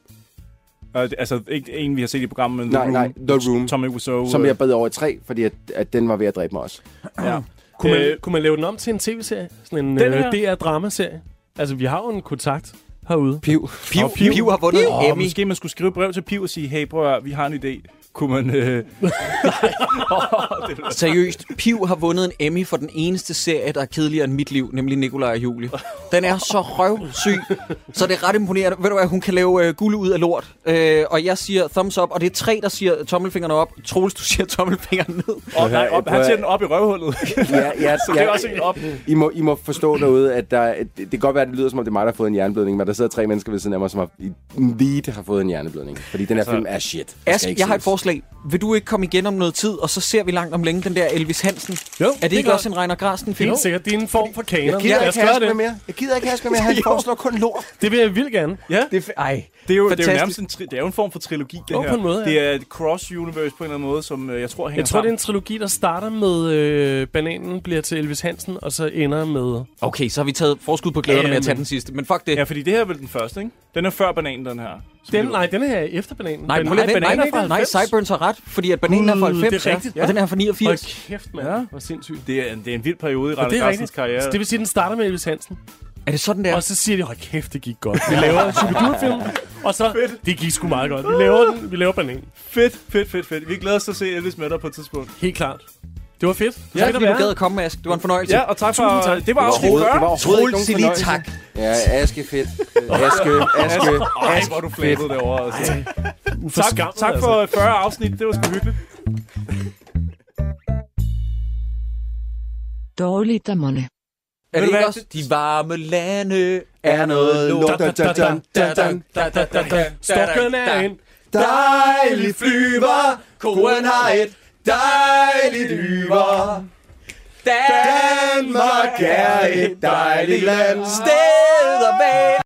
[SPEAKER 2] Og det- Altså, ikke en, vi har set i programmet, men
[SPEAKER 3] Nej,
[SPEAKER 2] The Room.
[SPEAKER 3] nej, The Room.
[SPEAKER 2] Tommy Wiseau.
[SPEAKER 3] som
[SPEAKER 2] øh,
[SPEAKER 3] jeg bad over i tre, fordi at, at den var ved at dræbe mig også.
[SPEAKER 2] Ja.
[SPEAKER 4] Kunne, man,
[SPEAKER 2] Øh,
[SPEAKER 4] kunne man lave den om til en tv-serie? Sådan en
[SPEAKER 2] Den
[SPEAKER 4] øh,
[SPEAKER 2] her?
[SPEAKER 4] DR-dramaserie? Altså, vi har jo en kontakt herude.
[SPEAKER 3] Piv.
[SPEAKER 1] Piv,
[SPEAKER 4] Og
[SPEAKER 1] Piv, har vundet en
[SPEAKER 2] Åh,
[SPEAKER 1] Emmy.
[SPEAKER 2] måske man skulle skrive et brev til Piv og sige, hey bror, vi har en idé. Kunne man... Øh...
[SPEAKER 1] Seriøst, Piv har vundet en Emmy for den eneste serie, der er kedeligere end mit liv, nemlig Nikolaj og Julie. Den er så røvsyg, så det er ret imponerende. Ved du hvad, hun kan lave øh, guld ud af lort. Øh, og jeg siger thumbs up, og det er tre, der siger tommelfingerne op. Troels, du siger tommelfingeren ned.
[SPEAKER 2] Oh, nej, op, han ser den op i røvhullet.
[SPEAKER 3] Ja, ja,
[SPEAKER 2] [LAUGHS] Så det er også en op.
[SPEAKER 3] I må, I må forstå derude, at der, at det, det kan godt være, at det lyder som om, det er mig, der har fået en hjerneblødning, men der sidder tre mennesker ved siden af mig, som har, i lead har fået en hjerneblødning. Fordi den her
[SPEAKER 2] Altså,
[SPEAKER 3] film er shit. Den skal
[SPEAKER 1] Ask,
[SPEAKER 3] ikke
[SPEAKER 1] jeg har et
[SPEAKER 3] ses.
[SPEAKER 1] forslag. Vil du ikke komme igen om noget tid, og så ser vi langt om længe den der Elvis Hansen?
[SPEAKER 4] Jo,
[SPEAKER 1] er
[SPEAKER 4] det
[SPEAKER 1] det
[SPEAKER 4] er
[SPEAKER 1] ikke
[SPEAKER 4] godt.
[SPEAKER 1] også en Reiner Grasten film?
[SPEAKER 4] Helt sikkert. Det er en form for kanon.
[SPEAKER 3] Jeg gider
[SPEAKER 4] Lad os
[SPEAKER 3] ikke
[SPEAKER 4] gøre
[SPEAKER 3] have med
[SPEAKER 4] det.
[SPEAKER 3] mere. Jeg gider ikke have med. Han [LAUGHS]
[SPEAKER 1] Jo.
[SPEAKER 3] foreslår kun lort.
[SPEAKER 4] Det vil jeg vildt gerne.
[SPEAKER 2] Ja.
[SPEAKER 1] Det, er f- ej,
[SPEAKER 2] Det er, jo, det er jo
[SPEAKER 1] Fantastisk.
[SPEAKER 2] nærmest en, tri- det er jo en form for trilogi, det
[SPEAKER 4] Jo,
[SPEAKER 2] her.
[SPEAKER 4] på en måde, ja.
[SPEAKER 2] Det er et cross-universe på en eller anden måde, som øh, jeg tror hænger
[SPEAKER 4] Jeg tror, det er
[SPEAKER 2] sammen.
[SPEAKER 4] en trilogi, der starter med øh, bananen, bliver til Elvis Hansen, og så ender med...
[SPEAKER 1] Okay, så har vi taget forskud på glæderne med at
[SPEAKER 4] Jamen.
[SPEAKER 1] tage den sidste. Men fuck det.
[SPEAKER 2] Ja, fordi det her er vel den første, ikke? Den er før bananen, den her. Så
[SPEAKER 4] Den,
[SPEAKER 2] det-
[SPEAKER 4] nej, den her er efter bananen.
[SPEAKER 1] Nej,
[SPEAKER 4] Den-
[SPEAKER 1] prøv lige at vente.
[SPEAKER 4] bananen
[SPEAKER 1] nej,
[SPEAKER 4] er
[SPEAKER 1] nej,
[SPEAKER 4] fra
[SPEAKER 1] nej,
[SPEAKER 4] 90.
[SPEAKER 1] Sideburns har ret, fordi at bananen er fra
[SPEAKER 4] Gud,
[SPEAKER 1] 90,
[SPEAKER 4] det er rigtigt,
[SPEAKER 1] ja.
[SPEAKER 4] ja.
[SPEAKER 1] og den er fra 89.
[SPEAKER 4] Hold kæft, mand.
[SPEAKER 2] Ja.
[SPEAKER 4] Hvor sindssygt.
[SPEAKER 2] Det er, en- det er en vild periode i
[SPEAKER 4] Og det
[SPEAKER 2] Rainer
[SPEAKER 4] er
[SPEAKER 2] Carstens
[SPEAKER 4] rigtigt.
[SPEAKER 2] karriere.
[SPEAKER 4] Så det vil sige, at den starter med Elvis Hansen.
[SPEAKER 1] Er det sådan, der?
[SPEAKER 4] Og så siger de, hold kæft, det gik godt. Vi laver en Superdure-film. Og så, det gik sgu meget godt. Vi laver, den, vi laver bananen.
[SPEAKER 2] Fedt, fedt, fedt, fedt. Vi glæder os til at se Elvis med dig på et tidspunkt.
[SPEAKER 4] Helt klart. Det var fedt.
[SPEAKER 1] Ja,
[SPEAKER 4] Fedt
[SPEAKER 1] fordi
[SPEAKER 4] at
[SPEAKER 1] du
[SPEAKER 4] være
[SPEAKER 1] gad
[SPEAKER 4] her.
[SPEAKER 1] at komme, Ask. Det var en fornøjelse.
[SPEAKER 2] Ja, og tak for...
[SPEAKER 4] Tusind tak.
[SPEAKER 2] Det var afsnit
[SPEAKER 3] overhovedet-
[SPEAKER 2] 40.
[SPEAKER 3] det var overhovedet ikke nogen fornøjelse. Ja, Aske fedt. Aske, Aske,
[SPEAKER 2] Ej,
[SPEAKER 3] Aske.
[SPEAKER 2] hvor du flækkede derovre. Altså. Tak,
[SPEAKER 4] Uforskammet, altså.
[SPEAKER 2] tak for 40 afsnit. Det var sgu hyggeligt.
[SPEAKER 16] Dårligt af mig.
[SPEAKER 1] Er det
[SPEAKER 2] Ved du
[SPEAKER 1] ikke
[SPEAKER 2] hvad?
[SPEAKER 1] også? De varme lande
[SPEAKER 3] Er noget lort. Da, da, da, da, da.
[SPEAKER 4] Stokken er en
[SPEAKER 3] Dejlig flyver, koen har et dejligt yver.
[SPEAKER 1] Dan Danmark er et dejligt land. Sted at være.